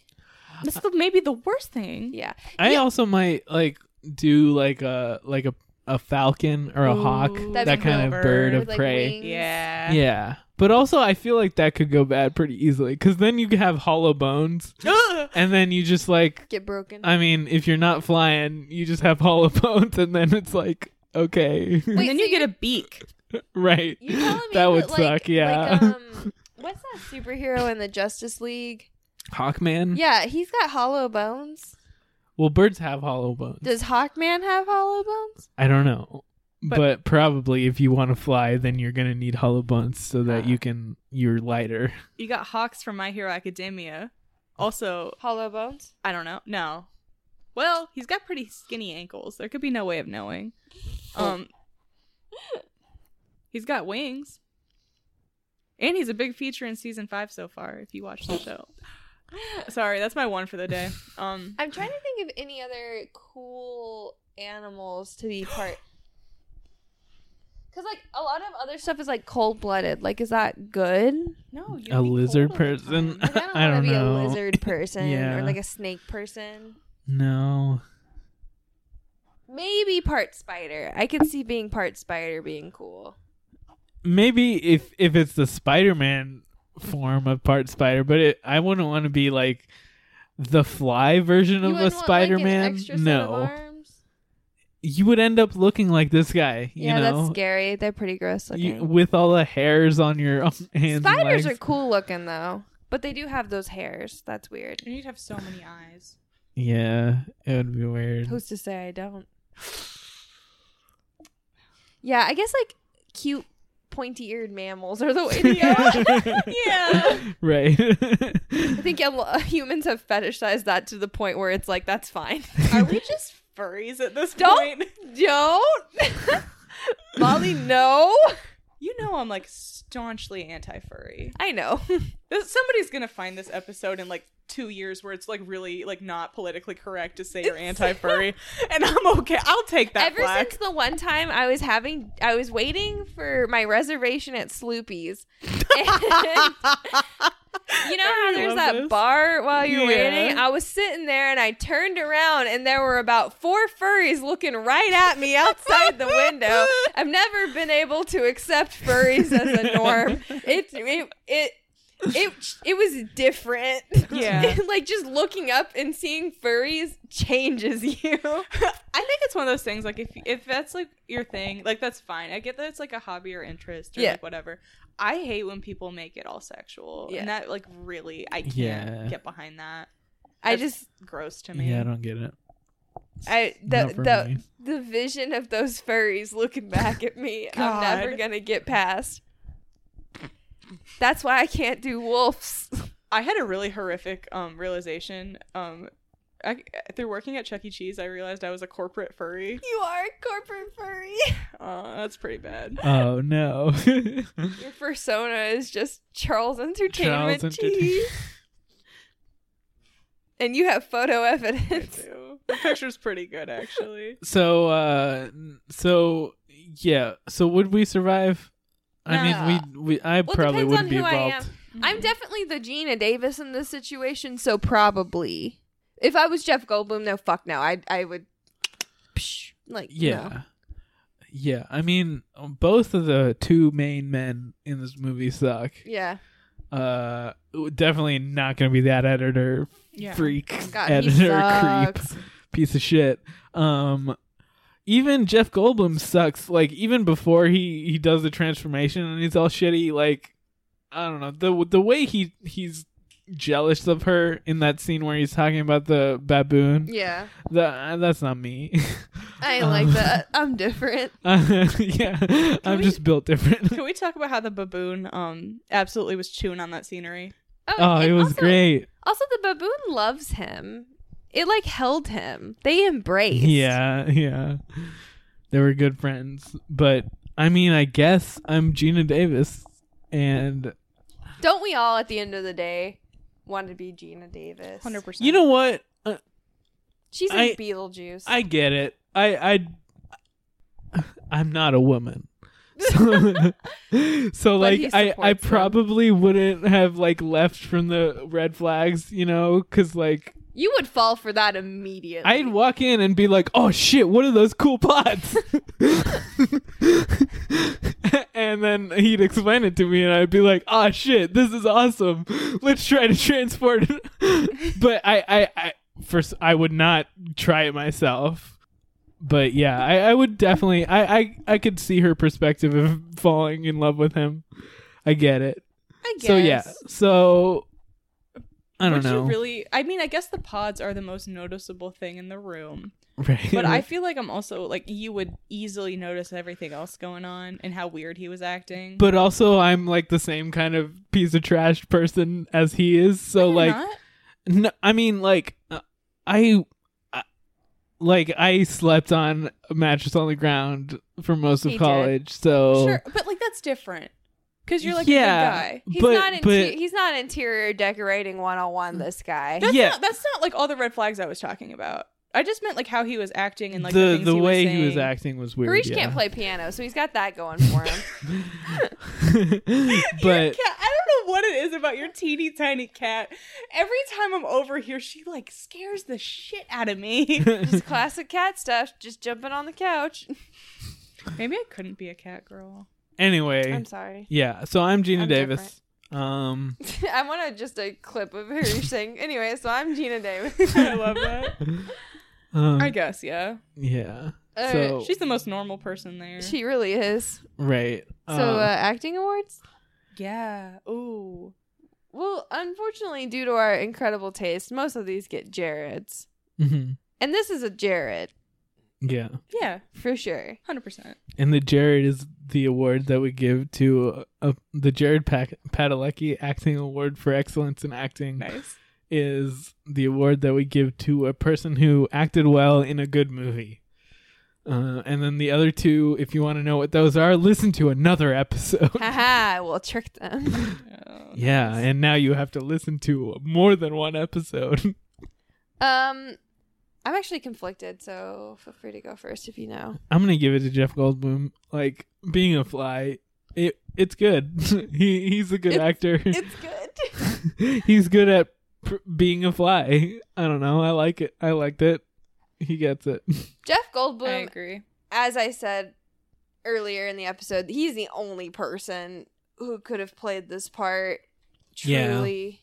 [SPEAKER 3] That's the, maybe the worst thing.
[SPEAKER 2] Yeah.
[SPEAKER 1] I also might like do like a like a a falcon or a hawk,
[SPEAKER 3] Ooh.
[SPEAKER 2] That'd
[SPEAKER 1] that
[SPEAKER 2] be
[SPEAKER 1] kind
[SPEAKER 2] cool.
[SPEAKER 1] of
[SPEAKER 3] Bird.
[SPEAKER 1] bird of
[SPEAKER 2] With, like,
[SPEAKER 1] prey.
[SPEAKER 2] wings.
[SPEAKER 3] Yeah.
[SPEAKER 1] Yeah. But also, I feel like that could go bad pretty easily because then you have hollow bones,
[SPEAKER 3] Ugh.
[SPEAKER 1] and then you just like,
[SPEAKER 2] Get broken.
[SPEAKER 1] I mean, if you're not flying, you just have hollow bones, and then it's like, okay,
[SPEAKER 3] and
[SPEAKER 2] Wait,
[SPEAKER 3] then
[SPEAKER 2] so
[SPEAKER 3] you get a beak.
[SPEAKER 1] right?
[SPEAKER 2] You telling me
[SPEAKER 1] that would
[SPEAKER 2] like,
[SPEAKER 1] suck. Yeah.
[SPEAKER 2] Like, um, what's that superhero in the Justice League?
[SPEAKER 1] Hawkman.
[SPEAKER 2] Yeah, he's got hollow bones.
[SPEAKER 1] Well, birds have hollow bones.
[SPEAKER 2] Does Hawkman have hollow bones?
[SPEAKER 1] I don't know.
[SPEAKER 3] But-
[SPEAKER 1] But, probably if you want to fly, then you're gonna need hollow bones so
[SPEAKER 2] Ah.
[SPEAKER 1] that you can you're lighter.
[SPEAKER 3] You got hawks from My Hero Academia. Also,
[SPEAKER 2] Hollow bones.
[SPEAKER 3] I don't know. No. Well, he's got pretty skinny ankles. There could be no way of knowing. Um He's got wings. And he's a big feature in season 5 so far if you watch the show. Sorry, that's my one for the day. Um
[SPEAKER 2] I'm trying to think of any other cool animals to be part. Cause like a lot of other stuff is like cold blooded. Like, is that good?
[SPEAKER 3] no, you
[SPEAKER 1] A lizard person.
[SPEAKER 2] Like, I don't
[SPEAKER 1] I
[SPEAKER 2] want to
[SPEAKER 1] don't
[SPEAKER 2] be
[SPEAKER 1] know.
[SPEAKER 2] a lizard person
[SPEAKER 1] Yeah.
[SPEAKER 2] or like a snake person.
[SPEAKER 1] No.
[SPEAKER 2] Maybe part spider. I could see being part spider being cool.
[SPEAKER 1] maybe if if it's the Spider-Man form of part spider, but it, I wouldn't want to be like the fly version
[SPEAKER 2] You
[SPEAKER 1] of a
[SPEAKER 2] wouldn't want, like, an
[SPEAKER 1] Spider-Man.
[SPEAKER 2] extra set of
[SPEAKER 1] no.
[SPEAKER 2] arms?
[SPEAKER 1] you would end up looking like this guy. You
[SPEAKER 2] yeah,
[SPEAKER 1] know?
[SPEAKER 2] that's scary. They're pretty gross looking.
[SPEAKER 1] You- with all the hairs on your hands. and
[SPEAKER 2] Spiders
[SPEAKER 1] legs.
[SPEAKER 2] are cool looking though, but they do have those hairs. That's weird.
[SPEAKER 3] And you'd have so many eyes.
[SPEAKER 1] Yeah, it would be weird.
[SPEAKER 2] Who's to say I don't? Yeah, I guess like cute, pointy-eared mammals are the way to go.
[SPEAKER 3] Yeah.
[SPEAKER 1] right.
[SPEAKER 2] I think a- humans have fetishized that to the point where it's like that's fine.
[SPEAKER 3] Are we just furries at this
[SPEAKER 2] Don't-
[SPEAKER 3] point?
[SPEAKER 2] don't, Molly. No,
[SPEAKER 3] You know I'm like staunchly anti-furry.
[SPEAKER 2] I know.
[SPEAKER 3] This- Somebody's gonna find this episode in like two years where it's like really like not politically correct to say you're anti-furry, and I'm okay. I'll take that.
[SPEAKER 2] Ever
[SPEAKER 3] flack.
[SPEAKER 2] since the one time I was having, I was waiting for my reservation at Sloopy's. And- you know how there's
[SPEAKER 1] love
[SPEAKER 2] that
[SPEAKER 1] this.
[SPEAKER 2] bar while you're
[SPEAKER 1] Yeah.
[SPEAKER 2] waiting? I was sitting there and I turned around and there were about four furries looking right at me outside the window. I've never been able to accept furries as a norm. It it it it, it was different.
[SPEAKER 3] Yeah.
[SPEAKER 2] like just looking up and seeing furries changes you.
[SPEAKER 3] I think it's one of those things like if if that's like your thing, like that's fine. I get that it's like a hobby or interest or
[SPEAKER 2] Yeah.
[SPEAKER 3] like whatever. I hate when people make it all sexual.
[SPEAKER 2] Yeah.
[SPEAKER 3] And that like really I can't
[SPEAKER 1] Yeah.
[SPEAKER 3] get behind that.
[SPEAKER 2] I
[SPEAKER 3] That's
[SPEAKER 2] just
[SPEAKER 3] gross to me.
[SPEAKER 1] yeah, I don't get it.
[SPEAKER 2] I the
[SPEAKER 1] Not for
[SPEAKER 2] the
[SPEAKER 1] me.
[SPEAKER 2] the vision of those furries looking back at me, I'm never
[SPEAKER 3] God.
[SPEAKER 2] gonna get past. That's why I can't do wolves.
[SPEAKER 3] I had a really horrific um realization. Um I, through working at Chuck E. Cheese, I realized I was a corporate furry.
[SPEAKER 2] You are a corporate furry.
[SPEAKER 3] Uh, that's pretty bad.
[SPEAKER 1] Oh no.
[SPEAKER 2] Your persona is just Charles Entertainment
[SPEAKER 1] Charles Entertainment.
[SPEAKER 2] T. And you have photo evidence.
[SPEAKER 3] Too. The picture's pretty good, actually.
[SPEAKER 1] so uh so yeah, so would we survive? I mean, we we I
[SPEAKER 2] Well,
[SPEAKER 1] probably
[SPEAKER 2] depends
[SPEAKER 1] wouldn't
[SPEAKER 2] on
[SPEAKER 1] be
[SPEAKER 2] who
[SPEAKER 1] involved.
[SPEAKER 2] I am. I'm definitely the Gina Davis in this situation, so probably. If I was Jeff Goldblum, no fuck no. I I would psh, like
[SPEAKER 1] Yeah.
[SPEAKER 2] no.
[SPEAKER 1] Yeah, I mean, both of the two main men in this movie suck.
[SPEAKER 2] Yeah.
[SPEAKER 1] Uh, definitely not going to be that editor
[SPEAKER 3] Yeah.
[SPEAKER 1] freak,
[SPEAKER 2] Oh God, he
[SPEAKER 1] editor creep,
[SPEAKER 2] sucks.
[SPEAKER 1] piece of shit. Um, even Jeff Goldblum sucks. Like even before he he does the transformation and he's all shitty. Like I don't know the the way he he's jealous of her in that scene where he's talking about the baboon.
[SPEAKER 2] Yeah.
[SPEAKER 1] That that's not me.
[SPEAKER 2] I ain't like
[SPEAKER 1] Um,
[SPEAKER 2] that. I'm different.
[SPEAKER 1] Uh, yeah, I'm
[SPEAKER 3] we-
[SPEAKER 1] just built different.
[SPEAKER 3] Can we talk about how the baboon um absolutely was chewing on that scenery?
[SPEAKER 1] Oh, it
[SPEAKER 2] and
[SPEAKER 1] was
[SPEAKER 2] also-
[SPEAKER 1] great.
[SPEAKER 2] Also, the baboon loves him. It like held him. They embraced.
[SPEAKER 1] Yeah, yeah. They were good friends. But I mean, I guess I'm Gina Davis and
[SPEAKER 2] Don't we all, at the end of the day, want to be Gina Davis?
[SPEAKER 3] Hundred percent.
[SPEAKER 1] you know what? Uh,
[SPEAKER 2] She's in
[SPEAKER 1] I-
[SPEAKER 2] Beetlejuice.
[SPEAKER 1] I get it. I I I'm not a woman. So, so
[SPEAKER 2] he
[SPEAKER 1] like I I
[SPEAKER 2] supports them.
[SPEAKER 1] probably wouldn't have like left from the red flags, you know, cuz like
[SPEAKER 2] you would fall for that immediately.
[SPEAKER 1] I'd walk in and be like, "Oh shit, what are those cool pots?" and then he'd explain it to me, and I'd be like, "Ah shit, this is awesome. Let's try to transport it." but I, I, I first, I would not try it myself. But yeah, I, I would definitely. I, I, I could see her perspective of falling in love with him. I get it.
[SPEAKER 2] I guess.
[SPEAKER 1] So yeah. So I don't
[SPEAKER 3] Would
[SPEAKER 1] know.
[SPEAKER 3] you really? I mean, I guess the pods are the most noticeable thing in the room,
[SPEAKER 1] right.
[SPEAKER 3] but I feel like I'm also like you would easily notice everything else going on and how weird he was acting.
[SPEAKER 1] but also I'm like the same kind of piece of trash person as he is. So
[SPEAKER 3] You're
[SPEAKER 1] uh, like,
[SPEAKER 3] not?
[SPEAKER 1] no, I mean like, uh, I, I- like I slept on a mattress on the ground for most of
[SPEAKER 2] He did.
[SPEAKER 1] college. So
[SPEAKER 3] sure, but like that's different because you're like
[SPEAKER 1] oh. yeah,
[SPEAKER 3] a good guy.
[SPEAKER 2] He's
[SPEAKER 1] but,
[SPEAKER 2] not. Inter-
[SPEAKER 1] but
[SPEAKER 2] he's not interior decorating 101, This guy.
[SPEAKER 3] That's
[SPEAKER 1] Yeah.
[SPEAKER 3] not, that's not like all the red flags I was talking about. I just meant like how he was acting and like the
[SPEAKER 1] the
[SPEAKER 3] things
[SPEAKER 1] the way
[SPEAKER 3] was
[SPEAKER 1] he was
[SPEAKER 3] saying.
[SPEAKER 1] acting was weird.
[SPEAKER 2] Harish
[SPEAKER 1] yeah.
[SPEAKER 2] can't play piano, so he's got that going for him.
[SPEAKER 1] but
[SPEAKER 3] cat, I don't know what it is about your teeny tiny cat. Every time I'm over here, she like scares the shit out of me.
[SPEAKER 2] just classic cat stuff. Just jumping on the couch.
[SPEAKER 3] Maybe I couldn't be a cat girl.
[SPEAKER 1] anyway,
[SPEAKER 2] I'm sorry.
[SPEAKER 1] yeah. So I'm Gina
[SPEAKER 2] I'm
[SPEAKER 1] Davis. Um,
[SPEAKER 2] I want to just a clip of her saying. Anyway, so I'm Gina Davis.
[SPEAKER 3] I love that.
[SPEAKER 1] um,
[SPEAKER 3] I guess, yeah.
[SPEAKER 1] yeah.
[SPEAKER 2] Uh,
[SPEAKER 1] So
[SPEAKER 3] She's the most normal person there.
[SPEAKER 2] She really is.
[SPEAKER 1] right.
[SPEAKER 2] So,
[SPEAKER 1] Um,
[SPEAKER 2] uh, acting awards?
[SPEAKER 3] yeah. Ooh.
[SPEAKER 2] Well, unfortunately, due to our incredible taste, most of these get Jared's.
[SPEAKER 3] uh,
[SPEAKER 1] mhm.
[SPEAKER 2] And this is a Jared,
[SPEAKER 1] yeah.
[SPEAKER 3] Yeah.
[SPEAKER 2] for sure.
[SPEAKER 3] Hundred percent.
[SPEAKER 1] And the Jared is the award that we give to uh, uh, the Jared Pac- Padalecki Acting Award for Excellence in Acting.
[SPEAKER 3] Nice.
[SPEAKER 1] Is the award that we give to a person who acted well in a good movie. Uh, and then the other two, if you want to know what those are, listen to another episode.
[SPEAKER 2] Haha, I will trick them.
[SPEAKER 3] Oh,
[SPEAKER 1] yeah,
[SPEAKER 3] nice.
[SPEAKER 1] and now you have to listen to more than one episode.
[SPEAKER 2] um, I'm actually conflicted, so feel free to go first if you know.
[SPEAKER 1] I'm gonna give it to Jeff Goldblum. Like being a fly, it it's good. he he's a good
[SPEAKER 2] It's-
[SPEAKER 1] actor.
[SPEAKER 2] It's good.
[SPEAKER 1] he's good at pr- being a fly. I don't know. I like it. I liked it. He gets it.
[SPEAKER 2] Jeff
[SPEAKER 3] I
[SPEAKER 2] Goldblum,
[SPEAKER 3] agree.
[SPEAKER 2] as I said earlier in the episode, he's the only person who could have played this part
[SPEAKER 1] Yeah.
[SPEAKER 2] truly.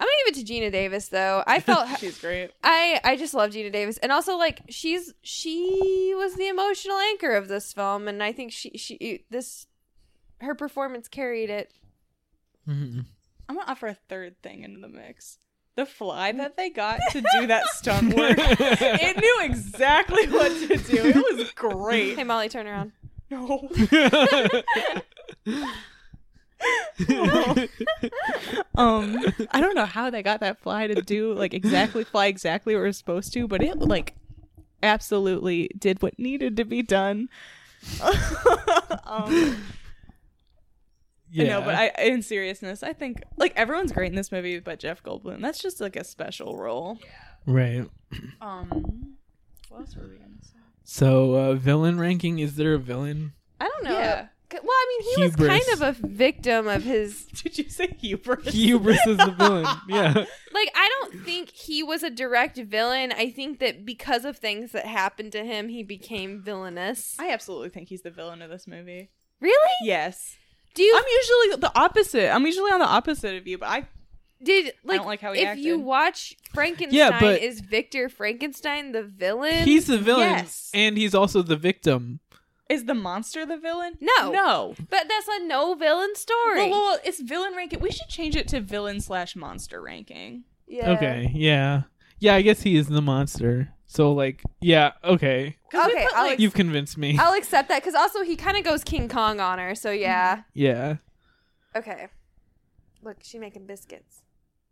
[SPEAKER 2] I'm gonna give it to Gina Davis though. I felt
[SPEAKER 3] She's great.
[SPEAKER 2] I I just love Gina Davis, and also like she's she was the emotional anchor of this film, and I think she she this her performance carried it.
[SPEAKER 3] I'm gonna offer a third thing into the mix. The fly that they got to do that stunt work. It knew exactly what to do. It was great.
[SPEAKER 2] Hey Molly, turn around.
[SPEAKER 3] No. um, I don't know how they got that fly to do like exactly fly exactly what we're supposed to, but it like absolutely did what needed to be done. um,
[SPEAKER 1] yeah.
[SPEAKER 3] No, but I, in seriousness, I think like everyone's great in this movie, but Jeff Goldblum, that's just like a special role.
[SPEAKER 1] right.
[SPEAKER 3] Um, what else were we gonna say?
[SPEAKER 1] So uh, villain ranking. Is there a villain?
[SPEAKER 2] I don't know.
[SPEAKER 3] Yeah.
[SPEAKER 2] Well, I mean, he was
[SPEAKER 1] Hubris.
[SPEAKER 2] kind of a victim of his.
[SPEAKER 3] Did you say hubris?
[SPEAKER 1] Hubris is the villain. Yeah.
[SPEAKER 2] Like, I don't think he was a direct villain. I think that because of things that happened to him, he became villainous.
[SPEAKER 3] I absolutely think he's the villain of this movie.
[SPEAKER 2] really?
[SPEAKER 3] Yes.
[SPEAKER 2] Do you
[SPEAKER 3] I'm usually the opposite. I'm usually on the opposite of you, but I
[SPEAKER 2] did like,
[SPEAKER 3] don't like how he
[SPEAKER 2] if you
[SPEAKER 3] acted.
[SPEAKER 2] watch Frankenstein?
[SPEAKER 1] Yeah, but-
[SPEAKER 2] is Victor Frankenstein the villain?
[SPEAKER 1] He's the villain,
[SPEAKER 3] Yes.
[SPEAKER 1] and he's also the victim.
[SPEAKER 3] is the monster the villain?
[SPEAKER 2] No.
[SPEAKER 3] no.
[SPEAKER 2] but that's a no villain story.
[SPEAKER 3] Well, well, well, it's villain ranking. We should change it to villain slash monster ranking.
[SPEAKER 2] yeah.
[SPEAKER 1] Okay, yeah. Yeah, I guess he is the monster. So like, yeah, okay.
[SPEAKER 3] 'Cause we
[SPEAKER 2] Okay,
[SPEAKER 3] put,
[SPEAKER 2] I'll
[SPEAKER 3] like,
[SPEAKER 2] ex-
[SPEAKER 1] You've convinced me.
[SPEAKER 2] I'll accept that because also he kind of goes King Kong on her. So yeah.
[SPEAKER 1] yeah.
[SPEAKER 2] Okay. Look, she making biscuits.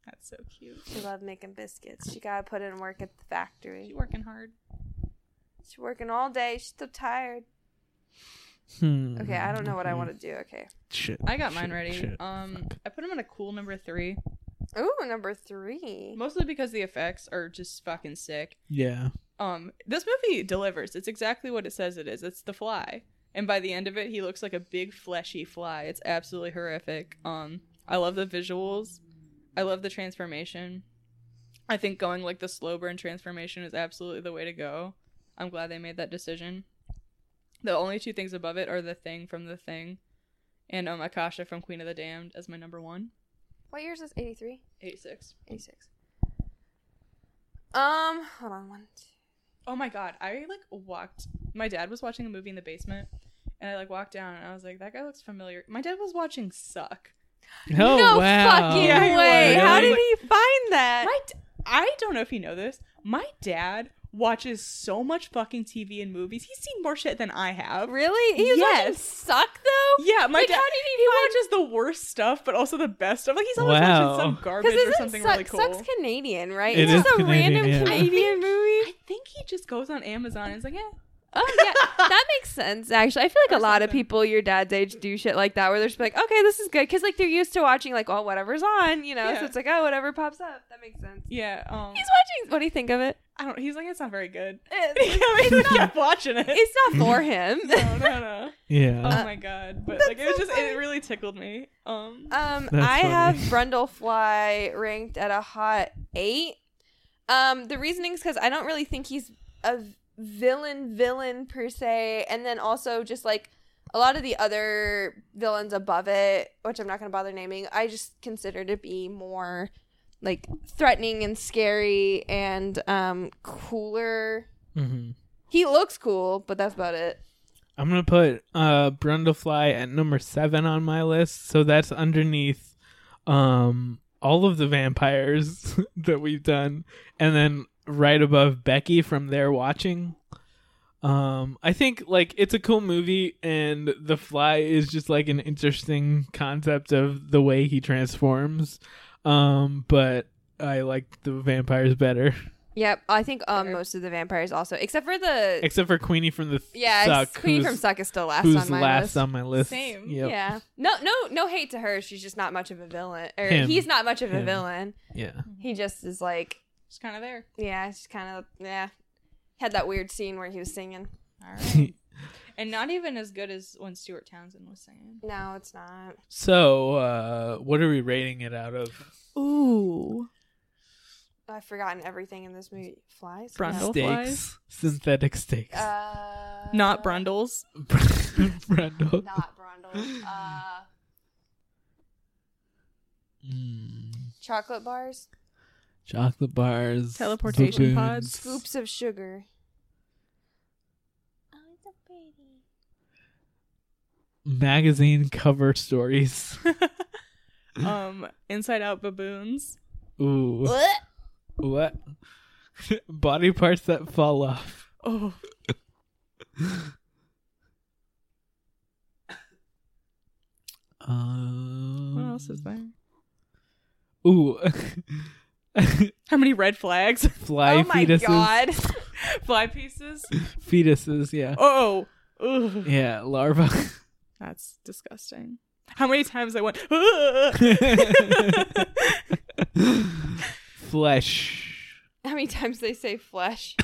[SPEAKER 3] that's so cute.
[SPEAKER 2] She love making biscuits. She gotta put in work at the factory.
[SPEAKER 3] You working hard?
[SPEAKER 2] She's working all day. She's so tired.
[SPEAKER 1] Hmm.
[SPEAKER 2] Okay, I don't know what I want to do. Okay.
[SPEAKER 1] Shit.
[SPEAKER 3] I got mine
[SPEAKER 1] shit,
[SPEAKER 3] ready.
[SPEAKER 1] shit.
[SPEAKER 3] um, I put him on a cool number three,
[SPEAKER 2] Ooh, number three.
[SPEAKER 3] mostly because the effects are just fucking sick.
[SPEAKER 1] Yeah.
[SPEAKER 3] Um, this movie delivers. It's exactly what it says it is. It's the fly, and by the end of it, he looks like a big fleshy fly. It's absolutely horrific. Um, I love the visuals. I love the transformation. I think going like the slow burn transformation is absolutely the way to go. I'm glad they made that decision. The only two things above it are the thing from the thing, and um, Akasha from Queen of the Damned as my number one.
[SPEAKER 2] What year is this? 83?
[SPEAKER 3] Eight six.
[SPEAKER 2] 86. Um, hold on. One, two.
[SPEAKER 3] Oh my god, I like walked. My dad was watching a movie in the basement, and I like walked down, and I was like, "That guy looks familiar." My dad was watching Suck.
[SPEAKER 1] Oh,
[SPEAKER 2] no
[SPEAKER 1] wow.
[SPEAKER 2] fucking
[SPEAKER 3] Yeah, he
[SPEAKER 2] way.
[SPEAKER 1] was.
[SPEAKER 2] How
[SPEAKER 1] Really?
[SPEAKER 2] did he find that?
[SPEAKER 3] My, d- I don't know if you know this. My dad watches so much fucking TV and movies. He's seen more shit than I have.
[SPEAKER 2] Really? He was watching
[SPEAKER 3] Yes.
[SPEAKER 2] Suck though?
[SPEAKER 3] Yeah, my
[SPEAKER 2] Like,
[SPEAKER 3] dad.
[SPEAKER 2] how did he
[SPEAKER 3] he
[SPEAKER 2] find-
[SPEAKER 3] watches the worst stuff, but also the best stuff. Like he's always
[SPEAKER 1] Wow.
[SPEAKER 3] watching some garbage or
[SPEAKER 2] isn't
[SPEAKER 3] something
[SPEAKER 2] Suck-
[SPEAKER 3] really cool.
[SPEAKER 2] Suck's Canadian, right?
[SPEAKER 1] It
[SPEAKER 2] It's
[SPEAKER 1] is
[SPEAKER 2] a
[SPEAKER 1] Canadian,
[SPEAKER 2] random
[SPEAKER 1] yeah.
[SPEAKER 2] Canadian movie.
[SPEAKER 3] I think he just goes on Amazon and is like, "Eh, "Yeah,
[SPEAKER 2] Oh yeah, that makes sense. Actually, I feel like a
[SPEAKER 3] Or
[SPEAKER 2] lot of
[SPEAKER 3] something.
[SPEAKER 2] people your dad's age do shit like that, where they're just like, okay, this is good, because like they're used to watching like oh whatever's on, you know.
[SPEAKER 3] Yeah.
[SPEAKER 2] So it's like oh whatever pops up. That makes sense.
[SPEAKER 3] yeah." Um,
[SPEAKER 2] He's watching. What do you think of it?
[SPEAKER 3] I don't. He's like, "It's not very good."
[SPEAKER 2] It's,
[SPEAKER 3] he just kept watching it.
[SPEAKER 2] it's not for him.
[SPEAKER 3] no, Oh, no, no.
[SPEAKER 1] Yeah.
[SPEAKER 3] Oh my god! But like, it was just it really tickled me. Um,
[SPEAKER 2] Um,
[SPEAKER 1] That's
[SPEAKER 2] I
[SPEAKER 1] funny.
[SPEAKER 2] have Brundlefly ranked at a hot eight. Um, the reasoning is because I don't really think he's a v- villain, villain per se, and then also just like a lot of the other villains above it, which I'm not going to bother naming. I just consider to be more like threatening and scary and um cooler
[SPEAKER 1] Mhm.
[SPEAKER 2] He looks cool, but that's about it.
[SPEAKER 1] I'm gonna put uh Brundlefly at number seven on my list, so that's underneath um all of the vampires that we've done, and then right above Becky from there watching. Um, I think like it's a cool movie, and The Fly is just like an interesting concept of the way he transforms. Um, but I like the vampires better,
[SPEAKER 2] Yep, I think um, most of the vampires also, except for the
[SPEAKER 1] except for Queenie from the
[SPEAKER 2] yeah,
[SPEAKER 1] Suck,
[SPEAKER 2] Queenie
[SPEAKER 1] who's,
[SPEAKER 2] from Suck is still last
[SPEAKER 1] who's
[SPEAKER 2] on my
[SPEAKER 1] last
[SPEAKER 2] list.
[SPEAKER 1] on my list.
[SPEAKER 3] Same.
[SPEAKER 1] Yep.
[SPEAKER 2] Yeah, no, no, no hate to her. She's just not much of a villain, or
[SPEAKER 1] Him.
[SPEAKER 2] he's not much of a
[SPEAKER 1] Him.
[SPEAKER 2] villain.
[SPEAKER 1] yeah.
[SPEAKER 2] He just is like,
[SPEAKER 3] Just kind of there.
[SPEAKER 2] yeah, it's kind of yeah. Had that weird scene where he was singing.
[SPEAKER 3] All right. and not even as good as when Stuart Townsend was singing.
[SPEAKER 2] No, it's not.
[SPEAKER 1] So, uh, what are we rating it out of?
[SPEAKER 3] Ooh.
[SPEAKER 2] I've forgotten everything in this movie. Flies.
[SPEAKER 3] Brundle.
[SPEAKER 1] Stakes, synthetic stakes.
[SPEAKER 2] Uh,
[SPEAKER 3] Not Brundles.
[SPEAKER 1] Brundle.
[SPEAKER 2] Not Brundle. Uh,
[SPEAKER 1] Mm.
[SPEAKER 2] chocolate bars.
[SPEAKER 1] Chocolate bars. baboons.
[SPEAKER 3] Teleportation pods.
[SPEAKER 2] Scoops of sugar.
[SPEAKER 1] Magazine cover stories.
[SPEAKER 3] um, Inside Out Baboons.
[SPEAKER 1] Ooh. What? What? Body parts that fall off.
[SPEAKER 3] Oh.
[SPEAKER 1] Um,
[SPEAKER 3] What else is there?
[SPEAKER 1] Ooh.
[SPEAKER 3] How many red flags?
[SPEAKER 1] Fly
[SPEAKER 2] oh my
[SPEAKER 1] fetuses.
[SPEAKER 2] god.
[SPEAKER 3] Fly pieces?
[SPEAKER 1] Fetuses, yeah.
[SPEAKER 3] Oh. Ugh.
[SPEAKER 1] Yeah, larva.
[SPEAKER 3] That's disgusting. How many times I went, "Ugh."
[SPEAKER 1] Flesh.
[SPEAKER 2] How many times they say flesh?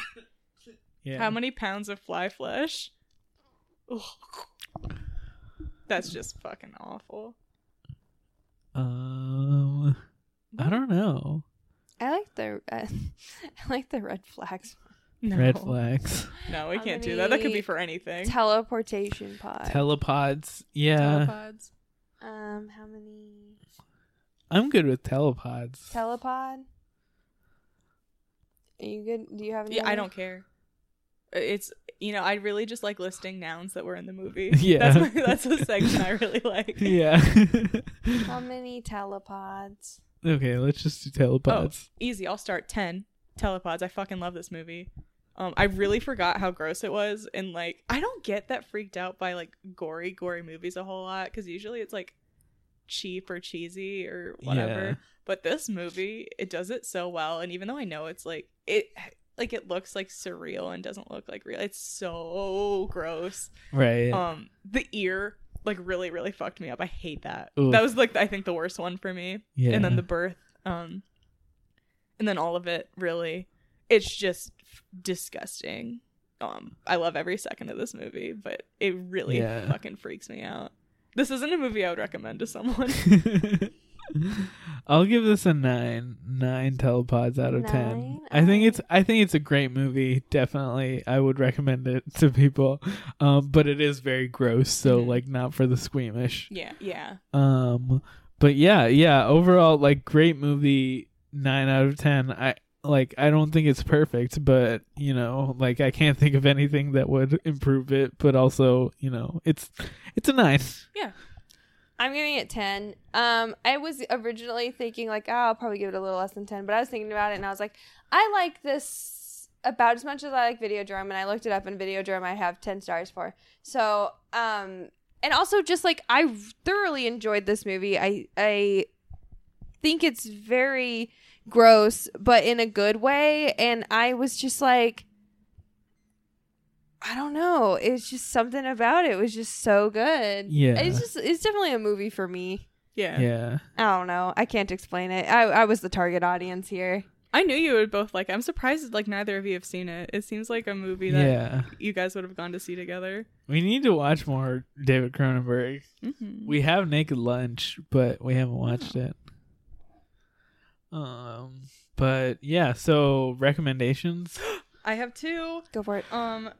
[SPEAKER 1] Yeah.
[SPEAKER 3] How many pounds of fly flesh? Ugh. That's just fucking awful.
[SPEAKER 1] Um, I don't know.
[SPEAKER 2] I like the uh, I like the red flags.
[SPEAKER 3] No.
[SPEAKER 1] Red flags.
[SPEAKER 3] No, we
[SPEAKER 2] How
[SPEAKER 3] can't do that. That could
[SPEAKER 2] many
[SPEAKER 3] be for anything.
[SPEAKER 2] Teleportation pod.
[SPEAKER 1] Telepods. Yeah,
[SPEAKER 3] Telepods.
[SPEAKER 2] um, how many
[SPEAKER 1] I'm good with telepods.
[SPEAKER 2] telepod? Are you good? Do you have?
[SPEAKER 3] Yeah, I
[SPEAKER 2] another?
[SPEAKER 3] don't care. It's you know, I really just like listing nouns that were in the movie.
[SPEAKER 1] Yeah.
[SPEAKER 3] That's my, that's a section I really like.
[SPEAKER 1] yeah.
[SPEAKER 2] How many telepods?
[SPEAKER 1] okay, let's just do telepods.
[SPEAKER 3] Oh, Easy, I'll start 10 telepods. I fucking love this movie. Um I really forgot how gross it was and like I don't get that freaked out by like gory gory movies a whole lot cuz usually it's like cheap or cheesy or whatever.
[SPEAKER 1] Yeah.
[SPEAKER 3] But this movie, it does it so well and even though I know it's like it like it looks like surreal and doesn't look like real. It's so gross.
[SPEAKER 1] Right.
[SPEAKER 3] Um, the ear like really really fucked me up. I hate that.
[SPEAKER 1] Oof.
[SPEAKER 3] That was like I think the worst one for me.
[SPEAKER 1] yeah.
[SPEAKER 3] And then the birth. Um, and then all of it really, it's just f- disgusting. Um, I love every second of this movie, but it really
[SPEAKER 1] Yeah.
[SPEAKER 3] fucking freaks me out. This isn't a movie I would recommend to someone.
[SPEAKER 1] I'll give this a nine. Nine telepods out of ten.
[SPEAKER 2] Nine?
[SPEAKER 1] I think it's
[SPEAKER 3] Uh-huh.
[SPEAKER 1] I think it's a great movie. Definitely, I would recommend it to people. Um, but it is very gross, so
[SPEAKER 3] Mhm.
[SPEAKER 1] like not for the squeamish.
[SPEAKER 3] yeah, yeah.
[SPEAKER 1] Um, but yeah, yeah. Overall, like great movie. Nine out of ten. I like. I don't think it's perfect, but you know, like I can't think of anything that would improve it. But also, you know, it's it's a nine.
[SPEAKER 2] I'm giving it ten. Um, I was originally thinking like, oh, I'll probably give it a little less than ten, but I was thinking about it and I was like, I like this about as much as I like Video Drum, and I looked it up in Video Drum. I have ten stars for. So, um, and also just like I thoroughly enjoyed this movie. I I think it's very gross, but in a good way. And I was just like. I don't know. It's just something about it was just so good.
[SPEAKER 1] Yeah.
[SPEAKER 2] It's just it's definitely a movie for me.
[SPEAKER 3] Yeah.
[SPEAKER 1] Yeah.
[SPEAKER 2] I don't know. I can't explain it. I, I was the target audience here.
[SPEAKER 3] I knew you would both like. it. I'm surprised like neither of you have seen it. It seems like a movie that
[SPEAKER 1] Yeah.
[SPEAKER 3] you guys would have gone to see together.
[SPEAKER 1] We need to watch more David Cronenberg.
[SPEAKER 3] Mm-hmm.
[SPEAKER 1] We have Naked Lunch, but we haven't watched it. Um, but yeah. So recommendations.
[SPEAKER 3] I have two.
[SPEAKER 2] Go for it.
[SPEAKER 3] Um,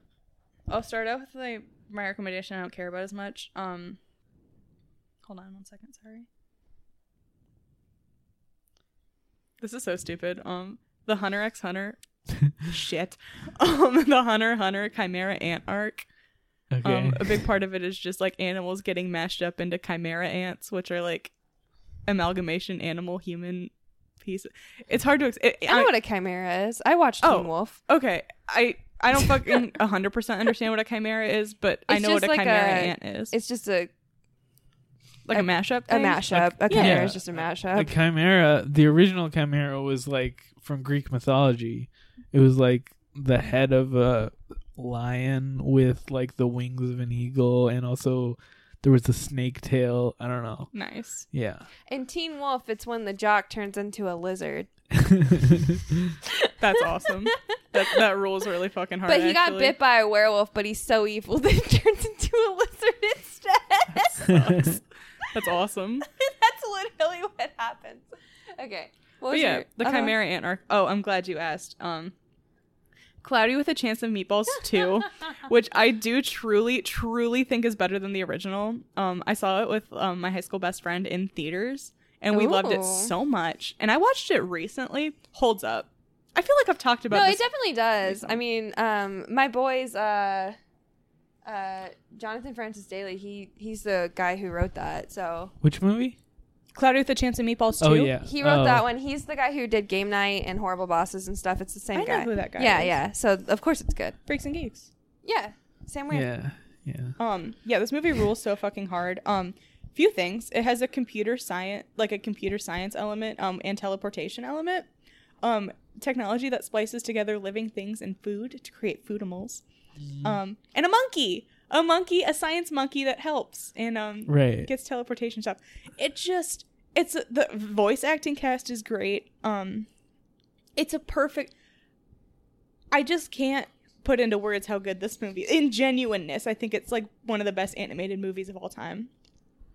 [SPEAKER 3] I'll start out with my my recommendation. I don't care about as much. Um, hold on one second. Sorry. This is so stupid. Um, the Hunter X Hunter shit. Um, the Hunter Hunter Chimera Ant arc.
[SPEAKER 1] Okay.
[SPEAKER 3] Um, a big part of it is just like animals getting mashed up into chimera ants, which are like amalgamation animal human pieces. It's hard to. Ex- it,
[SPEAKER 2] I know what a chimera is. I watched
[SPEAKER 3] Oh.
[SPEAKER 2] Teen Wolf.
[SPEAKER 3] okay, I I don't fucking hundred percent understand what a chimera is, but I
[SPEAKER 2] It's
[SPEAKER 3] know what a
[SPEAKER 2] just like
[SPEAKER 3] chimera
[SPEAKER 2] a-
[SPEAKER 3] ant is.
[SPEAKER 2] It's just a
[SPEAKER 3] like a, mashup.
[SPEAKER 2] a
[SPEAKER 3] thing?
[SPEAKER 2] mashup. A
[SPEAKER 3] yeah.
[SPEAKER 2] chimera is just a mashup.
[SPEAKER 1] A chimera, the original chimera was like from Greek mythology. It was like the head of a lion with like the wings of an eagle, and also there was the snake tail. I don't know.
[SPEAKER 3] Nice.
[SPEAKER 1] Yeah.
[SPEAKER 2] In Teen Wolf, it's when the jock turns into a lizard.
[SPEAKER 3] That's awesome. that that rules really fucking hard.
[SPEAKER 2] But he got
[SPEAKER 3] actually.
[SPEAKER 2] bit by a werewolf, but he's so evil that he turns into a lizard instead.
[SPEAKER 3] That's awesome.
[SPEAKER 2] That's literally what happens. Okay. What
[SPEAKER 3] But
[SPEAKER 2] was
[SPEAKER 3] yeah,
[SPEAKER 2] your- uh-huh.
[SPEAKER 3] the
[SPEAKER 2] other one?
[SPEAKER 3] Chimera Ant arc. Oh, I'm glad you asked. Um, Cloudy with a Chance of Meatballs 2, which I do truly, truly think is better than the original. Um, I saw it with um, my high school best friend in theaters, and we loved
[SPEAKER 2] Ooh.
[SPEAKER 3] it so much. And I watched it recently. Holds up. I feel like I've talked about
[SPEAKER 2] No,
[SPEAKER 3] this.
[SPEAKER 2] it definitely does. I mean, um, my boys, uh, uh, Jonathan Francis Daly, he he's the guy who wrote that. So
[SPEAKER 1] Which movie?
[SPEAKER 3] Cloudy with a Chance of Meatballs 2.
[SPEAKER 1] Oh yeah.
[SPEAKER 2] he wrote
[SPEAKER 1] Oh.
[SPEAKER 2] that one. He's the guy who did Game Night and Horrible Bosses and stuff. It's the same
[SPEAKER 3] I know
[SPEAKER 2] guy.
[SPEAKER 3] who that guy
[SPEAKER 2] yeah,
[SPEAKER 3] is.
[SPEAKER 2] yeah. So of course it's good.
[SPEAKER 3] Freaks and Geeks.
[SPEAKER 2] Yeah, same way.
[SPEAKER 1] Yeah. Yeah.
[SPEAKER 3] Um, yeah, this movie rules so fucking hard. Um, few things. It has a computer science, like a computer science element, um, and teleportation element. Um, technology that splices together living things and food to create foodimals. Um, and a monkey, a monkey, a science monkey that helps and um
[SPEAKER 1] Right.
[SPEAKER 3] gets teleportation stuff. It just, it's the voice acting cast is great. Um, it's a perfect. I just can't put into words how good this movie in genuineness. I think it's like one of the best animated movies of all time.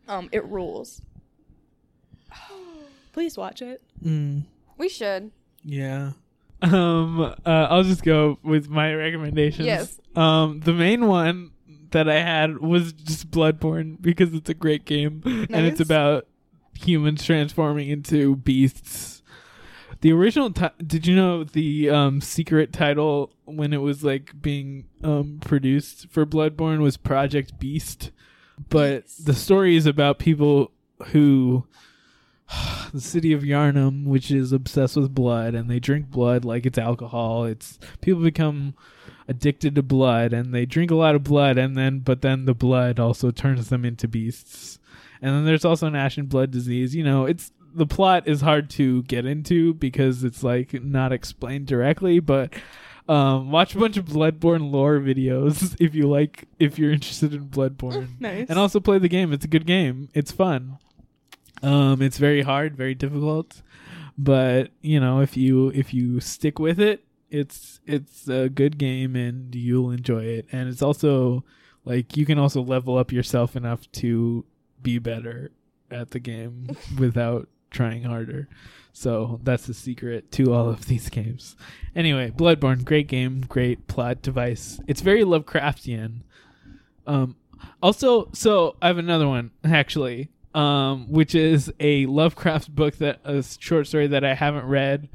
[SPEAKER 3] Um, it rules. Please watch it.
[SPEAKER 1] Mm.
[SPEAKER 2] We should.
[SPEAKER 1] Yeah. Um, uh, I'll just go with my recommendations.
[SPEAKER 2] Yes.
[SPEAKER 1] Um, the main one that I had was just Bloodborne because it's a great game and it's
[SPEAKER 3] Nice.
[SPEAKER 1] about humans transforming into beasts. The original ti- did you know the um, secret title when it was like being um, produced for Bloodborne was Project Beast, but the story is about people who the city of Yarnum, which is obsessed with blood, and they drink blood like it's alcohol. It's people become addicted to blood, and they drink a lot of blood, and then but then the blood also turns them into beasts. And then there's also an ashen blood disease. You know, it's the plot is hard to get into because it's like not explained directly, but. Um, watch a bunch of Bloodborne lore videos if you like, if you're interested in Bloodborne,
[SPEAKER 3] Nice.
[SPEAKER 1] and also play the game. It's a good game. It's fun. Um, it's very hard, very difficult, but you know if you if you stick with it, it's it's a good game and you'll enjoy it. And it's also like you can also level up yourself enough to be better at the game without trying harder. So that's the secret to all of these games. Anyway, Bloodborne, great game, great plot device. It's very Lovecraftian. Um, also, so I have another one actually, um, which is a Lovecraft book that a short story that I haven't read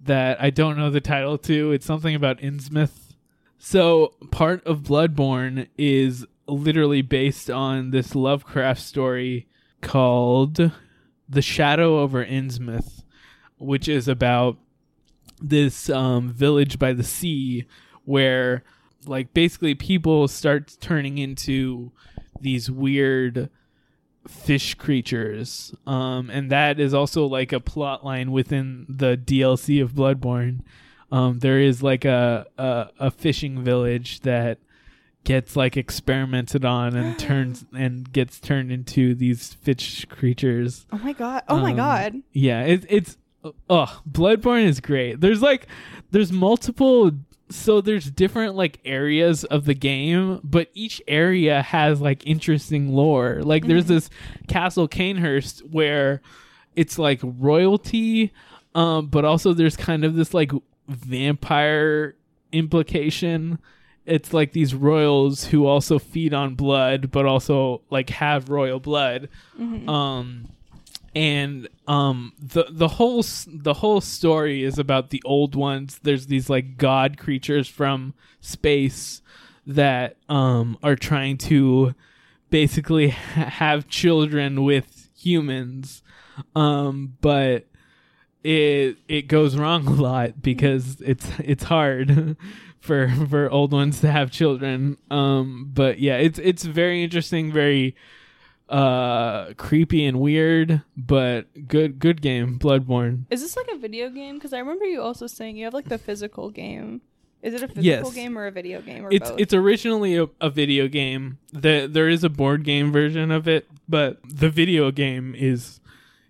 [SPEAKER 1] that I don't know the title to. It's something about Innsmouth. So part of Bloodborne is literally based on this Lovecraft story called The Shadow Over Innsmouth, which is about this um, village by the sea where like basically people start turning into these weird fish creatures um and that is also like a plot line within the dlc of bloodborne um there is like a a, a fishing village that gets like experimented on and turns and gets turned into these fish creatures
[SPEAKER 3] Oh my god. Oh my
[SPEAKER 1] Um,
[SPEAKER 3] god.
[SPEAKER 1] yeah, it, it's oh, Bloodborne is great. There's like there's multiple so there's different like areas of the game, but each area has like interesting lore. Like there's
[SPEAKER 3] Mm-hmm.
[SPEAKER 1] this Castle Canehurst where it's like royalty, um, but also there's kind of this like vampire implication. It's like these royals who also
[SPEAKER 3] Mm-hmm.
[SPEAKER 1] feed on blood, but also like have royal blood. Um, and um the the whole s- the whole story is about the old ones there's these like god creatures from space that um are trying to basically ha- have children with humans um but it it goes wrong a lot because it's it's hard for for old ones to have children um but yeah it's it's very interesting very uh creepy and weird but good good game bloodborne
[SPEAKER 3] Is this like a video game? Because I remember you also saying you have like the physical game. Is it a physical
[SPEAKER 1] Yes.
[SPEAKER 3] game or a video game or
[SPEAKER 1] it's
[SPEAKER 3] both?
[SPEAKER 1] it's originally a, a video game the, there is a board game version of it but the video game is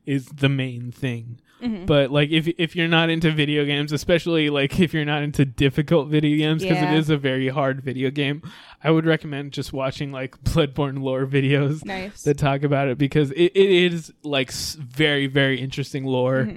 [SPEAKER 1] is the main thing but like if if you're not into video games especially like if you're not into difficult video games because
[SPEAKER 3] Yeah.
[SPEAKER 1] it is a very hard video game i would recommend just watching like bloodborne lore videos
[SPEAKER 3] nice.
[SPEAKER 1] that talk about it because it, it is like s- very very interesting lore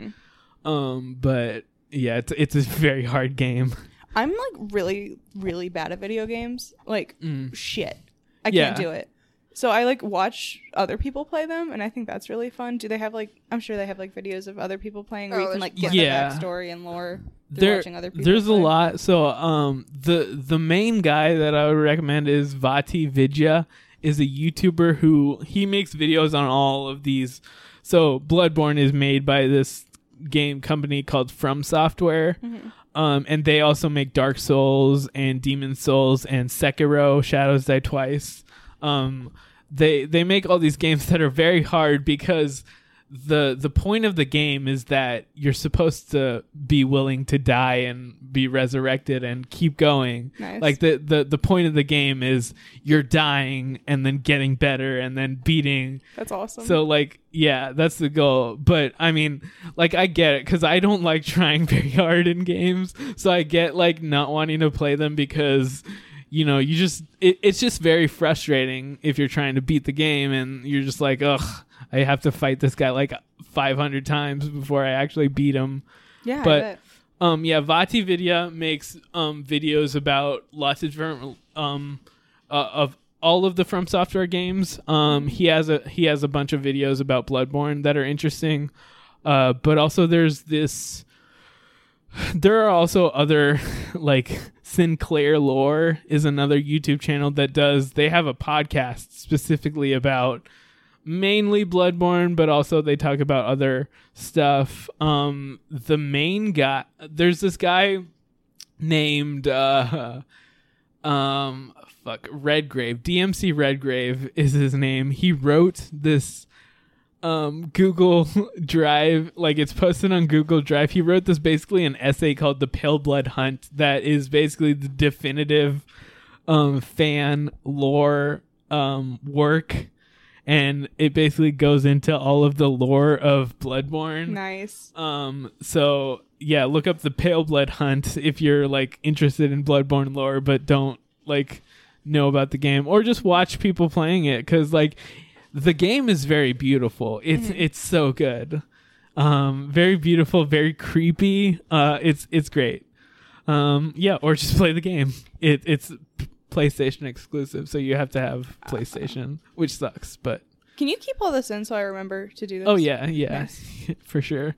[SPEAKER 1] um but yeah it's it's a very hard game
[SPEAKER 3] I'm like really, really bad at video games. Like shit. I can't
[SPEAKER 1] Mm. Yeah.
[SPEAKER 3] do it. So I like watch other people play them and I think that's really fun. Do they have like I'm sure they have like videos of other people playing where
[SPEAKER 2] Oh,
[SPEAKER 3] you can
[SPEAKER 2] there's
[SPEAKER 3] like get
[SPEAKER 1] Yeah.
[SPEAKER 3] the backstory and lore through
[SPEAKER 1] there,
[SPEAKER 3] watching other people.
[SPEAKER 1] there's
[SPEAKER 3] play.
[SPEAKER 1] a lot. So um, the the main guy that I would recommend is Vati Vidya, is a YouTuber who he makes videos on all of these. So Bloodborne is made by this game company called From Software.
[SPEAKER 3] Mm-hmm.
[SPEAKER 1] Um, and they also make Dark Souls and Demon Souls and Sekiro, Shadows Die Twice. Um, they they make all these games that are very hard because the the point of the game is that you're supposed to be willing to die and be resurrected and keep going.
[SPEAKER 3] Nice.
[SPEAKER 1] Like the, the the point of the game is you're dying and then getting better and then beating
[SPEAKER 3] That's awesome.
[SPEAKER 1] so like yeah, that's the goal. But I mean, like I get it cuz I don't like trying very hard in games. So I get like not wanting to play them because you know, you just it, it's just very frustrating if you're trying to beat the game and you're just like, "Ugh, I have to fight this guy like 500 times before I actually beat him."
[SPEAKER 3] yeah, I
[SPEAKER 1] but-
[SPEAKER 3] bet.
[SPEAKER 1] Um, yeah, Vati Vidya makes um, videos about lots of different um, uh, of all of the From Software games. Um, he has a he has a bunch of videos about Bloodborne that are interesting. Uh, but also there's this. There are also other like Sinclair Lore is another YouTube channel that does. They have a podcast specifically about mainly Bloodborne, but also they talk about other stuff. Um, the main guy, there's this guy named uh, um, fuck Redgrave. DMC Redgrave is his name. He wrote this um Google Drive, like it's posted on Google Drive. He wrote this basically an essay called "The Pale Blood Hunt" that is basically the definitive um fan lore um work and it basically goes into all of the lore of Bloodborne.
[SPEAKER 3] nice.
[SPEAKER 1] Um, so yeah, look up the Pale Blood Hunt if you're like interested in Bloodborne lore, but don't like know about the game, or just watch people playing it because like the game is very beautiful. It's it's so good. Um, very beautiful, very creepy. Uh, it's it's great. Um, yeah, or just play the game. It it's PlayStation exclusive, so you have to have PlayStation, which sucks, but
[SPEAKER 3] Can you keep all this in so I remember to do this?
[SPEAKER 1] Oh yeah, yeah, for sure.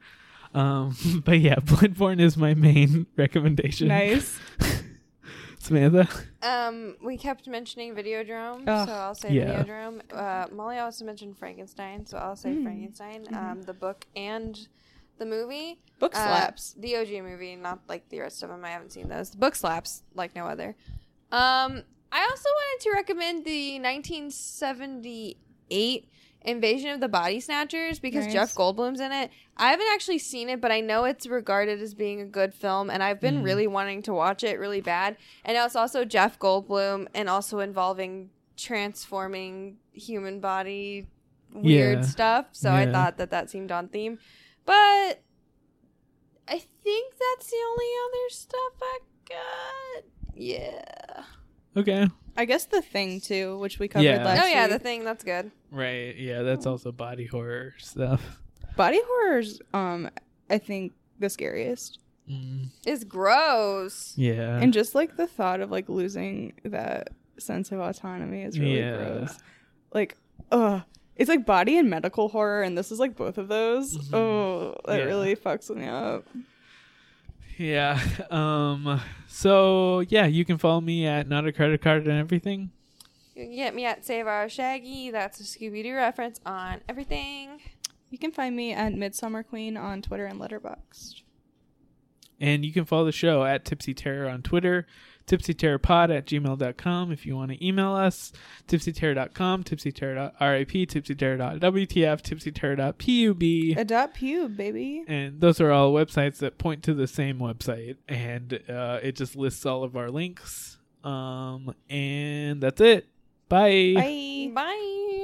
[SPEAKER 1] Um, but yeah, Bloodborne is my main recommendation.
[SPEAKER 3] Nice.
[SPEAKER 1] Samantha.
[SPEAKER 2] Um, we kept mentioning Videodrome,
[SPEAKER 3] Ugh.
[SPEAKER 2] so I'll say
[SPEAKER 1] Yeah.
[SPEAKER 2] Videodrome. Uh, Molly also mentioned Frankenstein, so I'll say
[SPEAKER 3] Hmm.
[SPEAKER 2] Frankenstein. Um, the book and the movie.
[SPEAKER 3] Mm-hmm. Book
[SPEAKER 2] Uh,
[SPEAKER 3] slaps.
[SPEAKER 2] the OG movie, not like the rest of them. I haven't seen those. The book slaps like no other. Um, I also wanted to recommend the 1978 Invasion of the Body Snatchers because
[SPEAKER 3] Nice.
[SPEAKER 2] Jeff Goldblum's in it. I haven't actually seen it, but I know it's regarded as being a good film, and I've
[SPEAKER 1] Mm-hmm.
[SPEAKER 2] been really wanting to watch it really bad. And it's also Jeff Goldblum, and also involving transforming human body weird
[SPEAKER 1] Yeah.
[SPEAKER 2] stuff. So I
[SPEAKER 1] Yeah.
[SPEAKER 2] thought that that seemed on theme, but I think that's the only other stuff I got. Yeah.
[SPEAKER 1] Okay.
[SPEAKER 3] I guess the thing too, which we covered
[SPEAKER 1] Yeah.
[SPEAKER 3] last
[SPEAKER 2] oh yeah, the
[SPEAKER 3] week.
[SPEAKER 2] thing that's good.
[SPEAKER 1] Right. Yeah, that's also body horror stuff.
[SPEAKER 3] Body horror's um I think the scariest.
[SPEAKER 1] Mm,
[SPEAKER 2] It's gross.
[SPEAKER 1] yeah.
[SPEAKER 3] And just like the thought of like losing that sense of autonomy is really
[SPEAKER 1] Yeah.
[SPEAKER 3] gross. Like, ugh. It's like body and medical horror, and this is like both of those. Oh,
[SPEAKER 1] Mm-hmm.
[SPEAKER 3] that
[SPEAKER 1] Yeah.
[SPEAKER 3] really fucks me up.
[SPEAKER 1] Yeah. Um. So yeah, you can follow me at not a credit card and everything.
[SPEAKER 2] You can get me at Save Our Shaggy. That's a Scooby Doo reference on everything.
[SPEAKER 3] You can find me at Midsummer Queen on Twitter and Letterboxd.
[SPEAKER 1] And you can follow the show at Tipsy Terror on Twitter, tipsyterrorpod at gmail.com if you want to email us, tipsyterror.com, tipsyterror.rip, tipsyterror.wtf, tipsyterror.pub.
[SPEAKER 3] Adopt pube, baby.
[SPEAKER 1] And those are all websites that point to the same website. And uh, it just lists all of our links. Um, and that's it. Bye.
[SPEAKER 3] Bye.
[SPEAKER 2] Bye.